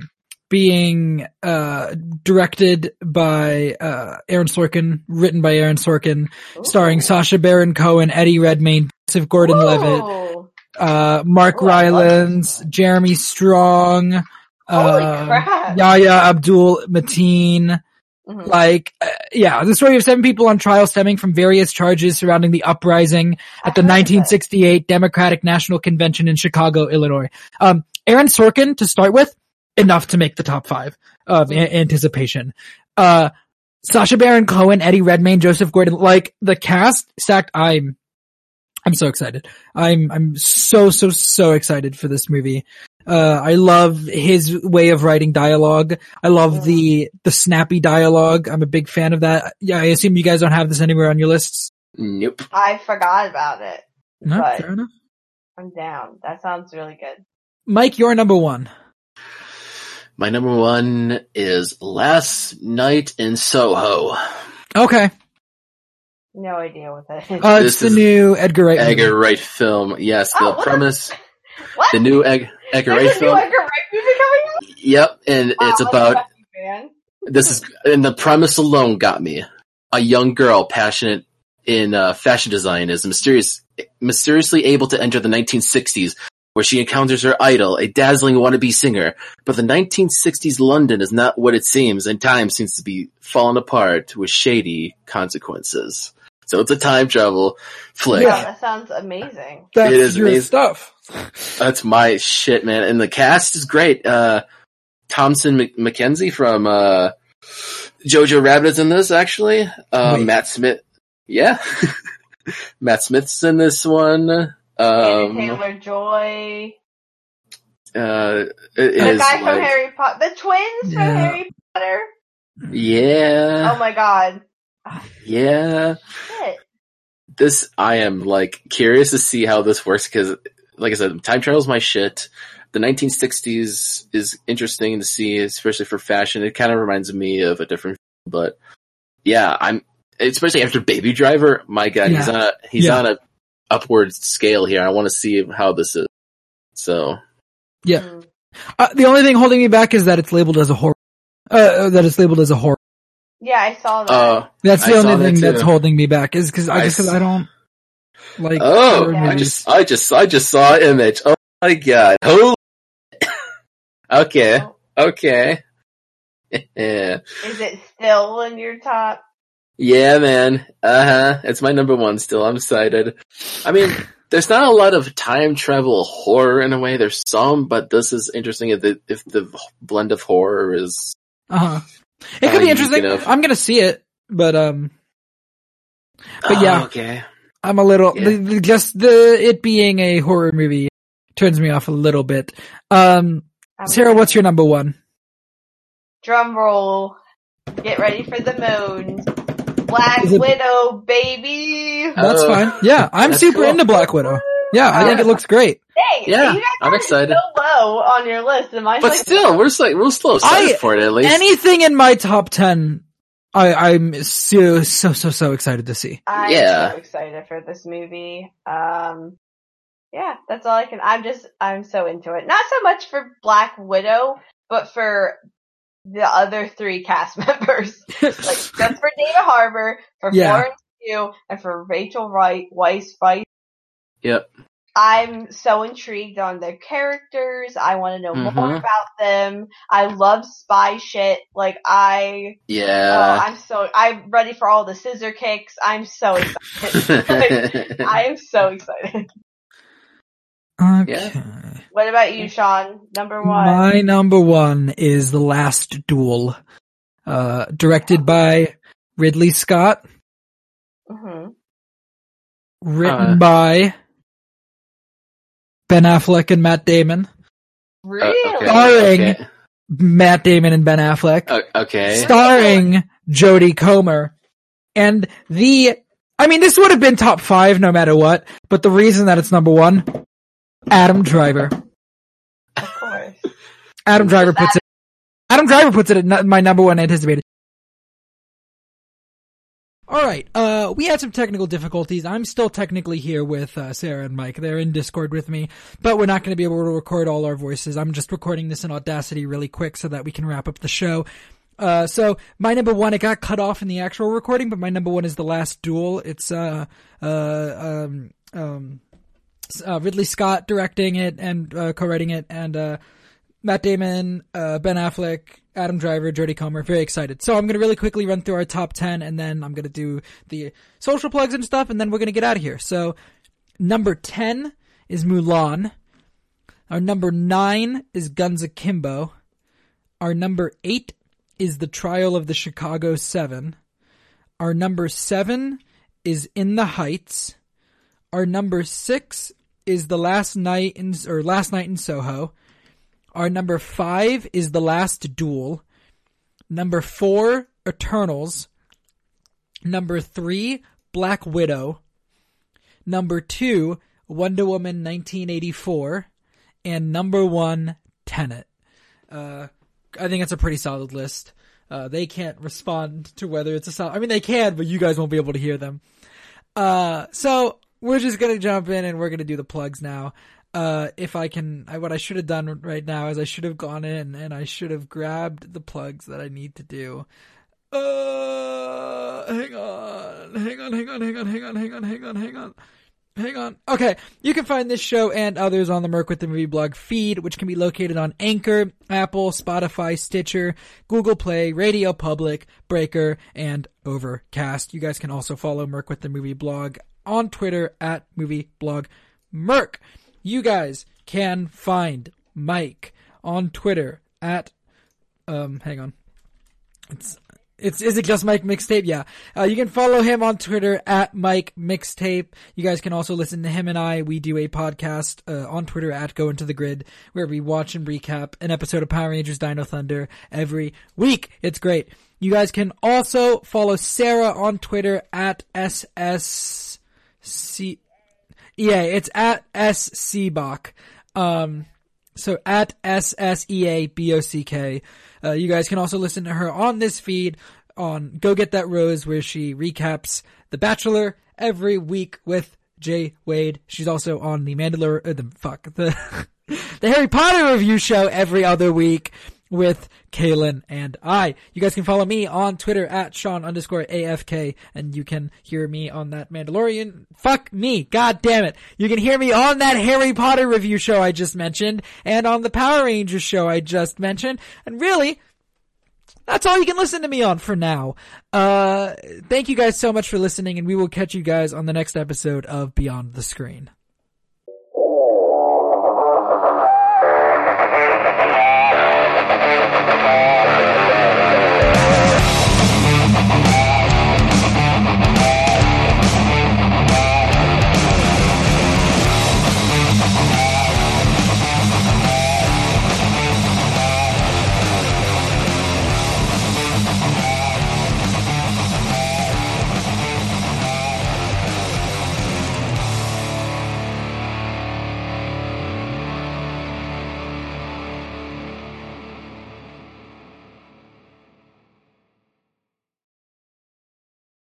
being uh directed by uh Aaron Sorkin, written by Aaron Sorkin, starring Sasha Baron Cohen, Eddie Redmayne, Joseph Gordon-Levitt,
Ooh.
uh, Mark
Ooh, I love
Rylance,
this.
Jeremy Strong,
Holy
um,
crap.
Yahya Abdul Mateen.
Mhm.
Like, uh, yeah, the story of seven people on trial stemming from various charges surrounding the uprising
I
at the
heard of it.
1968 Democratic National Convention in Chicago, Illinois. Um, Aaron Sorkin to start with, enough to make the top five of a- anticipation. Uh, Sasha Baron Cohen, Eddie Redmayne, Joseph Gordon, like the cast stacked. I'm, I'm so excited. I'm, I'm so, so, so excited for this movie. Uh, I love his way of writing dialogue. I love the, the snappy dialogue. I'm a big fan of that. Yeah, I assume you guys don't have this anywhere on your lists.
Nope.
I forgot about it.
No,
Right.
fair enough.
I'm down. That sounds really good.
Mike, you're number one.
My number one is Last Night in Soho.
Okay.
No idea what that is.
Uh,
This
it's the
is
new Edgar Wright. movie.
Edgar Wright film. Yes, the
Oh, what the-
premise,
what?
the new Ed- Edgar
There's
Wright
a new
film.
Edgar Wright movie coming out?
Yep, and it's
Wow, I'm a
about
Buffy fan.
this is and the premise alone got me. A young girl passionate in uh, fashion design is mysterious, mysteriously able to enter the 1960s, where she encounters her idol, a dazzling wannabe singer. But the 1960s London is not what it seems, and time seems to be falling apart with shady consequences. So it's a time travel flick.
Wow,
Yeah.
that sounds amazing.
That's
It is
your
amazing.
stuff.
That's my shit, man. And the cast is great. Uh, Thompson Mc- McKenzie from uh, Jojo Rabbit is in this, actually. Uh,
Wait.
Matt Smith. Yeah. Matt Smith's in this one. Um,
Taylor Joy.
uh, it
The
is
guy from
like-
Harry Potter. The twins
Yeah.
from Harry Potter. Oh
yeah,
my god. Oh.
yeah.
Shit.
This, I am like curious to see how this works because, like I said, time travel's my shit. The 1960s is interesting to see, especially for fashion. It kind of reminds me of a different, but yeah, I'm, especially after Baby Driver, my god, he's
Yeah.
on a, he's
Yeah.
on a upward scale here. I want to see how this is. So,
Yeah.
Mm.
Uh, the only thing holding me back is that it's labeled as a horror. Uh, that it's labeled as a horror.
Yeah, I saw that.
uh,
That's
I
the
saw
only
that
thing that's
too.
holding me back is because I
I
just because
s-
I don't like
Oh,
horror
Yeah.
I
movies.
just, I just, I just saw an image. Oh my god. Holy. okay.
Oh.
Okay. yeah,
Is it still in your top?
man. Uh huh. It's my number one still. I'm excited. I mean, there's not a lot of time travel horror in a way. There's some, but this is interesting if the, if the blend of horror is
Uh huh. It
Uh,
could be
you
interesting.
can have-
I'm gonna see it, but um, But yeah.
oh, okay.
I'm a little
Yeah.
the, the, just the it being a horror movie turns me off a little bit. Um,
I'm
Sarah, what's your number one?
Drum roll. Get ready for the moon. Black
Is it-
Widow, baby.
That's
Oh.
fine. Yeah, I'm
That's
super
cool.
into Black Widow. Yeah, I think it looks great.
Dang,
Yeah,
you guys
I'm
are
excited.
so low on your list, and mine's
But
like
still, we're just like we're still excited
I-
for it at least.
Anything in my top ten, I, I'm so so so so excited to see.
I'm
Yeah.
so excited for this movie. Um, yeah, that's all I can. I'm just, I'm so into it. Not so much for Black Widow, but for the other three cast members. like, just for Dana Harbor, for
Yeah.
Florence Pugh, and for Rachel Wright, Weiss Fight.
Yep.
I'm so intrigued on their characters. I want to know more
Mhm.
about them. I love spy shit. Like, I, oh,
Yeah.
I'm so, I'm ready for all the scissor kicks. I'm so excited. Like, Oh, I am so excited.
Okay.
What about you, Sean? Number one.
My number one is The Last Duel, uh, directed by Ridley Scott,
hmm
written
Uh.
by Ben Affleck and Matt Damon,
Uh,
Really?
Starring-
Okay.
Matt Damon and Ben Affleck,
O- okay.
starring Jodie Comer, and the, I mean, this would have been top five no matter what, but the reason that it's number one, Adam Driver.
Of course.
Adam Driver puts it, Adam Driver puts it at nu- my number one anticipated. All right. Uh, we had some technical difficulties. I'm still technically here with uh, Sarah and Mike. They're in Discord with me, but we're not going to be able to record all our voices. I'm just recording this in Audacity really quick so that we can wrap up the show. Uh, so my number one, it got cut off in the actual recording, but my number one is the last duel. It's uh, uh, um, um, s- uh, Ridley Scott directing it and uh, co-writing it, and uh, Matt Damon, uh, Ben Affleck, Adam Driver, Jodie Comer. Very excited. So I'm going to really quickly run through our top 10 and then I'm going to do the social plugs and stuff and then we're going to get out of here. So number 10 is Mulan. Our number 9 is Guns Akimbo. Our number 8 is The Trial of the Chicago 7. Our number 7 is In the Heights. Our number 6 is The Last Night in or Last Night in Soho. Our number five is The Last Duel. Number four, Eternals. Number three, Black Widow. Number two, Wonder Woman 1984. And number one, Tenet. Uh, I think it's a pretty solid list. Uh, they can't respond to whether it's a solid, I mean, they can, but you guys won't be able to hear them. Uh, so we're just gonna jump in and we're gonna do the plugs now. Uh, if I can, I, what I should have done right now is I should have gone in and I should have grabbed the plugs that I need to do. Uh, hang on, hang on, hang on, hang on, hang on, hang on, hang on, hang on. Hang on. Okay. You can find this show and others on the Merc with the Movie blog feed, which can be located on Anchor, Apple, Spotify, Stitcher, Google Play, Radio Public, Breaker, and Overcast. You guys can also follow Merc with the Movie blog on Twitter at Movie Blog Merc. You guys can find Mike on Twitter at, um, hang on. It's, it's is it just Mike Mixtape? Yeah. Uh, you can follow him on Twitter at Mike Mixtape. You guys can also listen to him and I. We do a podcast uh, on Twitter at Go Into the Grid where we watch and recap an episode of Power Rangers Dino Thunder every week. It's great. You guys can also follow Sarah on Twitter at SSC. Yeah, it's at SCBOC. Um, so at S S E A B O C K. Uh, you guys can also listen to her on this feed on Go Get That Rose, where she recaps The Bachelor every week with Jay Wade. She's also on the Mandalor, uh, the fuck, the, the Harry Potter review show every other week with Kaylin and I. You guys can follow me on Twitter at Sean underscore AFK and you can hear me on that Mandalorian. Fuck me. God damn it. You can hear me on that Harry Potter review show I just mentioned and on the Power Rangers show I just mentioned. And really, that's all you can listen to me on for now. Uh, thank you guys so much for listening and we will catch you guys on the next episode of Beyond the Screen.